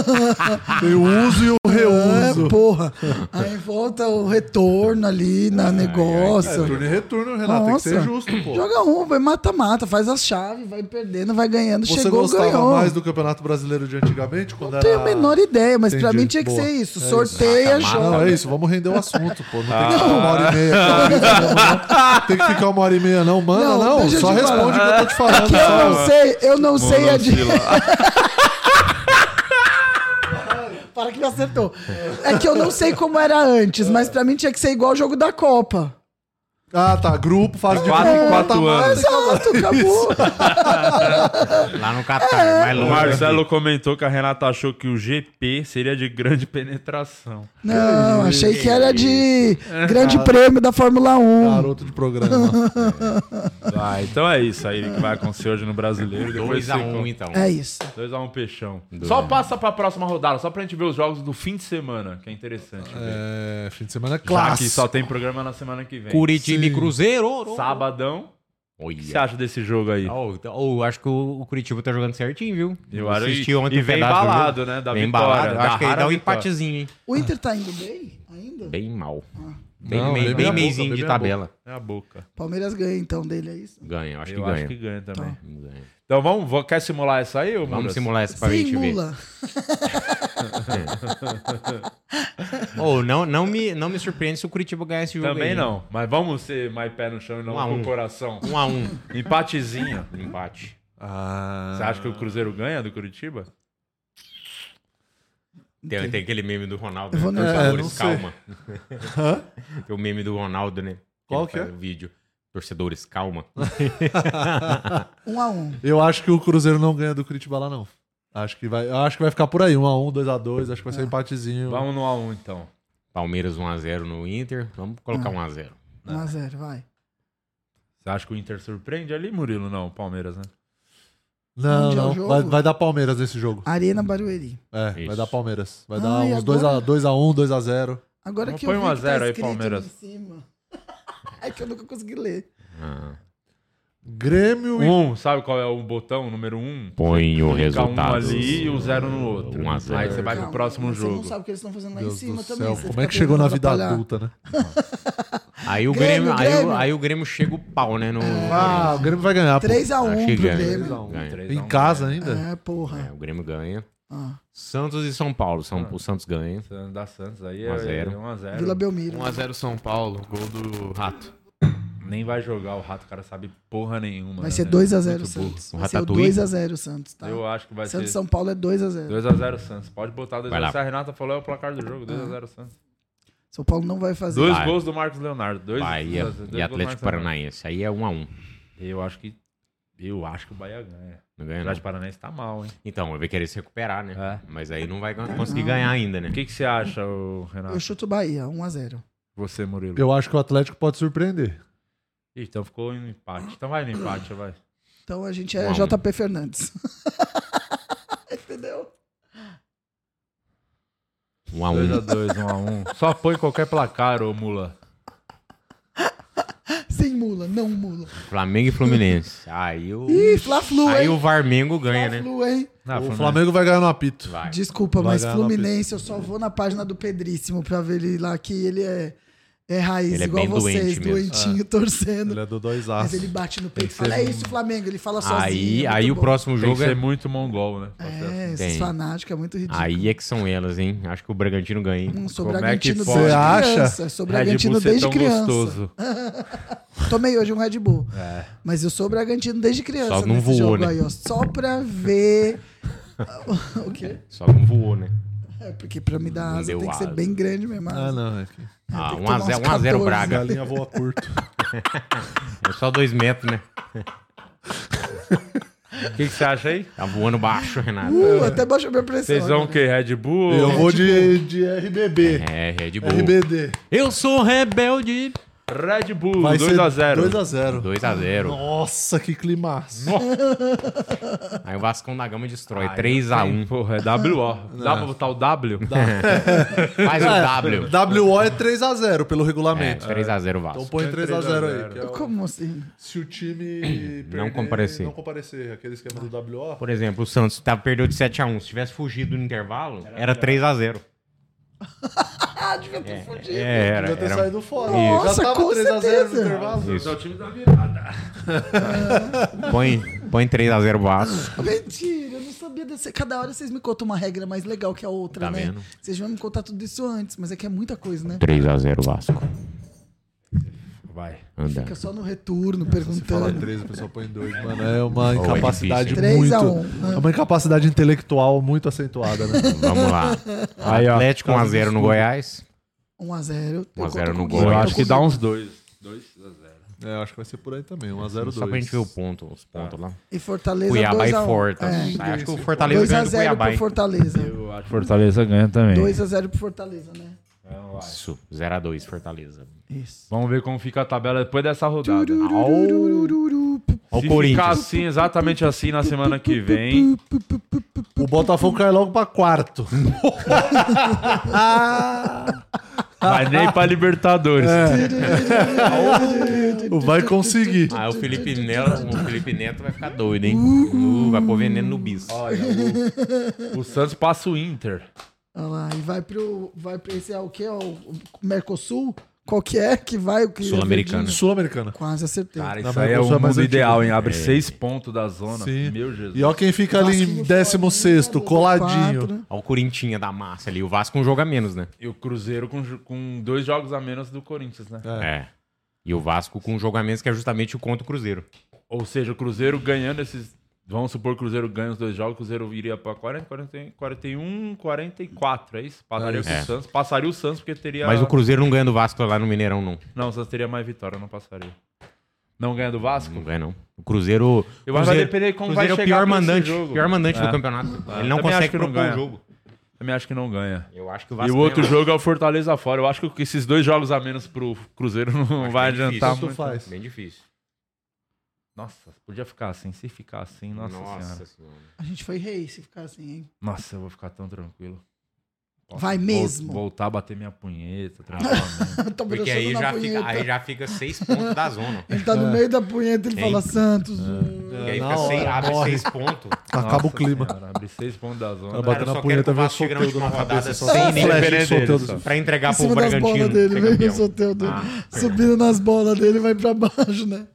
[SPEAKER 3] Tem o uso e o reuso.
[SPEAKER 5] É, porra. Aí volta o retorno ali na
[SPEAKER 3] É,
[SPEAKER 5] negócio.
[SPEAKER 3] turno e retorno, Renato. Tem que ser
[SPEAKER 5] Nossa.
[SPEAKER 3] justo, pô.
[SPEAKER 5] Joga um, vai mata-mata, faz a chave, vai perdendo, vai ganhando.
[SPEAKER 3] Você
[SPEAKER 5] chegou,
[SPEAKER 3] gostava
[SPEAKER 5] ganhou.
[SPEAKER 3] mais do Campeonato Brasileiro de antigamente? Quando
[SPEAKER 5] Não
[SPEAKER 3] era...
[SPEAKER 5] tenho a menor ideia, mas pra
[SPEAKER 3] Entendi.
[SPEAKER 5] mim tinha que
[SPEAKER 3] Boa.
[SPEAKER 5] ser isso.
[SPEAKER 3] É isso.
[SPEAKER 1] Ah,
[SPEAKER 5] Sorteia,
[SPEAKER 2] Mata-mata.
[SPEAKER 5] joga.
[SPEAKER 3] Não, é isso, vamos render o assunto, pô. Não
[SPEAKER 5] Ah.
[SPEAKER 3] tem que ficar uma hora e meia. cada vez, não. Tem que ficar uma hora e meia, não. Manda,
[SPEAKER 5] Não,
[SPEAKER 3] não.
[SPEAKER 5] deixa eu
[SPEAKER 3] Só
[SPEAKER 5] te falar. É
[SPEAKER 3] responde o que eu tô te falando.
[SPEAKER 5] Que eu
[SPEAKER 3] só. Tipo,
[SPEAKER 5] não sei, eu não sei a de.
[SPEAKER 1] Monocila.
[SPEAKER 5] Para que me acertou. É que eu não sei como era antes, mas pra mim tinha que ser igual o jogo da Copa.
[SPEAKER 3] Ah, tá. Grupo, fase de
[SPEAKER 1] Quatro e
[SPEAKER 3] grupo,
[SPEAKER 1] quatro
[SPEAKER 3] tá mais-
[SPEAKER 5] Exato, acabou.
[SPEAKER 2] Lá no Catar, mais
[SPEAKER 1] O
[SPEAKER 2] longe.
[SPEAKER 1] Marcelo comentou que a Renata achou que o GP seria de grande penetração.
[SPEAKER 5] Não, achei que era de grande prêmio da Fórmula 1.
[SPEAKER 3] Garoto de programa.
[SPEAKER 1] Vai, então é isso aí que vai acontecer hoje no Brasileiro. Depois
[SPEAKER 2] 2x1,
[SPEAKER 1] você-
[SPEAKER 2] então.
[SPEAKER 5] É isso.
[SPEAKER 1] 2x1 Peixão. um, Só passa pra próxima rodada, só pra gente ver os jogos do fim de semana, que é interessante. ver.
[SPEAKER 3] É, fim de semana é
[SPEAKER 1] Já que
[SPEAKER 3] clássico.
[SPEAKER 1] só tem programa na semana que vem.
[SPEAKER 2] Curitiba e
[SPEAKER 3] Sim.
[SPEAKER 2] Cruzeiro.
[SPEAKER 1] Sabadão. O que você
[SPEAKER 2] Olha.
[SPEAKER 1] acha desse jogo aí?
[SPEAKER 2] Oh, então- oh, acho que o, o Curitiba tá jogando certinho, viu?
[SPEAKER 1] Eu acho
[SPEAKER 2] assisti
[SPEAKER 1] e-
[SPEAKER 2] ontem
[SPEAKER 1] e
[SPEAKER 2] um
[SPEAKER 1] vem
[SPEAKER 2] pedaço do jogo.
[SPEAKER 1] embalado, né? Da
[SPEAKER 2] Bem
[SPEAKER 1] vitória.
[SPEAKER 2] embalado.
[SPEAKER 1] da
[SPEAKER 2] Acho que ele
[SPEAKER 1] rara
[SPEAKER 2] dá um
[SPEAKER 1] vitória.
[SPEAKER 2] empatezinho, hein?
[SPEAKER 5] O Inter tá indo bem ainda?
[SPEAKER 2] Bem mal. Bem,
[SPEAKER 3] Não,
[SPEAKER 2] mei-
[SPEAKER 3] bebe
[SPEAKER 2] bem
[SPEAKER 3] a boca,
[SPEAKER 2] meizinho
[SPEAKER 1] bebe
[SPEAKER 2] de
[SPEAKER 1] é a
[SPEAKER 2] tabela.
[SPEAKER 1] É a boca.
[SPEAKER 5] Palmeiras ganha então dele, é isso?
[SPEAKER 2] Ganha, eu acho
[SPEAKER 1] Eu
[SPEAKER 2] que
[SPEAKER 1] acho
[SPEAKER 2] ganha.
[SPEAKER 1] que ganha
[SPEAKER 5] Tá.
[SPEAKER 1] também. Então vamos, vo- quer simular essa aí, ô
[SPEAKER 2] Vamos
[SPEAKER 1] Muras?
[SPEAKER 2] simular essa pra gente ver.
[SPEAKER 5] Simula.
[SPEAKER 2] Oh, não, não, me, não me surpreende se o Curitiba ganhar esse jogo
[SPEAKER 1] Também
[SPEAKER 2] aí. né?
[SPEAKER 1] não, mas vamos ser mais pé no chão e não
[SPEAKER 2] Um a
[SPEAKER 1] com
[SPEAKER 2] um.
[SPEAKER 1] o coração.
[SPEAKER 2] Um a um.
[SPEAKER 1] Empatezinho.
[SPEAKER 2] Empate.
[SPEAKER 3] Ah.
[SPEAKER 1] Você acha que o Cruzeiro ganha do Curitiba?
[SPEAKER 2] Tem, tem aquele meme do Ronaldo.
[SPEAKER 5] Eu vou
[SPEAKER 2] Né?
[SPEAKER 5] na-
[SPEAKER 3] É,
[SPEAKER 2] Torcedores,
[SPEAKER 3] não sei.
[SPEAKER 2] calma. tem o meme do Ronaldo, né?
[SPEAKER 3] Qual
[SPEAKER 2] Ele
[SPEAKER 3] que
[SPEAKER 2] faz
[SPEAKER 3] é?
[SPEAKER 2] O vídeo. Torcedores, calma.
[SPEAKER 5] Um a um.
[SPEAKER 3] Eu acho que o Cruzeiro não ganha do Curitiba lá, não. Acho que vai, eu acho que vai ficar por aí. 1x1, 2x2. Acho que vai
[SPEAKER 5] Ah.
[SPEAKER 3] ser um empatezinho.
[SPEAKER 1] Vamos no A1 então.
[SPEAKER 2] Palmeiras 1x0 no Inter. Vamos colocar 1x0.
[SPEAKER 5] Um a zero, vai.
[SPEAKER 1] Você acha que o Inter surpreende ali, Murilo? Não, o Palmeiras, né?
[SPEAKER 3] Não,
[SPEAKER 5] Onde é o
[SPEAKER 3] não.
[SPEAKER 5] jogo?
[SPEAKER 3] Vai, vai dar Palmeiras nesse jogo.
[SPEAKER 5] Arena Barueri.
[SPEAKER 3] É,
[SPEAKER 2] Isso.
[SPEAKER 3] vai dar Palmeiras. Vai
[SPEAKER 5] Ah,
[SPEAKER 3] dar
[SPEAKER 5] e
[SPEAKER 3] uns 2x1,
[SPEAKER 5] agora?
[SPEAKER 3] 2x0.
[SPEAKER 5] Agora
[SPEAKER 1] Mas
[SPEAKER 5] que
[SPEAKER 1] põe
[SPEAKER 5] eu vi
[SPEAKER 1] um a
[SPEAKER 5] que
[SPEAKER 1] zero
[SPEAKER 5] tá
[SPEAKER 1] aí,
[SPEAKER 5] escrito
[SPEAKER 1] Palmeiras.
[SPEAKER 5] em cima. é que eu nunca consegui ler.
[SPEAKER 2] Ah. É
[SPEAKER 3] Grêmio e.
[SPEAKER 1] Um, sabe qual é o botão, o número um?
[SPEAKER 2] Põe o
[SPEAKER 1] Clica
[SPEAKER 2] resultado.
[SPEAKER 1] um ali e o zero no outro.
[SPEAKER 2] Um a zero.
[SPEAKER 1] Aí você vai pro
[SPEAKER 5] Calma,
[SPEAKER 1] próximo
[SPEAKER 5] mas Você
[SPEAKER 1] jogo.
[SPEAKER 5] não sabe o que eles estão fazendo lá em
[SPEAKER 3] Deus
[SPEAKER 5] cima
[SPEAKER 3] do
[SPEAKER 5] também.
[SPEAKER 3] céu,
[SPEAKER 5] você
[SPEAKER 3] como
[SPEAKER 5] fica
[SPEAKER 3] é que chegou na
[SPEAKER 5] tentando
[SPEAKER 3] vida
[SPEAKER 5] atrapalhar.
[SPEAKER 3] adulta, né?
[SPEAKER 2] Aí o
[SPEAKER 5] Grêmio,
[SPEAKER 2] Grêmio, aí, o-
[SPEAKER 5] Grêmio.
[SPEAKER 2] aí o Grêmio chega o pau, né? No,
[SPEAKER 3] Ah, o Grêmio vai ganhar. pô.
[SPEAKER 5] 3x1
[SPEAKER 2] Achei
[SPEAKER 5] pro
[SPEAKER 2] que ganha.
[SPEAKER 5] Grêmio.
[SPEAKER 2] Ganha.
[SPEAKER 1] Três a um.
[SPEAKER 3] Em casa ainda?
[SPEAKER 5] É,
[SPEAKER 2] É,
[SPEAKER 5] porra.
[SPEAKER 2] o Grêmio ganha.
[SPEAKER 5] Ah.
[SPEAKER 2] Santos e São Paulo. São, O Santos ganha.
[SPEAKER 1] Da Ah. Santos aí
[SPEAKER 2] Um a
[SPEAKER 1] é
[SPEAKER 2] zero.
[SPEAKER 1] 1x0.
[SPEAKER 5] Vila Belmiro.
[SPEAKER 6] 1x0 São Paulo, gol do Rato.
[SPEAKER 1] Nem vai jogar o Rato, o cara sabe porra nenhuma.
[SPEAKER 5] Vai
[SPEAKER 1] né?
[SPEAKER 5] ser 2x0 o
[SPEAKER 1] Muito burro.
[SPEAKER 5] Santos. Vai ser o
[SPEAKER 2] Ratatouille.
[SPEAKER 5] 2x0 o Santos, tá?
[SPEAKER 1] Eu acho que vai
[SPEAKER 5] Santos
[SPEAKER 1] ser
[SPEAKER 5] São Paulo é 2x0.
[SPEAKER 1] 2x0 Santos. Pode botar 2x0.
[SPEAKER 2] lá.
[SPEAKER 1] Se a Renata falou, é o placar do jogo.
[SPEAKER 5] Ah.
[SPEAKER 1] 2x0 Santos.
[SPEAKER 5] São Paulo não vai fazer.
[SPEAKER 1] Dois
[SPEAKER 2] Vai.
[SPEAKER 1] gols do Marcos Leonardo. Dois,
[SPEAKER 2] Bahia e
[SPEAKER 1] dois- dois gols do Marcos
[SPEAKER 2] Atlético Paranaense. Aí é 1 a 1
[SPEAKER 1] Leonardo. Eu acho que. Eu acho que o Bahia ganha.
[SPEAKER 2] Não
[SPEAKER 1] O
[SPEAKER 2] ganha, não.
[SPEAKER 1] Atlético Paranaense tá mal, hein?
[SPEAKER 2] Então, ele vai querer se recuperar, né?
[SPEAKER 1] É.
[SPEAKER 2] Mas aí não vai gan- conseguir ganhar ainda, né?
[SPEAKER 1] O que, que você acha, ô,
[SPEAKER 5] Eu
[SPEAKER 1] Renato?
[SPEAKER 5] chuto Bahia, 1x0.
[SPEAKER 1] Você, Murilo.
[SPEAKER 3] Eu acho que o Atlético pode surpreender.
[SPEAKER 1] Ih, então ficou no empate. Então vai no empate, vai.
[SPEAKER 5] Então a gente
[SPEAKER 2] Um
[SPEAKER 5] é
[SPEAKER 2] a um.
[SPEAKER 5] JP Fernandes. Entendeu?
[SPEAKER 2] 1 a 1
[SPEAKER 1] 2x2, 1x1. Só põe qualquer placar, ô Mula.
[SPEAKER 5] Sem mula, não mula.
[SPEAKER 2] Flamengo e Fluminense. Aí o
[SPEAKER 5] Ih, Fla-Flu,
[SPEAKER 2] Aí
[SPEAKER 5] hein?
[SPEAKER 2] o Varmengo ganha, né?
[SPEAKER 5] Fla-Flu, hein?
[SPEAKER 3] o
[SPEAKER 1] Ah, Fluminense.
[SPEAKER 3] Flamengo vai ganhar no apito.
[SPEAKER 2] Vai.
[SPEAKER 5] Desculpa,
[SPEAKER 3] Vai
[SPEAKER 5] mas
[SPEAKER 3] ganhar
[SPEAKER 5] Fluminense, eu só vou na página do Pedríssimo pra ver ele lá, que ele é, é raiz,
[SPEAKER 2] Ele é
[SPEAKER 5] igual
[SPEAKER 2] bem
[SPEAKER 5] vocês,
[SPEAKER 2] doente mesmo.
[SPEAKER 5] doentinho, torcendo.
[SPEAKER 3] Ele é do
[SPEAKER 5] Mas
[SPEAKER 3] 2x.
[SPEAKER 5] ele bate no peito e
[SPEAKER 3] que
[SPEAKER 5] fala,
[SPEAKER 3] ser
[SPEAKER 5] é isso, Flamengo. Ele fala sozinho.
[SPEAKER 2] um Aí,
[SPEAKER 5] é
[SPEAKER 2] aí o
[SPEAKER 5] muito bom.
[SPEAKER 2] próximo
[SPEAKER 1] Tem que
[SPEAKER 2] jogo
[SPEAKER 1] ser
[SPEAKER 2] é...
[SPEAKER 1] muito mongol, né? Pra ser assim.
[SPEAKER 5] É, esses
[SPEAKER 2] Tem.
[SPEAKER 5] fanáticos, é muito ridículo.
[SPEAKER 2] Aí é que são elas, hein? Acho que o Bragantino ganha. hein?
[SPEAKER 5] Hum, sou
[SPEAKER 1] Como é que
[SPEAKER 5] Bragantino
[SPEAKER 1] pode?
[SPEAKER 5] desde
[SPEAKER 3] Você acha?
[SPEAKER 5] criança. Sou
[SPEAKER 1] Red Bull
[SPEAKER 5] Bragantino
[SPEAKER 1] ser
[SPEAKER 5] desde
[SPEAKER 1] tão
[SPEAKER 5] criança.
[SPEAKER 1] gostoso.
[SPEAKER 5] Tomei hoje um Red Bull. Mas eu sou Bragantino desde criança.
[SPEAKER 2] Só não
[SPEAKER 5] nesse
[SPEAKER 2] voou,
[SPEAKER 5] jogo
[SPEAKER 2] né?
[SPEAKER 5] aí, ó. Só pra ver. o quê?
[SPEAKER 2] Só não voou, né?
[SPEAKER 5] É, porque pra me dar
[SPEAKER 2] Não
[SPEAKER 5] asa
[SPEAKER 2] deu
[SPEAKER 5] tem que ser
[SPEAKER 2] asa.
[SPEAKER 5] bem grande mesmo. a
[SPEAKER 3] Ah,
[SPEAKER 5] asa.
[SPEAKER 3] não. É que
[SPEAKER 5] tem
[SPEAKER 2] Ah,
[SPEAKER 5] que
[SPEAKER 2] 1
[SPEAKER 5] tomar
[SPEAKER 2] a
[SPEAKER 5] uns
[SPEAKER 2] 0 1 a
[SPEAKER 5] 14.
[SPEAKER 2] 0 Braga.
[SPEAKER 3] galinha voa curto.
[SPEAKER 2] É só dois metros, né?
[SPEAKER 1] O que, que você acha aí?
[SPEAKER 2] Tá voando baixo, Renato.
[SPEAKER 5] Uh, até baixou minha pressão.
[SPEAKER 1] Vocês vão o
[SPEAKER 5] agora.
[SPEAKER 1] quê? Red Bull?
[SPEAKER 3] Eu vou de, de RBB.
[SPEAKER 2] É, Red Bull.
[SPEAKER 3] RBD.
[SPEAKER 2] Eu sou rebelde.
[SPEAKER 1] Red
[SPEAKER 2] Uh,
[SPEAKER 1] Bull,
[SPEAKER 3] Vai ser
[SPEAKER 1] 2x0.
[SPEAKER 3] 2x0.
[SPEAKER 2] 2 a 0
[SPEAKER 3] Nossa, que climaço.
[SPEAKER 2] Aí o Vascão da Gama destrói.
[SPEAKER 1] Ai,
[SPEAKER 2] 3 a 1
[SPEAKER 1] Porra, é WO. Dá pra botar o W?
[SPEAKER 2] Faz
[SPEAKER 5] É,
[SPEAKER 2] o W.
[SPEAKER 3] WO é 3x0 pelo
[SPEAKER 2] É,
[SPEAKER 3] regulamento.
[SPEAKER 2] 3 a 0
[SPEAKER 3] Então
[SPEAKER 2] Vasco.
[SPEAKER 3] põe 3x0 aí. que é o-
[SPEAKER 5] Como assim?
[SPEAKER 3] Se o time perder,
[SPEAKER 2] comparecer.
[SPEAKER 3] não comparecer, aquele esquema do WO.
[SPEAKER 2] Por exemplo, o Santos tava, perdeu de 7 a 1 Se tivesse fugido no intervalo, era 3 a 0
[SPEAKER 5] Ah, devia ter fudido.
[SPEAKER 2] É, era.
[SPEAKER 3] Devia ter
[SPEAKER 2] era...
[SPEAKER 3] saído fora.
[SPEAKER 5] Nossa,
[SPEAKER 3] Já tava
[SPEAKER 5] com
[SPEAKER 3] 3x0 no
[SPEAKER 5] certeza.
[SPEAKER 3] intervalo.
[SPEAKER 1] É o time da virada.
[SPEAKER 2] Põe, põe 3 a 0 Vasco.
[SPEAKER 5] Mentira, eu não sabia desse. Cada hora vocês me contam uma regra mais legal que a outra,
[SPEAKER 2] Tá
[SPEAKER 5] né?
[SPEAKER 2] vendo?
[SPEAKER 5] Vocês vão me contar tudo isso antes, mas é que é muita coisa, né?
[SPEAKER 2] 3 a 0 Vasco.
[SPEAKER 1] Vai.
[SPEAKER 2] Anda.
[SPEAKER 5] Fica só no retorno,
[SPEAKER 3] Fala
[SPEAKER 5] perguntando.
[SPEAKER 3] 3, o pessoal põe 2, mano. É uma
[SPEAKER 2] difícil,
[SPEAKER 3] incapacidade
[SPEAKER 2] hein?
[SPEAKER 5] Três a um,
[SPEAKER 3] muito.
[SPEAKER 5] né?
[SPEAKER 3] É uma incapacidade intelectual muito acentuada, né?
[SPEAKER 2] Vamos lá.
[SPEAKER 1] Aí, ó. um
[SPEAKER 2] Atlético 1 a 0 no Goiás.
[SPEAKER 5] 1x0.
[SPEAKER 2] 1 a 0 no gol.
[SPEAKER 1] Eu acho que dá uns dois. 2 a 0.
[SPEAKER 3] É, eu acho que vai ser por aí também, 1x0, 2.
[SPEAKER 2] Só pra gente ver o ponto, os pontos lá.
[SPEAKER 5] E Fortaleza
[SPEAKER 2] Cuiabá
[SPEAKER 5] 2
[SPEAKER 2] e
[SPEAKER 5] a 1.
[SPEAKER 2] Fortaleza.
[SPEAKER 5] É.
[SPEAKER 2] Ah, acho que o
[SPEAKER 5] 2
[SPEAKER 2] Fortaleza
[SPEAKER 5] a
[SPEAKER 2] ganha do
[SPEAKER 5] 0
[SPEAKER 2] Cuiabá,
[SPEAKER 5] pro
[SPEAKER 2] hein?
[SPEAKER 5] Fortaleza.
[SPEAKER 1] Eu acho que Fortaleza ganha é também.
[SPEAKER 5] 2 a 0 pro Fortaleza, né?
[SPEAKER 2] Isso, 0x2, Fortaleza.
[SPEAKER 5] Isso.
[SPEAKER 1] Vamos ver como fica a tabela depois dessa rodada.
[SPEAKER 2] Ó o
[SPEAKER 1] Se ficar
[SPEAKER 2] Corinthians.
[SPEAKER 1] assim, exatamente assim na semana que vem,
[SPEAKER 3] O Botafogo cai logo pra quarto.
[SPEAKER 5] Ah,
[SPEAKER 3] Ah.
[SPEAKER 1] vai nem pra Libertadores.
[SPEAKER 5] É.
[SPEAKER 3] Ou vai conseguir.
[SPEAKER 2] Ah, o Felipe Neto, o Felipe Neto vai ficar doido, hein? Uh, vai pôr veneno no bis.
[SPEAKER 1] O Santos passa o Inter.
[SPEAKER 5] Olha lá, e vai pro. Vai pra esse é o quê? O Mercosul? Qual que é que vai? o que-
[SPEAKER 2] Sul-Americana.
[SPEAKER 3] Sul-Americana.
[SPEAKER 5] Quase acertei.
[SPEAKER 1] Cara,
[SPEAKER 3] Na
[SPEAKER 1] isso aí é
[SPEAKER 3] Mercosul
[SPEAKER 1] o
[SPEAKER 3] é mais
[SPEAKER 1] mundo
[SPEAKER 3] antigo.
[SPEAKER 1] ideal, hein? Abre seis pontos da zona.
[SPEAKER 3] Sim.
[SPEAKER 1] Meu Jesus.
[SPEAKER 3] E ó quem fica ali em 16 coladinho.
[SPEAKER 5] Quatro.
[SPEAKER 2] Ó o Corintinha da massa ali. O Vasco um jogo a menos, né?
[SPEAKER 1] E o Cruzeiro com, ju- com dois jogos a menos do Corinthians, né?
[SPEAKER 3] É.
[SPEAKER 2] É. E o Vasco com um jogo a menos, que é justamente o contra o Cruzeiro.
[SPEAKER 1] Ou seja, o Cruzeiro ganhando esses. Vamos supor que o Cruzeiro ganha os dois jogos, o Cruzeiro iria pra 40, 40, 41, 44, é isso? Passaria
[SPEAKER 3] É
[SPEAKER 1] com o Santos. Passaria o Santos porque teria.
[SPEAKER 2] Mas o Cruzeiro não ganha do Vasco lá no Mineirão, não.
[SPEAKER 1] Não, o Santos teria mais vitória, não passaria. Não ganha do Vasco?
[SPEAKER 2] Não ganha, não. O Cruzeiro.
[SPEAKER 1] Eu
[SPEAKER 2] Cruzeiro,
[SPEAKER 1] acho que vai depender de como
[SPEAKER 2] Cruzeiro é
[SPEAKER 1] vai
[SPEAKER 2] o pior
[SPEAKER 1] chegar pra esse
[SPEAKER 2] mandante.
[SPEAKER 1] jogo.
[SPEAKER 2] Pior mandante
[SPEAKER 1] É.
[SPEAKER 2] do campeonato. Ele
[SPEAKER 1] Também
[SPEAKER 2] não
[SPEAKER 1] acho
[SPEAKER 2] consegue
[SPEAKER 1] que não
[SPEAKER 2] propor o
[SPEAKER 1] ganha.
[SPEAKER 2] jogo.
[SPEAKER 1] Também acho que não ganha.
[SPEAKER 2] Eu acho que o
[SPEAKER 1] e
[SPEAKER 2] Vasco.
[SPEAKER 1] o outro
[SPEAKER 2] ganha,
[SPEAKER 1] jogo é o Fortaleza fora. Eu acho que esses dois jogos a menos pro Cruzeiro não
[SPEAKER 2] Acho
[SPEAKER 1] vai
[SPEAKER 2] que é difícil.
[SPEAKER 1] adiantar
[SPEAKER 3] Isso
[SPEAKER 1] muito.
[SPEAKER 3] faz.
[SPEAKER 2] Bem difícil.
[SPEAKER 1] Nossa, podia ficar assim. Se ficar assim, nossa, senhora.
[SPEAKER 2] senhora.
[SPEAKER 5] A gente foi rei se ficar assim, hein?
[SPEAKER 1] Nossa, eu vou ficar tão tranquilo.
[SPEAKER 5] Vai
[SPEAKER 1] Vol-
[SPEAKER 5] mesmo.
[SPEAKER 1] voltar a bater minha punheta, tranquilamente.
[SPEAKER 5] Tô
[SPEAKER 2] Porque
[SPEAKER 5] broxando
[SPEAKER 2] aí
[SPEAKER 5] na
[SPEAKER 2] já,
[SPEAKER 5] punheta.
[SPEAKER 2] fica, aí já fica seis pontos da zona.
[SPEAKER 5] Ele tá no meio da punheta, ele
[SPEAKER 2] Hein?
[SPEAKER 5] fala Santos.
[SPEAKER 2] E aí
[SPEAKER 3] É. na
[SPEAKER 2] fica sem,
[SPEAKER 3] hora,
[SPEAKER 2] abre
[SPEAKER 3] morre.
[SPEAKER 2] seis pontos.
[SPEAKER 3] Acaba o
[SPEAKER 1] Nossa
[SPEAKER 3] clima.
[SPEAKER 1] senhora, abre seis pontos da zona.
[SPEAKER 3] Acaba- Batendo
[SPEAKER 2] Cara, eu
[SPEAKER 3] na
[SPEAKER 2] só
[SPEAKER 3] punheta,
[SPEAKER 2] quero que o
[SPEAKER 3] vê o
[SPEAKER 2] Vasco chegue na
[SPEAKER 3] sorteio
[SPEAKER 2] última
[SPEAKER 3] na cabeça,
[SPEAKER 2] rodada
[SPEAKER 3] só
[SPEAKER 2] sem
[SPEAKER 3] flash
[SPEAKER 2] nenhum
[SPEAKER 1] dele,
[SPEAKER 2] sorteio
[SPEAKER 1] só.
[SPEAKER 2] pra
[SPEAKER 5] Em
[SPEAKER 2] entregar pro
[SPEAKER 5] cima das bolas
[SPEAKER 2] Bragantino.
[SPEAKER 5] dele,
[SPEAKER 2] ser
[SPEAKER 5] vem com o
[SPEAKER 2] campeão. Ah,
[SPEAKER 5] sorteio dele. Subindo nas bolas dele, vai pra baixo, né?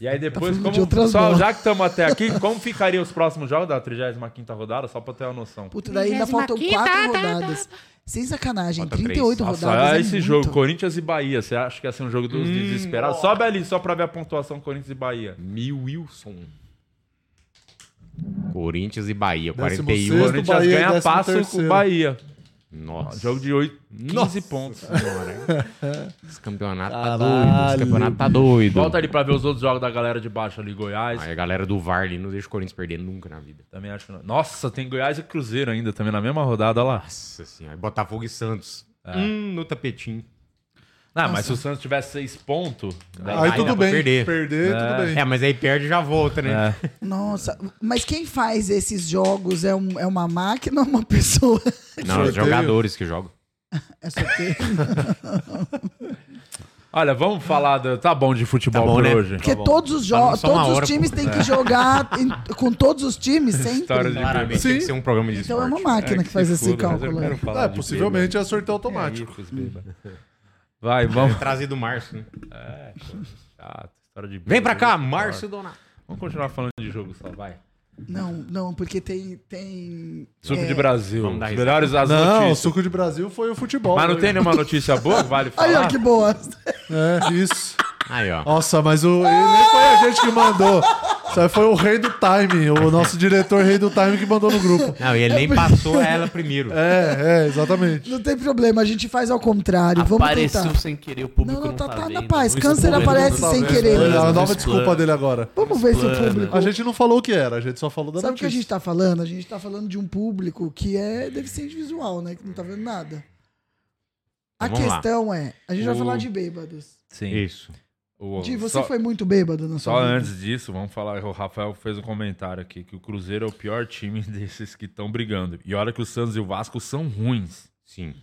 [SPEAKER 1] E aí depois,
[SPEAKER 5] falando
[SPEAKER 1] como,
[SPEAKER 5] de outras
[SPEAKER 1] só,
[SPEAKER 5] bolas.
[SPEAKER 1] já que estamos até aqui, como ficariam os próximos jogos da 35ª rodada? Só pra ter uma noção.
[SPEAKER 5] Puta, daí ainda
[SPEAKER 4] 35ª,
[SPEAKER 5] faltam
[SPEAKER 4] tá,
[SPEAKER 5] quatro
[SPEAKER 4] tá, tá.
[SPEAKER 5] rodadas. Sem sacanagem,
[SPEAKER 2] Falta
[SPEAKER 5] 38
[SPEAKER 1] Nossa,
[SPEAKER 5] rodadas.
[SPEAKER 1] olha
[SPEAKER 5] é
[SPEAKER 1] esse
[SPEAKER 5] muito.
[SPEAKER 1] jogo, Corinthians e Bahia. Você acha que ia ser um jogo dos desesperados? Sobe ali só pra ver a pontuação Corinthians e Bahia.
[SPEAKER 2] Mil Wilson. Corinthians e um. Bahia,
[SPEAKER 3] Décimo
[SPEAKER 2] 41.
[SPEAKER 3] sexto.
[SPEAKER 1] Corinthians
[SPEAKER 3] Bahia, é
[SPEAKER 1] ganha
[SPEAKER 3] décimo
[SPEAKER 1] passo com o
[SPEAKER 3] terceiro.
[SPEAKER 1] Bahia.
[SPEAKER 2] Nossa.
[SPEAKER 1] Jogo de 8, 15 pontos.
[SPEAKER 2] Senhora, hein? Esse campeonato tá
[SPEAKER 3] Caralho,
[SPEAKER 2] doido. Esse campeonato tá doido.
[SPEAKER 1] Volta ali pra ver os outros jogos da galera de baixo ali, Goiás.
[SPEAKER 2] Aí é a galera do VAR ali não deixa o Corinthians perder nunca na vida.
[SPEAKER 1] Também acho que não. Nossa, tem Goiás e Cruzeiro ainda também na mesma rodada olha lá.
[SPEAKER 2] Nossa senhora. Botafogo e Santos.
[SPEAKER 1] É.
[SPEAKER 2] Hum, no tapetinho.
[SPEAKER 1] Ah, mas se o Santos tivesse né, 6 pontos, daí-
[SPEAKER 3] Aí
[SPEAKER 2] dá
[SPEAKER 3] tudo
[SPEAKER 2] pra
[SPEAKER 3] bem.
[SPEAKER 2] perder.
[SPEAKER 3] Perder, tudo bem.
[SPEAKER 2] É, mas aí perde e já volta,
[SPEAKER 1] É.
[SPEAKER 2] né?
[SPEAKER 5] Nossa, mas quem faz esses jogos é, um- é uma máquina ou uma pessoa?
[SPEAKER 2] Não, os
[SPEAKER 3] Sorteio.
[SPEAKER 2] jogadores que jogam.
[SPEAKER 5] É sorteio.
[SPEAKER 1] Olha, vamos falar. do- Tá bom de futebol
[SPEAKER 2] Tá bom,
[SPEAKER 1] por
[SPEAKER 2] né?
[SPEAKER 1] hoje.
[SPEAKER 5] Porque todos os jogos,
[SPEAKER 2] só uma
[SPEAKER 5] todos
[SPEAKER 2] hora,
[SPEAKER 5] os times têm que jogar em- com todos os times
[SPEAKER 1] História
[SPEAKER 5] sempre.
[SPEAKER 1] de-
[SPEAKER 2] Claramente tem que ser um programa de
[SPEAKER 5] Então é uma
[SPEAKER 2] esporte.
[SPEAKER 5] máquina que, faz esse cálculo. né? aí.
[SPEAKER 3] É, possivelmente é sorteio automático. É
[SPEAKER 1] Vai, vamos. É,
[SPEAKER 2] Trazido Márcio. né?
[SPEAKER 1] Chato, história de
[SPEAKER 2] Vem
[SPEAKER 1] bêbado.
[SPEAKER 2] pra cá, Márcio Donato.
[SPEAKER 1] Vamos continuar falando de jogo só, vai.
[SPEAKER 5] Não, não, porque tem. tem é,
[SPEAKER 1] Suco de Brasil.
[SPEAKER 2] Vamos dar
[SPEAKER 1] Os
[SPEAKER 2] risada.
[SPEAKER 1] melhores as
[SPEAKER 3] Não, o
[SPEAKER 1] notícias.
[SPEAKER 3] suco de Brasil foi o futebol.
[SPEAKER 1] Mas não
[SPEAKER 3] né?
[SPEAKER 1] tem nenhuma notícia boa que vale
[SPEAKER 5] Aí,
[SPEAKER 1] falar?
[SPEAKER 5] ó, que boa.
[SPEAKER 3] É, isso.
[SPEAKER 2] Aí, ó.
[SPEAKER 3] Nossa, mas o, ele nem foi a gente que mandou. Isso aí foi o rei do time, o nosso diretor rei do time que mandou no grupo.
[SPEAKER 2] Não, e ele nem passou ela primeiro.
[SPEAKER 3] É, é, exatamente.
[SPEAKER 5] Não tem problema, a gente faz ao contrário. Vamos
[SPEAKER 6] Apareceu
[SPEAKER 5] tentar.
[SPEAKER 6] sem querer, o público
[SPEAKER 5] Não,
[SPEAKER 6] não,
[SPEAKER 5] não, tá-
[SPEAKER 6] tá,
[SPEAKER 5] tá na
[SPEAKER 6] vendo.
[SPEAKER 5] paz,
[SPEAKER 6] Não
[SPEAKER 5] câncer
[SPEAKER 6] explana,
[SPEAKER 5] aparece
[SPEAKER 6] não tá
[SPEAKER 5] sem
[SPEAKER 6] vendo.
[SPEAKER 5] querer.
[SPEAKER 3] Foi É, a
[SPEAKER 6] Não
[SPEAKER 3] nova
[SPEAKER 6] explana.
[SPEAKER 3] desculpa dele agora.
[SPEAKER 5] Vamos ver se o
[SPEAKER 6] Explana.
[SPEAKER 5] público.
[SPEAKER 3] A gente não falou o que era, a gente só falou da
[SPEAKER 5] Sabe o que a
[SPEAKER 3] notícia.
[SPEAKER 5] gente tá falando? A gente tá falando de um público que é deficiente visual, né? Que não tá vendo nada. A
[SPEAKER 2] Vamos lá.
[SPEAKER 5] questão é, a gente vai
[SPEAKER 1] O-
[SPEAKER 5] falar de bêbados.
[SPEAKER 1] Sim.
[SPEAKER 2] Isso.
[SPEAKER 1] O-
[SPEAKER 5] Di, você
[SPEAKER 1] só,
[SPEAKER 5] foi muito bêbado na sua
[SPEAKER 1] só
[SPEAKER 5] vida?
[SPEAKER 1] antes disso, vamos falar. O Rafael fez um comentário aqui que o Cruzeiro é o pior time desses que estão brigando. E olha que o Santos e o Vasco são ruins. É.
[SPEAKER 2] Sim.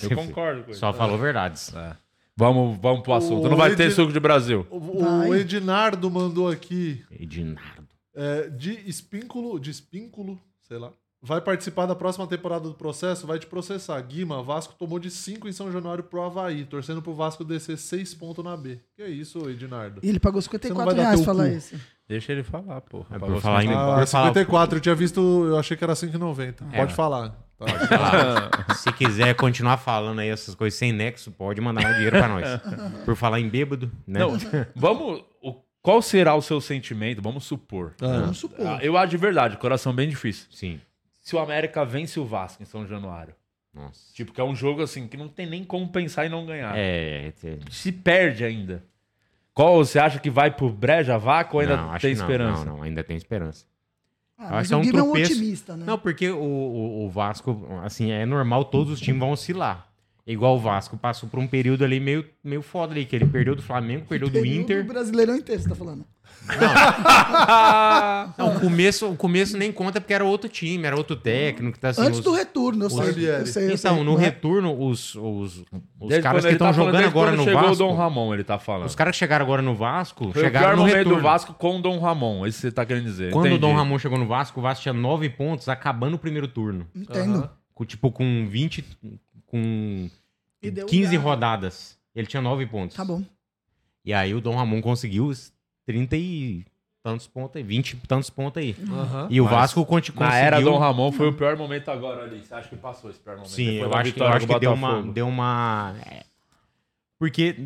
[SPEAKER 1] Eu concordo com isso.
[SPEAKER 2] Só falou verdades.
[SPEAKER 1] É. Vamos, vamos pro assunto. Não vai
[SPEAKER 3] Ed-
[SPEAKER 1] ter suco de Brasil.
[SPEAKER 3] O, o
[SPEAKER 5] Vai.
[SPEAKER 3] Ednardo mandou aqui
[SPEAKER 2] Edinardo.
[SPEAKER 3] é, de espínculo, de espínculo, sei lá. Vai participar da próxima temporada do processo, vai te processar. Guima, Vasco tomou de 5 em São Januário pro Havaí, torcendo pro Vasco descer 6 pontos na B. Que é isso, Ednardo?
[SPEAKER 5] E ele pagou
[SPEAKER 3] Você não
[SPEAKER 5] 54
[SPEAKER 3] vai dar
[SPEAKER 5] reais
[SPEAKER 3] teu
[SPEAKER 5] falar
[SPEAKER 3] cu.
[SPEAKER 5] isso.
[SPEAKER 1] Deixa ele falar, porra.
[SPEAKER 2] É,
[SPEAKER 1] Pra
[SPEAKER 2] por
[SPEAKER 1] você
[SPEAKER 2] falar em-
[SPEAKER 1] falar.
[SPEAKER 3] Ah,
[SPEAKER 2] Eu falo-
[SPEAKER 3] 54, eu tinha visto, eu achei que era 5,90.
[SPEAKER 2] É.
[SPEAKER 3] Pode falar. Tá.
[SPEAKER 2] Sei lá, se quiser continuar falando aí essas coisas sem nexo, pode mandar um dinheiro pra nós. Por falar em bêbado, né?
[SPEAKER 1] Não, vamos. o- qual será o seu sentimento? Vamos supor.
[SPEAKER 5] Vamos supor.
[SPEAKER 1] Ah, Eu acho de verdade, coração bem difícil.
[SPEAKER 2] Sim.
[SPEAKER 1] Se o América vence o Vasco em São Januário,
[SPEAKER 2] Nossa.
[SPEAKER 1] Tipo, que é um jogo assim que não tem nem como pensar em não ganhar.
[SPEAKER 2] É, é, é.
[SPEAKER 1] Ah. Se perde ainda. Qual você acha que vai pro breja vaca ou ainda
[SPEAKER 2] Não, acho
[SPEAKER 1] tem
[SPEAKER 2] que não,
[SPEAKER 1] esperança?
[SPEAKER 2] Não, não, ainda tem esperança.
[SPEAKER 5] Ah,
[SPEAKER 2] Acho
[SPEAKER 5] mas
[SPEAKER 2] que é
[SPEAKER 5] o
[SPEAKER 2] um
[SPEAKER 5] Guima é um
[SPEAKER 2] tropeço.
[SPEAKER 5] otimista, né?
[SPEAKER 2] Não, porque o, o, o Vasco, assim, é normal, todos os times vão oscilar. Igual o Vasco passou por um período ali meio, meio foda ali, que ele perdeu do Flamengo, perdeu do
[SPEAKER 5] Período
[SPEAKER 2] Inter.
[SPEAKER 5] brasileirão inteiro, você tá falando.
[SPEAKER 2] Ah!
[SPEAKER 1] Ah!
[SPEAKER 2] Não, o começo, o começo nem conta porque era outro time, era outro técnico. Tá, assim,
[SPEAKER 5] Antes
[SPEAKER 2] os-
[SPEAKER 5] do retorno, eu sei. Eu
[SPEAKER 3] Barbieri.
[SPEAKER 5] sei, eu sei.
[SPEAKER 2] Então, no
[SPEAKER 5] Não é-
[SPEAKER 2] retorno, os, os, os
[SPEAKER 1] Desde
[SPEAKER 2] caras
[SPEAKER 1] quando
[SPEAKER 2] que
[SPEAKER 1] ele
[SPEAKER 2] estão
[SPEAKER 1] tá falando,
[SPEAKER 2] jogando
[SPEAKER 1] desde
[SPEAKER 2] agora
[SPEAKER 1] quando
[SPEAKER 2] no
[SPEAKER 1] chegou o Dom
[SPEAKER 2] Vasco.
[SPEAKER 1] Ramon, ele tá falando.
[SPEAKER 2] Os caras que chegaram agora no Vasco
[SPEAKER 1] Foi o pior
[SPEAKER 2] chegaram no
[SPEAKER 1] momento
[SPEAKER 2] retorno.
[SPEAKER 1] do Vasco com o Dom Ramon, esse
[SPEAKER 2] é
[SPEAKER 1] você tá querendo dizer.
[SPEAKER 2] Quando o
[SPEAKER 1] Entendi.
[SPEAKER 2] Dom Ramon chegou no Vasco, o Vasco tinha nove pontos acabando o primeiro turno.
[SPEAKER 5] Entendo.
[SPEAKER 2] Com, tipo, com 20. Com
[SPEAKER 5] E deu
[SPEAKER 2] 15
[SPEAKER 5] lugar.
[SPEAKER 2] rodadas. Ele tinha nove pontos.
[SPEAKER 5] Tá bom.
[SPEAKER 2] E aí o Dom Ramon conseguiu os 30 e tantos pontos aí, 20 e tantos pontos aí.
[SPEAKER 3] Aham.
[SPEAKER 2] E o Vasco conti- conseguiu.
[SPEAKER 1] Na era Dom Ramon foi o pior momento agora ali. Você acha que passou esse pior momento?
[SPEAKER 2] Sim,
[SPEAKER 1] Depois
[SPEAKER 2] eu
[SPEAKER 1] da
[SPEAKER 2] acho, que, eu
[SPEAKER 1] vitória
[SPEAKER 2] acho
[SPEAKER 1] com o
[SPEAKER 2] que deu uma.
[SPEAKER 1] Botafogo.
[SPEAKER 2] Deu uma é. porque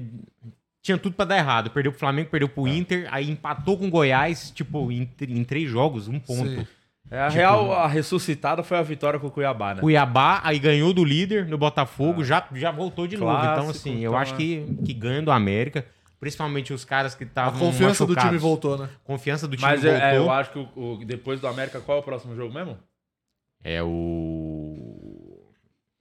[SPEAKER 2] tinha tudo pra dar errado. Perdeu pro Flamengo, perdeu
[SPEAKER 1] É.
[SPEAKER 2] pro Inter, aí empatou com o Goiás, tipo, em, tr- em três jogos, um ponto.
[SPEAKER 3] Sim.
[SPEAKER 1] É, a real, a ressuscitada foi a vitória com o Cuiabá, né?
[SPEAKER 2] Tipo,
[SPEAKER 1] Ah.
[SPEAKER 2] Cuiabá, aí ganhou do líder no Botafogo, já, já voltou de novo. Então,
[SPEAKER 1] Clássico,
[SPEAKER 2] assim, eu
[SPEAKER 1] então,
[SPEAKER 2] acho
[SPEAKER 1] é.
[SPEAKER 2] que, que ganha do América, principalmente os caras que
[SPEAKER 3] A
[SPEAKER 2] estavam.
[SPEAKER 3] confiança do time
[SPEAKER 2] machucados.
[SPEAKER 3] voltou, né?
[SPEAKER 2] Confiança do time
[SPEAKER 1] Mas
[SPEAKER 2] voltou.
[SPEAKER 1] é, é, eu acho que o- o- depois do América, qual é o próximo jogo mesmo?
[SPEAKER 2] É o.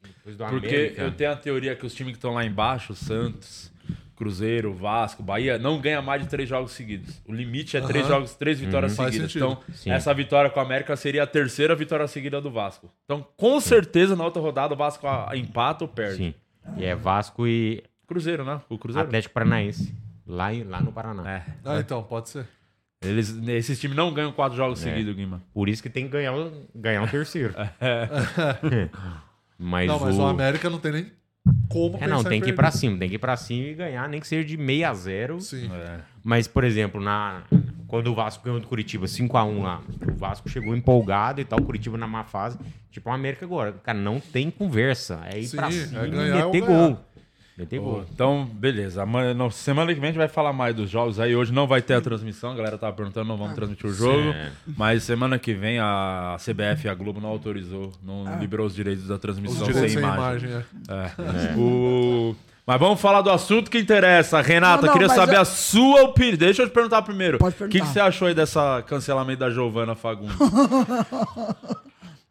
[SPEAKER 2] Depois do
[SPEAKER 1] Porque
[SPEAKER 2] América.
[SPEAKER 1] eu tenho a teoria que os times que estão lá embaixo, Santos, Cruzeiro, Vasco, Bahia, não ganha mais de três jogos seguidos. O limite é três
[SPEAKER 3] Aham.
[SPEAKER 1] jogos, três
[SPEAKER 2] Uhum.
[SPEAKER 1] vitórias
[SPEAKER 3] Faz
[SPEAKER 1] seguidas.
[SPEAKER 3] sentido.
[SPEAKER 1] Então, essa vitória com o América seria a terceira vitória seguida do Vasco. Então, com certeza, na outra rodada, o Vasco ah, empata ou perde.
[SPEAKER 2] Sim. E é Vasco e
[SPEAKER 1] Cruzeiro, né? O Cruzeiro.
[SPEAKER 2] Atlético Paranaense. Lá, em- lá no Paraná.
[SPEAKER 1] É.
[SPEAKER 3] Ah, então, pode ser.
[SPEAKER 1] Eles, esses times não ganham quatro jogos seguidos, Guima.
[SPEAKER 2] É. Por isso que tem que ganhar, o- ganhar um terceiro.
[SPEAKER 1] É.
[SPEAKER 2] mas
[SPEAKER 3] não, mas
[SPEAKER 2] o...
[SPEAKER 3] o América não tem nem como
[SPEAKER 2] É, não,
[SPEAKER 3] pensar em
[SPEAKER 2] tem que ir
[SPEAKER 3] perder.
[SPEAKER 2] pra cima. Tem que ir pra cima e ganhar, nem que seja de 6 a 0
[SPEAKER 3] Sim.
[SPEAKER 1] É.
[SPEAKER 2] Mas, por exemplo, na... quando o Vasco ganhou do Curitiba 5x1 lá, o Vasco chegou empolgado e tal, o Curitiba na má fase. Tipo, o América agora. Cara, não tem conversa. É ir
[SPEAKER 3] Sim,
[SPEAKER 2] pra
[SPEAKER 3] é
[SPEAKER 2] cima
[SPEAKER 3] ganhar
[SPEAKER 2] e
[SPEAKER 3] ou
[SPEAKER 2] meter
[SPEAKER 3] ganhar.
[SPEAKER 2] gol. Meter gol.
[SPEAKER 1] Então, beleza. Amanhã- não, semana que vem a gente vai falar mais dos jogos. Aí hoje não vai ter a transmissão. A galera tava perguntando, não
[SPEAKER 5] Ah.
[SPEAKER 1] vamos transmitir o jogo. Mas semana que vem a CBF e a Globo não autorizou, não
[SPEAKER 5] Ah.
[SPEAKER 1] liberou os direitos da
[SPEAKER 3] Os
[SPEAKER 1] transmissão sem
[SPEAKER 3] direitos sem
[SPEAKER 1] imagem.
[SPEAKER 3] imagem, é.
[SPEAKER 1] É. O- Mas vamos falar do assunto que interessa. Renata,
[SPEAKER 5] Não, não,
[SPEAKER 1] queria
[SPEAKER 5] mas
[SPEAKER 1] saber
[SPEAKER 5] eu-
[SPEAKER 1] a sua opinião. Deixa eu te perguntar primeiro.
[SPEAKER 5] Pode
[SPEAKER 1] O que, que
[SPEAKER 5] perguntar.
[SPEAKER 1] você achou aí dessa cancelamento da Giovana Fagundes?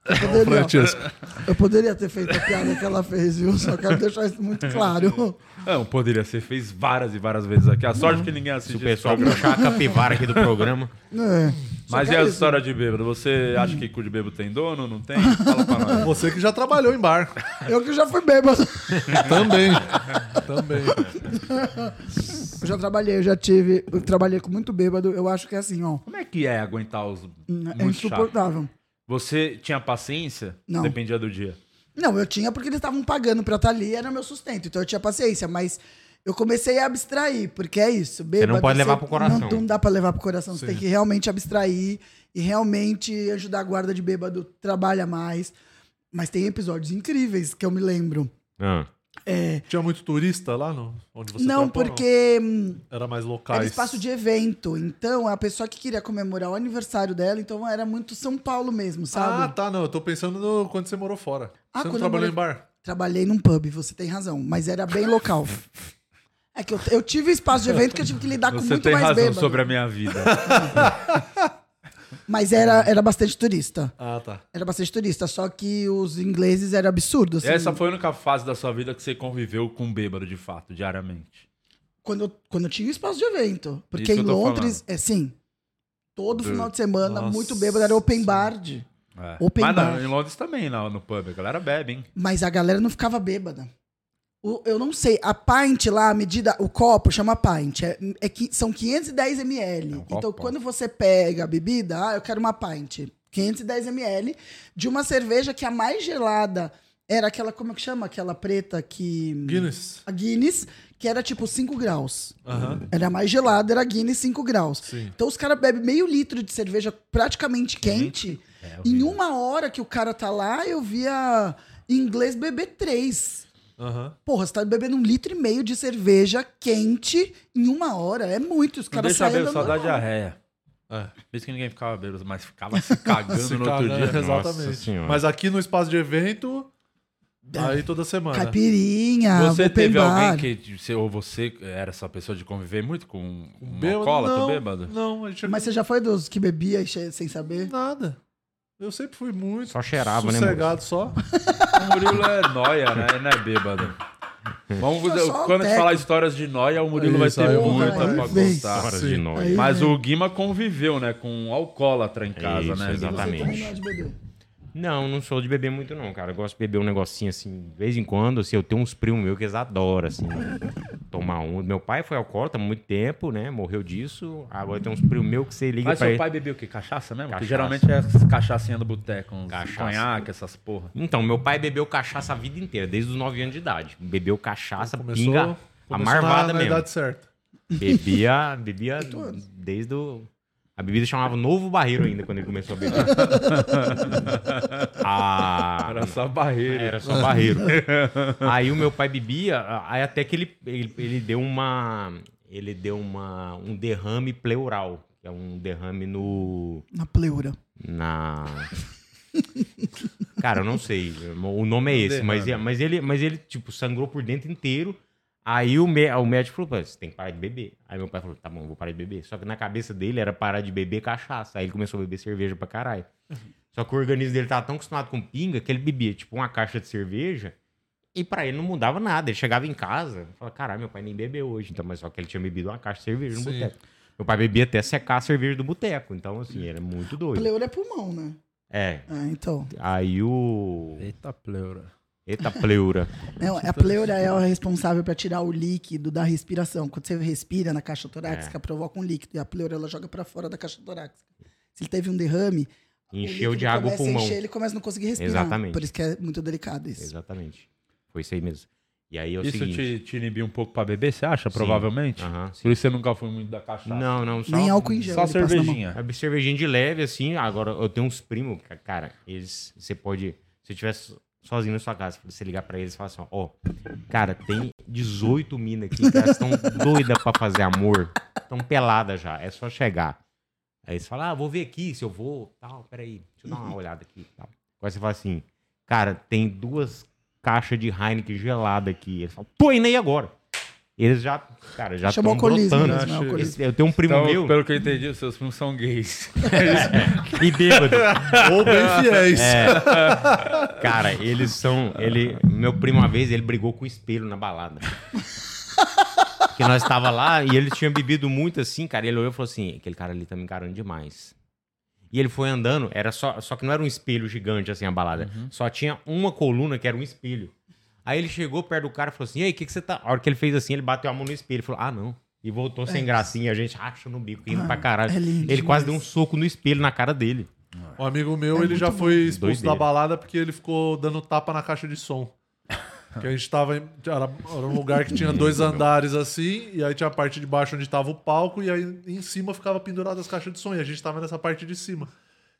[SPEAKER 5] Eu poderia,
[SPEAKER 3] Francesco.
[SPEAKER 5] eu poderia ter feito a piada que ela fez, viu? Só quero deixar isso muito claro.
[SPEAKER 1] não, É, poderia ser. Fez várias e várias vezes aqui. A sorte que ninguém
[SPEAKER 2] Se
[SPEAKER 1] assiste.
[SPEAKER 2] o
[SPEAKER 1] esse
[SPEAKER 2] pessoal
[SPEAKER 1] programa.
[SPEAKER 2] puxar a capivara aqui do programa.
[SPEAKER 5] É.
[SPEAKER 1] Mas
[SPEAKER 5] Só
[SPEAKER 1] e
[SPEAKER 5] quero
[SPEAKER 1] a
[SPEAKER 5] isso.
[SPEAKER 1] história de bêbado? Você acha que cu de bêbado tem dono? Não tem? Fala pra nós.
[SPEAKER 3] Você que já trabalhou em bar.
[SPEAKER 5] Eu que já fui bêbado.
[SPEAKER 3] Também. Também.
[SPEAKER 5] Eu já trabalhei, eu já tive. Eu trabalhei com muito bêbado. Eu acho que é assim, ó.
[SPEAKER 1] Como é que é aguentar os. muito
[SPEAKER 5] É
[SPEAKER 1] chato?
[SPEAKER 5] insuportável.
[SPEAKER 1] Você tinha paciência?
[SPEAKER 5] Não.
[SPEAKER 1] Dependia do dia.
[SPEAKER 5] Não, eu tinha porque eles estavam pagando pra estar ali, era meu sustento, então eu tinha paciência, mas eu comecei a abstrair, porque é isso. Bêbado,
[SPEAKER 2] não pode levar pro coração.
[SPEAKER 5] Não, não dá pra levar pro coração, você tem que realmente abstrair e realmente ajudar a guarda de bêbado, trabalha mais. Mas tem episódios incríveis que eu me lembro.
[SPEAKER 2] Ah.
[SPEAKER 3] Tinha muito turista lá no, onde você
[SPEAKER 5] É. não,
[SPEAKER 3] trampou,
[SPEAKER 5] porque hum,
[SPEAKER 3] Era mais locais.
[SPEAKER 5] era espaço de evento, então a pessoa que queria comemorar o aniversário dela, então era muito São Paulo mesmo,
[SPEAKER 3] Ah,
[SPEAKER 5] sabe?
[SPEAKER 3] tá, não. Eu tô pensando no- quando você morou fora.
[SPEAKER 5] Ah,
[SPEAKER 3] você não
[SPEAKER 5] quando eu
[SPEAKER 3] trabalhou
[SPEAKER 5] morei-
[SPEAKER 3] em bar?
[SPEAKER 5] Trabalhei num pub, você tem razão, mas era bem local. É que eu, eu tive espaço de evento que eu tive que lidar tá com
[SPEAKER 1] Você
[SPEAKER 5] muito
[SPEAKER 1] tem
[SPEAKER 5] mais
[SPEAKER 1] razão
[SPEAKER 5] bêbado.
[SPEAKER 1] sobre a minha vida.
[SPEAKER 5] Mas era, era bastante turista.
[SPEAKER 3] Ah, tá.
[SPEAKER 5] Era bastante turista, só que os ingleses eram absurdos. assim.
[SPEAKER 1] Essa foi a única fase da sua vida que você conviveu com bêbado, de fato, diariamente.
[SPEAKER 5] quando, eu- quando eu tinha espaço de evento. Porque
[SPEAKER 1] Isso
[SPEAKER 5] em
[SPEAKER 1] eu tô
[SPEAKER 5] Londres, é sim. Todo final de semana,
[SPEAKER 3] Nossa.
[SPEAKER 5] muito bêbado, era open bar. de-
[SPEAKER 1] É.
[SPEAKER 5] Open
[SPEAKER 1] Mas na-
[SPEAKER 5] bar.
[SPEAKER 1] em Londres também, na- no pub. A galera bebe, hein?
[SPEAKER 5] Mas a galera não ficava bêbada. O- eu não sei, a pint lá, a medida, o copo chama pint. É, é que são 510 ml.
[SPEAKER 1] É um
[SPEAKER 5] então,
[SPEAKER 1] copão.
[SPEAKER 5] quando você pega a bebida, ah, eu quero uma pint. 510 ml de uma cerveja que a mais gelada era aquela, como é que chama? Aquela preta que.
[SPEAKER 3] Guinness.
[SPEAKER 5] a Guinness, que era tipo 5 graus.
[SPEAKER 3] Aham.
[SPEAKER 5] Era a mais gelada, era a Guinness 5 graus.
[SPEAKER 3] Sim.
[SPEAKER 5] Então os caras bebem meio litro de cerveja praticamente quente.
[SPEAKER 3] é
[SPEAKER 5] em uma hora que o cara tá lá, eu via inglês beber três.
[SPEAKER 3] Aham.
[SPEAKER 5] Porra, você tá bebendo um litro e meio de cerveja quente em uma hora. É muito. Os
[SPEAKER 1] Não
[SPEAKER 5] caras
[SPEAKER 1] deixa
[SPEAKER 5] saem
[SPEAKER 1] bêbado,
[SPEAKER 5] andando
[SPEAKER 1] só dá
[SPEAKER 5] normal.
[SPEAKER 1] diarreia.
[SPEAKER 3] É.
[SPEAKER 1] Por isso que ninguém ficava bêbado, mas ficava se cagando
[SPEAKER 3] Se
[SPEAKER 1] no outro
[SPEAKER 3] caga, é,
[SPEAKER 1] dia.
[SPEAKER 3] Exatamente.
[SPEAKER 2] Nossa Senhora.
[SPEAKER 3] Mas aqui no espaço de evento, Aí toda semana.
[SPEAKER 5] Caipirinha,
[SPEAKER 1] Você
[SPEAKER 5] open
[SPEAKER 1] teve
[SPEAKER 5] bar.
[SPEAKER 1] alguém que você, ou você era essa pessoa de conviver muito com um
[SPEAKER 3] Bêbado?
[SPEAKER 1] alcoólatra
[SPEAKER 3] não,
[SPEAKER 1] bêbado?
[SPEAKER 3] Não, a gente
[SPEAKER 5] Mas você já foi dos que bebia e che- sem saber?
[SPEAKER 3] nada. Eu sempre fui muito
[SPEAKER 2] Só cheirava, né,
[SPEAKER 3] sossegado só.
[SPEAKER 1] O Murilo é noia, né? Ele não é bêbado. Vamos,
[SPEAKER 5] Só- só
[SPEAKER 1] quando a gente
[SPEAKER 5] técnico.
[SPEAKER 1] falar histórias de noia, o Murilo vai
[SPEAKER 3] Isso,
[SPEAKER 1] ter
[SPEAKER 3] aí eu-
[SPEAKER 1] muita
[SPEAKER 5] aí
[SPEAKER 1] pra
[SPEAKER 5] vem.
[SPEAKER 1] contar.
[SPEAKER 2] Horas
[SPEAKER 3] Sim.
[SPEAKER 2] de noite.
[SPEAKER 5] Aí-
[SPEAKER 1] Mas o Guima conviveu, né, com um alcoólatra em casa,
[SPEAKER 2] Isso,
[SPEAKER 1] né?
[SPEAKER 2] exatamente.
[SPEAKER 5] Você também não é de beber.
[SPEAKER 2] Não, não sou de beber muito, não, cara. Eu gosto de beber um negocinho assim, de vez em quando, assim, eu tenho uns primos meus que eles adoram, assim, tomar um. Meu pai foi alcoólatra há muito tempo, né? Morreu disso. Agora tem uns primos meus que você liga
[SPEAKER 1] Mas
[SPEAKER 2] pra
[SPEAKER 1] seu
[SPEAKER 2] ele.
[SPEAKER 1] pai bebia o quê? Cachaça mesmo? Porque
[SPEAKER 2] Cachaça.
[SPEAKER 1] geralmente é as cachaçinha do boteco, uns
[SPEAKER 2] Cachaça.
[SPEAKER 1] conhaque, essas porra.
[SPEAKER 2] Então, meu pai bebeu cachaça a vida inteira, desde os 9 anos de idade. Bebeu cachaça,
[SPEAKER 3] Começou,
[SPEAKER 2] pinga, a
[SPEAKER 3] começou
[SPEAKER 2] marvada
[SPEAKER 3] na, na
[SPEAKER 2] mesmo.
[SPEAKER 3] idade certa.
[SPEAKER 2] Bebia, bebia desde o... A bebida chamava Novo Barreiro ainda, quando ele começou a beber. Ah,
[SPEAKER 1] Era só barreira.
[SPEAKER 2] Era só barreiro. aí o meu pai bebia, aí até que ele, ele, ele deu uma. Ele deu uma, um derrame pleural. Que é um derrame no.
[SPEAKER 5] Na pleura.
[SPEAKER 2] Na. Cara, eu não sei. O nome é esse, mas, é- mas, ele, mas ele, tipo, sangrou por dentro inteiro. Aí o, mé- o médico falou: "Pô, você tem que parar de beber. Aí meu pai falou: tá bom, eu vou parar de beber. Só que na cabeça dele era parar de beber cachaça. Aí ele começou a beber cerveja pra caralho. Só que o organismo dele tava tão acostumado com pinga que ele bebia, tipo, uma caixa de cerveja. E pra ele não mudava nada. Ele chegava em casa e falava: caralho, meu pai nem bebeu hoje. Então, mas só que ele tinha bebido uma caixa de cerveja no
[SPEAKER 3] Sim.
[SPEAKER 2] boteco. Meu pai bebia até secar a cerveja do boteco. Então, assim, era muito doido.
[SPEAKER 5] Pleura é pulmão, né?
[SPEAKER 2] É,
[SPEAKER 5] Ah, então.
[SPEAKER 2] Aí o.
[SPEAKER 1] Eita pleura.
[SPEAKER 2] Eita pleura.
[SPEAKER 5] Não, a pleura é a responsável para tirar o líquido da respiração. Quando você respira na caixa
[SPEAKER 2] É.
[SPEAKER 5] torácica, provoca um líquido. E a pleura ela joga para fora da caixa torácica. Se ele teve um derrame, o
[SPEAKER 2] Encheu
[SPEAKER 5] líquido
[SPEAKER 2] de água
[SPEAKER 5] começa
[SPEAKER 2] o
[SPEAKER 5] a
[SPEAKER 2] pulmão.
[SPEAKER 5] Encher, ele começa a não conseguir respirar.
[SPEAKER 2] Exatamente.
[SPEAKER 5] Por isso que é muito delicado isso.
[SPEAKER 2] Exatamente. Foi isso aí mesmo. E aí é o
[SPEAKER 1] Isso
[SPEAKER 2] seguinte.
[SPEAKER 1] te, te inibiu um pouco pra beber, você acha?
[SPEAKER 2] Sim.
[SPEAKER 1] Provavelmente.
[SPEAKER 2] Aham, sim.
[SPEAKER 1] Por isso você nunca foi muito da cachaça.
[SPEAKER 2] Não, não, só. um
[SPEAKER 5] Nem álcool em gel.
[SPEAKER 1] Só
[SPEAKER 5] ele passa na mão.
[SPEAKER 1] cervejinha.
[SPEAKER 2] a cervejinha de leve, assim. Agora eu tenho uns primos, ca- cara, eles. Você pode. Se eu tivesse sozinho na sua casa, você ligar pra eles e falar assim, ó, ó, cara, tem 18 minas aqui que elas estão doidas pra fazer amor. Estão peladas já. É só chegar. Aí você fala, ah, vou ver aqui se eu vou, tal, peraí, deixa eu dar uma olhada aqui, tal. Agora você fala assim, cara, tem duas caixas de Heineken gelada aqui. Ele fala, pô, e nem agora? Eles já, cara, já
[SPEAKER 5] Chama
[SPEAKER 2] estão
[SPEAKER 5] alcoolismo,
[SPEAKER 2] brotando.
[SPEAKER 5] né? Chama alcoolismo.
[SPEAKER 2] Esse- Eu tenho um primo
[SPEAKER 1] Então,
[SPEAKER 2] meu
[SPEAKER 1] pelo que eu entendi, os seus filmes são gays.
[SPEAKER 2] e bêbado. É.
[SPEAKER 3] Ou bem fiéis.
[SPEAKER 2] Cara, eles são. Ele, meu primo, uma vez, ele brigou com o espelho na balada. que nós tava lá e ele tinha bebido muito assim, cara. Ele olhou e falou assim: aquele cara ali tá me encarando demais. E ele foi andando, era só, só que não era um espelho gigante assim a balada.
[SPEAKER 3] Uhum.
[SPEAKER 2] Só tinha uma coluna que era um espelho. Aí ele chegou perto do cara e falou assim: E aí, o que, que você tá. A hora que ele fez assim, ele bateu a mão no espelho. Ele falou: Ah, não. E voltou
[SPEAKER 3] É.
[SPEAKER 2] sem gracinha, a gente racha no bico, rindo
[SPEAKER 5] Ah,
[SPEAKER 2] pra caralho.
[SPEAKER 5] é lindo
[SPEAKER 2] ele quase deu um
[SPEAKER 5] demais.
[SPEAKER 2] soco no espelho na cara dele.
[SPEAKER 3] Um amigo meu,
[SPEAKER 5] É
[SPEAKER 2] É
[SPEAKER 3] ele já foi expulso da balada porque ele ficou dando tapa na caixa de som. Que a gente tava em, era, era um lugar que tinha dois andares assim, e aí tinha a parte de baixo onde tava o palco, e aí em cima ficava pendurado as caixas de som, e a gente tava nessa parte de cima.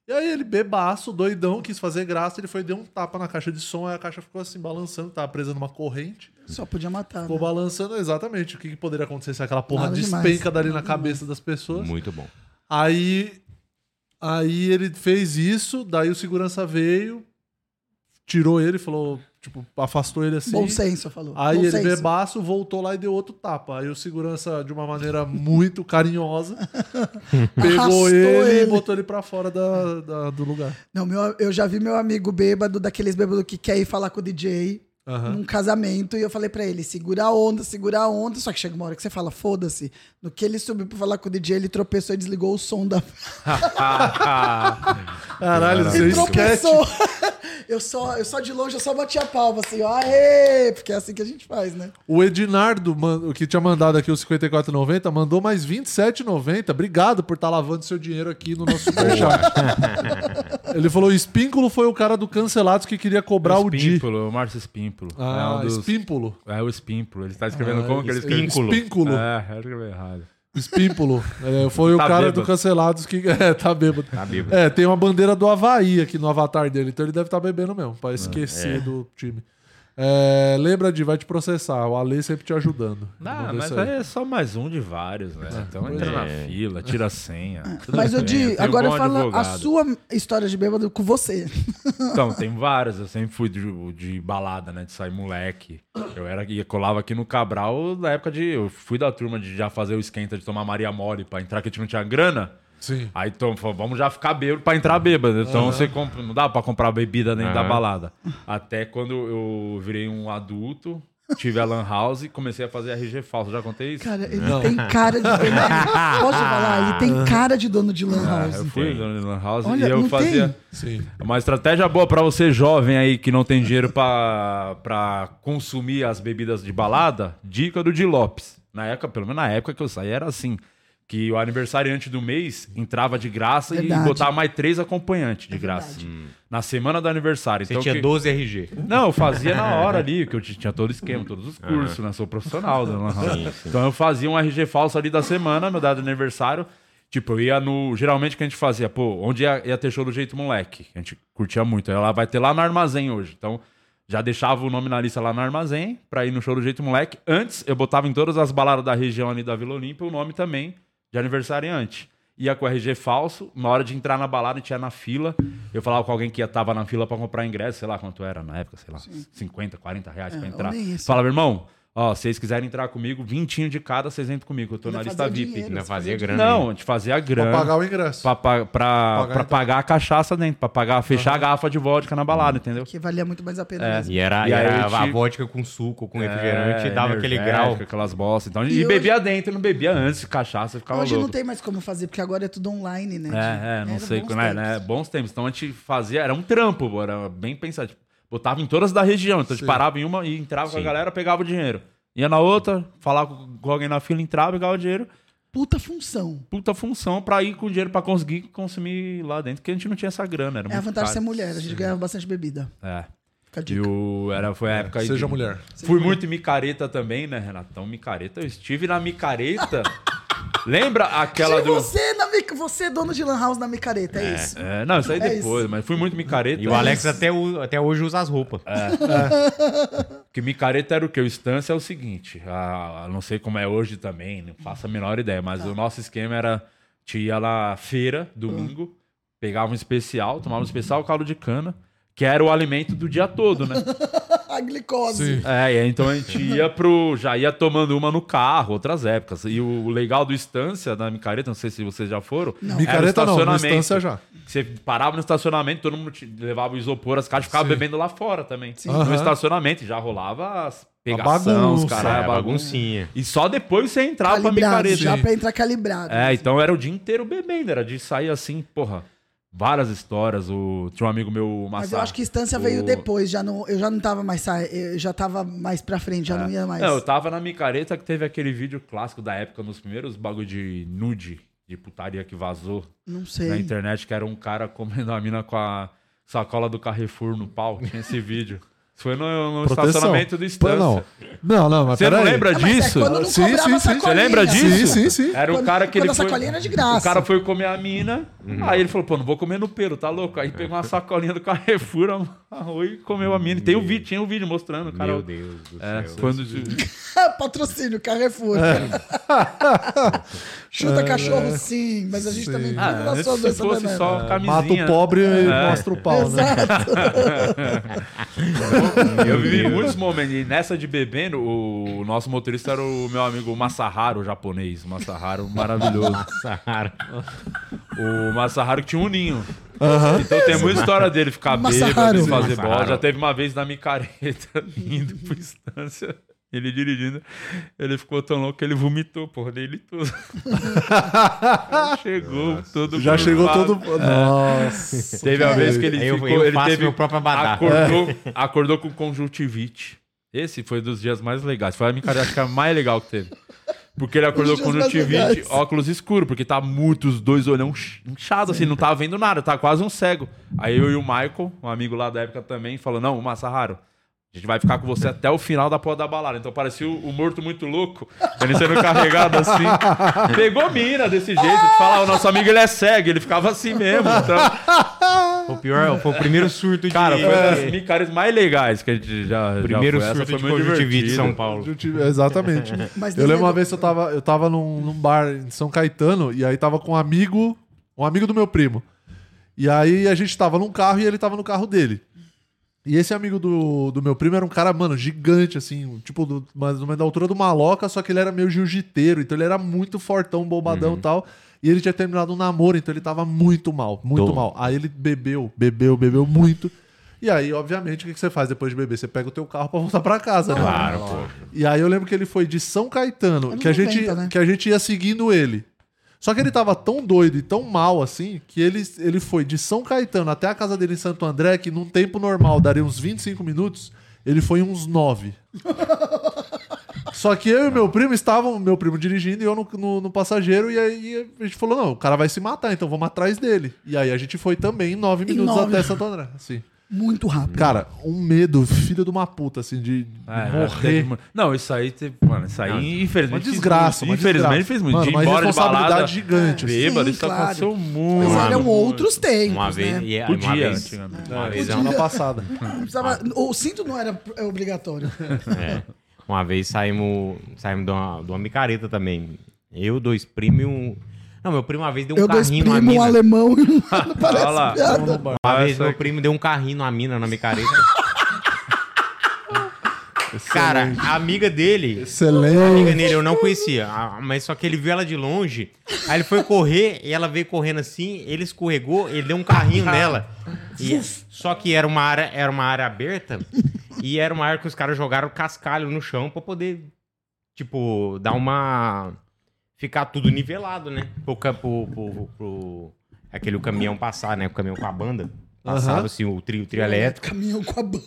[SPEAKER 3] E aí ele bebaço, doidão, quis fazer graça, ele foi deu um tapa na caixa de som, aí a caixa ficou assim balançando, tava presa numa corrente.
[SPEAKER 5] Só podia matar.
[SPEAKER 3] Ficou
[SPEAKER 5] Né?
[SPEAKER 3] balançando exatamente o que, que poderia acontecer se aquela porra
[SPEAKER 5] Nada demais.
[SPEAKER 3] despenca dali na cabeça das pessoas.
[SPEAKER 2] Muito bom.
[SPEAKER 3] Aí, aí ele fez isso, daí o segurança veio, tirou ele, falou, tipo, afastou ele assim.
[SPEAKER 5] Bom senso, falou.
[SPEAKER 3] Aí
[SPEAKER 5] Bom
[SPEAKER 3] ele
[SPEAKER 5] senso.
[SPEAKER 3] bebaço, voltou lá e deu outro tapa. Aí o segurança, de uma maneira muito carinhosa, pegou
[SPEAKER 5] Arrastou
[SPEAKER 3] ele, e
[SPEAKER 5] ele.
[SPEAKER 3] botou ele pra fora da- da- do lugar.
[SPEAKER 5] Não, meu, eu já vi meu amigo bêbado, daqueles bêbados que quer ir falar com o DJ
[SPEAKER 3] Aham.
[SPEAKER 5] num casamento, e eu falei pra ele: segura a onda, segura a onda. Só que chega uma hora que você fala, foda-se. No que ele subiu pra falar com o DJ, ele tropeçou e desligou o som da.
[SPEAKER 3] Caralho, seu
[SPEAKER 5] Ele
[SPEAKER 3] esquete.
[SPEAKER 5] tropeçou. eu, só, eu só de longe, eu só bati a palma assim, ó, aê! Porque é assim que a gente faz, né?
[SPEAKER 3] O Edinardo, man- o que tinha mandado aqui o 54,90, mandou mais 27,90. Obrigado por estar lavando seu dinheiro aqui no nosso superchat. Ele falou: Espínculo foi o cara do Cancelados que queria cobrar o Di.
[SPEAKER 1] Espímpulo, o Márcio Espímpulo.
[SPEAKER 3] Ah,
[SPEAKER 1] é, um dos-
[SPEAKER 3] Espímpulo.
[SPEAKER 1] é o Espímpulo. Ele tá escrevendo
[SPEAKER 5] Ah,
[SPEAKER 1] como que ele escreveu?
[SPEAKER 2] Espínculo.
[SPEAKER 3] Espínculo.
[SPEAKER 1] É, eu escrevi errado.
[SPEAKER 3] Espínculo. É, foi o
[SPEAKER 1] Tá
[SPEAKER 3] cara
[SPEAKER 1] bêbado.
[SPEAKER 3] do Cancelados que. É, tá bêbado.
[SPEAKER 2] Tá bêbado.
[SPEAKER 3] É, tá tem uma bandeira do Havaí aqui no avatar dele, então ele deve estar bebendo mesmo, pra esquecer do time. É, lembra de vai te processar. O Ale sempre te ajudando.
[SPEAKER 1] Ah,
[SPEAKER 3] Mandou
[SPEAKER 1] mas
[SPEAKER 3] isso aí.
[SPEAKER 1] aí é só mais um de vários, né? então entra na fila, tira a senha. Tudo
[SPEAKER 5] É. Mas,
[SPEAKER 1] bem,
[SPEAKER 5] ô, Di,
[SPEAKER 1] eu tenho um
[SPEAKER 5] agora
[SPEAKER 1] bom
[SPEAKER 5] fala a
[SPEAKER 1] advogado.
[SPEAKER 5] sua história de bêbado com você.
[SPEAKER 1] Então, tem várias. Eu sempre fui de, de balada, né? De sair moleque. Eu era ia colava aqui no Cabral na época de. Eu fui da turma de já fazer o esquenta de tomar Maria Mole pra entrar, que a gente não tinha grana.
[SPEAKER 3] Sim.
[SPEAKER 1] Aí então, falou, vamos já ficar bêbado pra entrar bêbado. Então você compra, não dá pra comprar bebida nem da
[SPEAKER 2] Aham.
[SPEAKER 1] balada. Até quando eu virei um adulto, tive a Lan House e comecei a fazer RG falso. Já contei isso?
[SPEAKER 5] Cara, ele tem cara de dono. Posso falar? Ele tem cara de dono de Lan
[SPEAKER 1] Ah,
[SPEAKER 5] House.
[SPEAKER 1] eu fui dono de Lan House
[SPEAKER 5] Olha,
[SPEAKER 1] e eu
[SPEAKER 5] não
[SPEAKER 1] fazia.
[SPEAKER 5] tem?
[SPEAKER 3] Sim.
[SPEAKER 1] Uma estratégia boa pra você jovem aí que não tem dinheiro pra pra consumir as bebidas de balada, dica do Di Lopes. Na época, pelo menos na época que eu saí, era assim. Que o aniversariante do mês entrava de graça
[SPEAKER 5] Verdade.
[SPEAKER 1] e botava mais três acompanhantes de graça. Na semana do aniversário.
[SPEAKER 2] Hum. Você
[SPEAKER 1] Então,
[SPEAKER 2] tinha
[SPEAKER 1] que-
[SPEAKER 2] 12 RG.
[SPEAKER 1] Não, eu fazia na hora ali, que eu t- tinha todo o esquema, todos os cursos, né? Sou profissional. Né? Então eu fazia um RG falso ali da semana, meu dado de aniversário. Tipo, eu ia no. Geralmente o que a gente fazia, pô, onde ia, ia ter show do jeito moleque? A gente curtia muito. Ela vai ter lá no armazém hoje. Então, já deixava o nome na lista lá no armazém pra ir no show do jeito moleque. Antes, eu botava em todas as baladas da região ali da Vila Olímpia o nome também de aniversariante. Ia com o RG falso, na hora de entrar na balada, a gente ia na fila. Eu falava com alguém que ia, tava na fila pra comprar ingresso, sei lá quanto era na época, sei lá, 50, 40 reais pra entrar.
[SPEAKER 5] É, nem isso.
[SPEAKER 1] Falava, irmão, ó, se vocês quiserem entrar comigo, vintinho de cada, vocês entram comigo, eu tô
[SPEAKER 5] Ainda
[SPEAKER 1] na lista
[SPEAKER 5] fazia
[SPEAKER 1] VIP.
[SPEAKER 5] dinheiro.
[SPEAKER 2] Ainda fazia grana.
[SPEAKER 1] Não, a gente fazia
[SPEAKER 3] Pra
[SPEAKER 1] grana.
[SPEAKER 3] pagar o ingresso.
[SPEAKER 1] Pra, pa- pra- pra
[SPEAKER 3] então.
[SPEAKER 1] pagar a cachaça dentro, pra pagar, fechar a garrafa de vodka na
[SPEAKER 3] Uhum.
[SPEAKER 1] balada, entendeu? É.
[SPEAKER 5] Que valia muito mais a pena mesmo.
[SPEAKER 2] E era,
[SPEAKER 1] E aí
[SPEAKER 2] era
[SPEAKER 1] eu te-
[SPEAKER 2] a vodka com suco, com refrigerante,
[SPEAKER 1] É,
[SPEAKER 2] dava aquele grau.
[SPEAKER 1] energético, Aquelas bostas. Então,
[SPEAKER 5] E
[SPEAKER 1] e
[SPEAKER 5] hoje-
[SPEAKER 1] bebia dentro, não bebia antes, cachaça, ficava
[SPEAKER 5] Hoje
[SPEAKER 1] louco.
[SPEAKER 5] não tem mais como fazer, porque agora é tudo online, né? gente?
[SPEAKER 1] É, é, não
[SPEAKER 5] Era
[SPEAKER 1] sei
[SPEAKER 5] bons
[SPEAKER 1] como é,
[SPEAKER 5] tempos.
[SPEAKER 1] né? Bons tempos. Então a gente fazia, era um trampo, pô, era bem pensado. Tipo, Botava em todas da região. Então a gente parava em uma e entrava com a galera, pegava o dinheiro. Ia na outra, falava com com alguém na fila, entrava, pegava o dinheiro.
[SPEAKER 5] Puta função.
[SPEAKER 1] Puta função pra ir com o dinheiro pra conseguir consumir lá dentro, porque a gente não tinha essa grana. Era
[SPEAKER 5] É a
[SPEAKER 1] muito
[SPEAKER 5] vantagem de ser
[SPEAKER 1] caro.
[SPEAKER 5] mulher, a gente ganhava bastante bebida.
[SPEAKER 1] É.
[SPEAKER 5] Fica a
[SPEAKER 1] E
[SPEAKER 5] dica. É,
[SPEAKER 1] o, era, foi a época aí
[SPEAKER 3] Seja
[SPEAKER 1] de-
[SPEAKER 3] mulher.
[SPEAKER 1] Fui muito micareta também, né, Renatão? Micareta. Eu estive na micareta. Lembra aquela
[SPEAKER 5] Tira
[SPEAKER 1] do.
[SPEAKER 5] você, na mic- você é dono de Lan House na micareta, é, isso.
[SPEAKER 1] É, não, isso aí
[SPEAKER 5] É
[SPEAKER 1] depois, mas fui muito micareta. né?
[SPEAKER 2] E o Alex até, o- até hoje usa as roupas.
[SPEAKER 5] É.
[SPEAKER 1] Que micareta era o que? O Estância é o seguinte, a, a não sei como é hoje também, não faço a menor ideia, mas
[SPEAKER 5] Tá.
[SPEAKER 1] o nosso esquema era te ia lá feira,
[SPEAKER 5] Hum.
[SPEAKER 1] domingo, pegava um especial, tomava um especial caldo de cana, que era o alimento do dia todo, né?
[SPEAKER 5] A glicose.
[SPEAKER 3] Sim.
[SPEAKER 1] É, e aí, então a gente ia pro. Já ia tomando uma no carro, outras épocas. E o legal do Estância, da micareta, não sei se vocês já foram. era o
[SPEAKER 3] Micareta não, na
[SPEAKER 1] estacionamento.
[SPEAKER 3] instância já.
[SPEAKER 1] Você parava no estacionamento, todo mundo te- levava o isopor, as caixas, ficava
[SPEAKER 3] Sim.
[SPEAKER 1] bebendo lá fora também.
[SPEAKER 3] Aham.
[SPEAKER 1] No estacionamento, já rolava as pegação, os
[SPEAKER 3] bagunça.
[SPEAKER 1] caralho,
[SPEAKER 2] É,
[SPEAKER 1] a bagunça.
[SPEAKER 2] baguncinha.
[SPEAKER 1] E só depois você entrava pra
[SPEAKER 5] Calibrado,
[SPEAKER 1] micareta.
[SPEAKER 5] já
[SPEAKER 3] Sim.
[SPEAKER 5] pra entrar calibrado.
[SPEAKER 1] É, então era o dia inteiro bebendo, era de sair assim, porra, várias histórias. O... Tinha um amigo meu, o
[SPEAKER 5] Mas eu acho que a instância veio
[SPEAKER 1] o-
[SPEAKER 5] depois, já não, eu já não tava mais, sa- eu já tava mais pra frente, já não ia mais.
[SPEAKER 1] Não, É. eu tava na micareta que teve aquele vídeo clássico da época, nos primeiros bagulho de nude, de putaria que vazou
[SPEAKER 5] não sei.
[SPEAKER 1] na internet, que era um cara comendo a mina com a sacola do Carrefour no pau. Tinha esse vídeo. Isso foi no, no estacionamento do
[SPEAKER 3] Pô,
[SPEAKER 1] Estância.
[SPEAKER 3] Não, não, não mas
[SPEAKER 1] Você não
[SPEAKER 3] peraí.
[SPEAKER 1] lembra
[SPEAKER 5] Ah, mas é
[SPEAKER 1] disso?
[SPEAKER 5] quando não
[SPEAKER 3] Sim,
[SPEAKER 5] cobrava
[SPEAKER 3] sim, sim.
[SPEAKER 5] sacolinha.
[SPEAKER 1] Você lembra
[SPEAKER 3] Sim,
[SPEAKER 1] disso?
[SPEAKER 3] sim, sim.
[SPEAKER 1] Era o
[SPEAKER 5] Quando-
[SPEAKER 1] cara que
[SPEAKER 5] quando
[SPEAKER 1] ele
[SPEAKER 5] a
[SPEAKER 1] foi...
[SPEAKER 5] sacolinha era de graça.
[SPEAKER 1] O cara foi comer a mina,
[SPEAKER 3] Uhum.
[SPEAKER 1] aí ele falou, pô, não vou comer no pelo, tá louco?
[SPEAKER 3] É.
[SPEAKER 1] Aí pegou uma sacolinha do Carrefour, amarrou e comeu a mina. E Tem um vídeo, tinha um vídeo mostrando, o cara.
[SPEAKER 2] Meu Deus do
[SPEAKER 1] É,
[SPEAKER 2] céu.
[SPEAKER 1] quando...
[SPEAKER 5] Patrocínio, Carrefour.
[SPEAKER 1] É.
[SPEAKER 5] Chuta cachorro, sim, mas a gente
[SPEAKER 3] Sim.
[SPEAKER 5] também vive
[SPEAKER 1] Ah,
[SPEAKER 5] na sua
[SPEAKER 1] se
[SPEAKER 5] doença
[SPEAKER 1] fosse
[SPEAKER 5] banana. É.
[SPEAKER 1] só
[SPEAKER 3] Mata
[SPEAKER 1] camisinha. É.
[SPEAKER 3] o pobre e mostra o pau, né?
[SPEAKER 1] Eu vivi muitos momentos. E nessa de bebendo, o o nosso motorista era o meu amigo Masaharu, japonês. Masaharu maravilhoso.
[SPEAKER 2] Sahara.
[SPEAKER 1] O Masaharu que tinha um ninho. Então tem muita história dele ficar
[SPEAKER 5] Masaharu.
[SPEAKER 1] bêbado, de fazer
[SPEAKER 2] Masaharu.
[SPEAKER 1] bola. Já teve uma vez na micareta, indo por instância, ele dirigindo. Ele ficou tão louco que ele vomitou, porra, dele todo. chegou todo
[SPEAKER 3] Já chegou
[SPEAKER 1] curvado.
[SPEAKER 3] todo. Nossa.
[SPEAKER 1] Teve a vez que ele
[SPEAKER 2] Eu-
[SPEAKER 1] ficou,
[SPEAKER 2] eu
[SPEAKER 1] ele
[SPEAKER 2] faço
[SPEAKER 1] teve
[SPEAKER 2] meu próprio abadá. É.
[SPEAKER 1] Acordou, acordou com conjuntivite. Esse foi um dos dias mais legais. Foi a minha característica mais legal que teve. Porque ele acordou
[SPEAKER 5] Os
[SPEAKER 1] com
[SPEAKER 5] dias mais
[SPEAKER 1] conjuntivite,
[SPEAKER 5] legais.
[SPEAKER 1] óculos escuro, porque tá muito os dois olhão inch- inchado assim, não tava vendo nada, tá quase um cego. Aí eu e o Michael, um amigo lá da época também, falou: "Não, Massaharo, a gente vai ficar com você até o final da porra da balada. Então parecia o, o morto muito louco, ele sendo carregado assim. Pegou mina desse jeito, de falar, o nosso amigo ele é cego, ele ficava assim mesmo. Então,
[SPEAKER 2] Foi o pior, foi o primeiro surto de... É.
[SPEAKER 1] Cara, foi uma das micárias mais legais que a gente já já
[SPEAKER 2] Primeiro
[SPEAKER 1] foi. Essa
[SPEAKER 2] surto
[SPEAKER 1] foi
[SPEAKER 2] de
[SPEAKER 1] muito
[SPEAKER 2] conjuntivite em
[SPEAKER 1] divertida.
[SPEAKER 2] São Paulo.
[SPEAKER 3] Eu tive- Exatamente.
[SPEAKER 5] Mas
[SPEAKER 3] eu
[SPEAKER 5] nem
[SPEAKER 3] lembro
[SPEAKER 5] é
[SPEAKER 3] uma
[SPEAKER 5] lembro.
[SPEAKER 3] vez que eu tava, eu tava num, num bar em São Caetano e aí tava com um amigo, um amigo do meu primo. E aí a gente tava num carro e ele tava no carro dele. E esse amigo do, do meu primo era um cara, mano, gigante, assim, tipo, do, mais ou menos da altura do maloca, só que ele era meio jiu-jiteiro, então ele era muito fortão, bombadão e tal. E ele tinha terminado um namoro, então ele tava muito mal, muito
[SPEAKER 2] Tô.
[SPEAKER 3] mal. Aí ele bebeu, bebeu, bebeu muito. E aí, obviamente, o que que você faz depois de beber? Você pega o teu carro pra voltar pra casa, né?
[SPEAKER 2] Claro, pô.
[SPEAKER 3] E aí eu lembro que ele foi de São Caetano,
[SPEAKER 5] Anos
[SPEAKER 3] que a, gente,
[SPEAKER 5] 90, né?
[SPEAKER 3] que a gente ia seguindo ele. Só que ele tava tão doido e tão mal assim que ele, ele foi de São Caetano até a casa dele em Santo André, que num tempo normal daria uns 25 minutos, ele foi em uns 9. Só que eu e meu primo estavam, meu primo dirigindo e eu no, no- no passageiro, e aí a gente falou: não, o cara vai se matar, então vamos atrás dele. E aí a gente foi também em 9
[SPEAKER 5] Em
[SPEAKER 3] minutos
[SPEAKER 5] nove.
[SPEAKER 3] até Santo André. Assim.
[SPEAKER 5] É. Muito rápido.
[SPEAKER 3] Cara, um medo, filho de uma puta, assim, de de
[SPEAKER 1] É,
[SPEAKER 3] morrer.
[SPEAKER 1] teve mu- Não, isso aí, teve- mano, isso aí,
[SPEAKER 2] Não,
[SPEAKER 1] infelizmente.
[SPEAKER 3] Uma desgraça, uma
[SPEAKER 1] Infelizmente
[SPEAKER 3] desgraça.
[SPEAKER 1] fez muito.
[SPEAKER 3] Mano,
[SPEAKER 1] de ir
[SPEAKER 3] uma
[SPEAKER 1] embora de
[SPEAKER 3] responsabilidade
[SPEAKER 1] balada.
[SPEAKER 3] gigante. assim.
[SPEAKER 1] Bêbado,
[SPEAKER 5] Sim,
[SPEAKER 1] isso
[SPEAKER 5] claro.
[SPEAKER 1] aconteceu muito.
[SPEAKER 5] Mas eram
[SPEAKER 1] muito.
[SPEAKER 5] outros tempos,
[SPEAKER 2] Uma vez...
[SPEAKER 5] né?
[SPEAKER 2] e é, uma
[SPEAKER 1] Podia,
[SPEAKER 2] vez...
[SPEAKER 1] antigamente.
[SPEAKER 2] Uma vez, é um-
[SPEAKER 3] Semana passada.
[SPEAKER 5] Não precisava- O cinto não era é, obrigatório.
[SPEAKER 2] É. Uma vez saímos, saímos de, uma, de uma micareta também. Eu, dois primos e um. Não, meu primo uma vez deu um
[SPEAKER 5] Eu dois
[SPEAKER 2] carrinho na
[SPEAKER 5] primos, um
[SPEAKER 2] mina.
[SPEAKER 5] alemão e um... Não
[SPEAKER 1] Olha lá.
[SPEAKER 5] parece piada.
[SPEAKER 2] Uma vez
[SPEAKER 1] Essa
[SPEAKER 2] meu
[SPEAKER 1] aqui.
[SPEAKER 2] primo deu um carrinho na mina, na micareta. Cara, a amiga dele. A
[SPEAKER 3] Excelente.
[SPEAKER 2] amiga dele eu não conhecia. a- Mas só que ele viu ela de longe. Aí ele foi correr e ela veio correndo assim. Ele escorregou, ele deu um carrinho nela. E- só que era uma, área, era uma área aberta. E era uma área que os caras jogaram cascalho no chão pra poder, tipo, dar uma. Ficar tudo nivelado, né? Pro, ca- pro, pro, pro- aquele caminhão passar, né? O caminhão com a banda. Passava
[SPEAKER 3] Aham.
[SPEAKER 2] assim o trio, o trio elétrico.
[SPEAKER 5] Caminhão com a banda.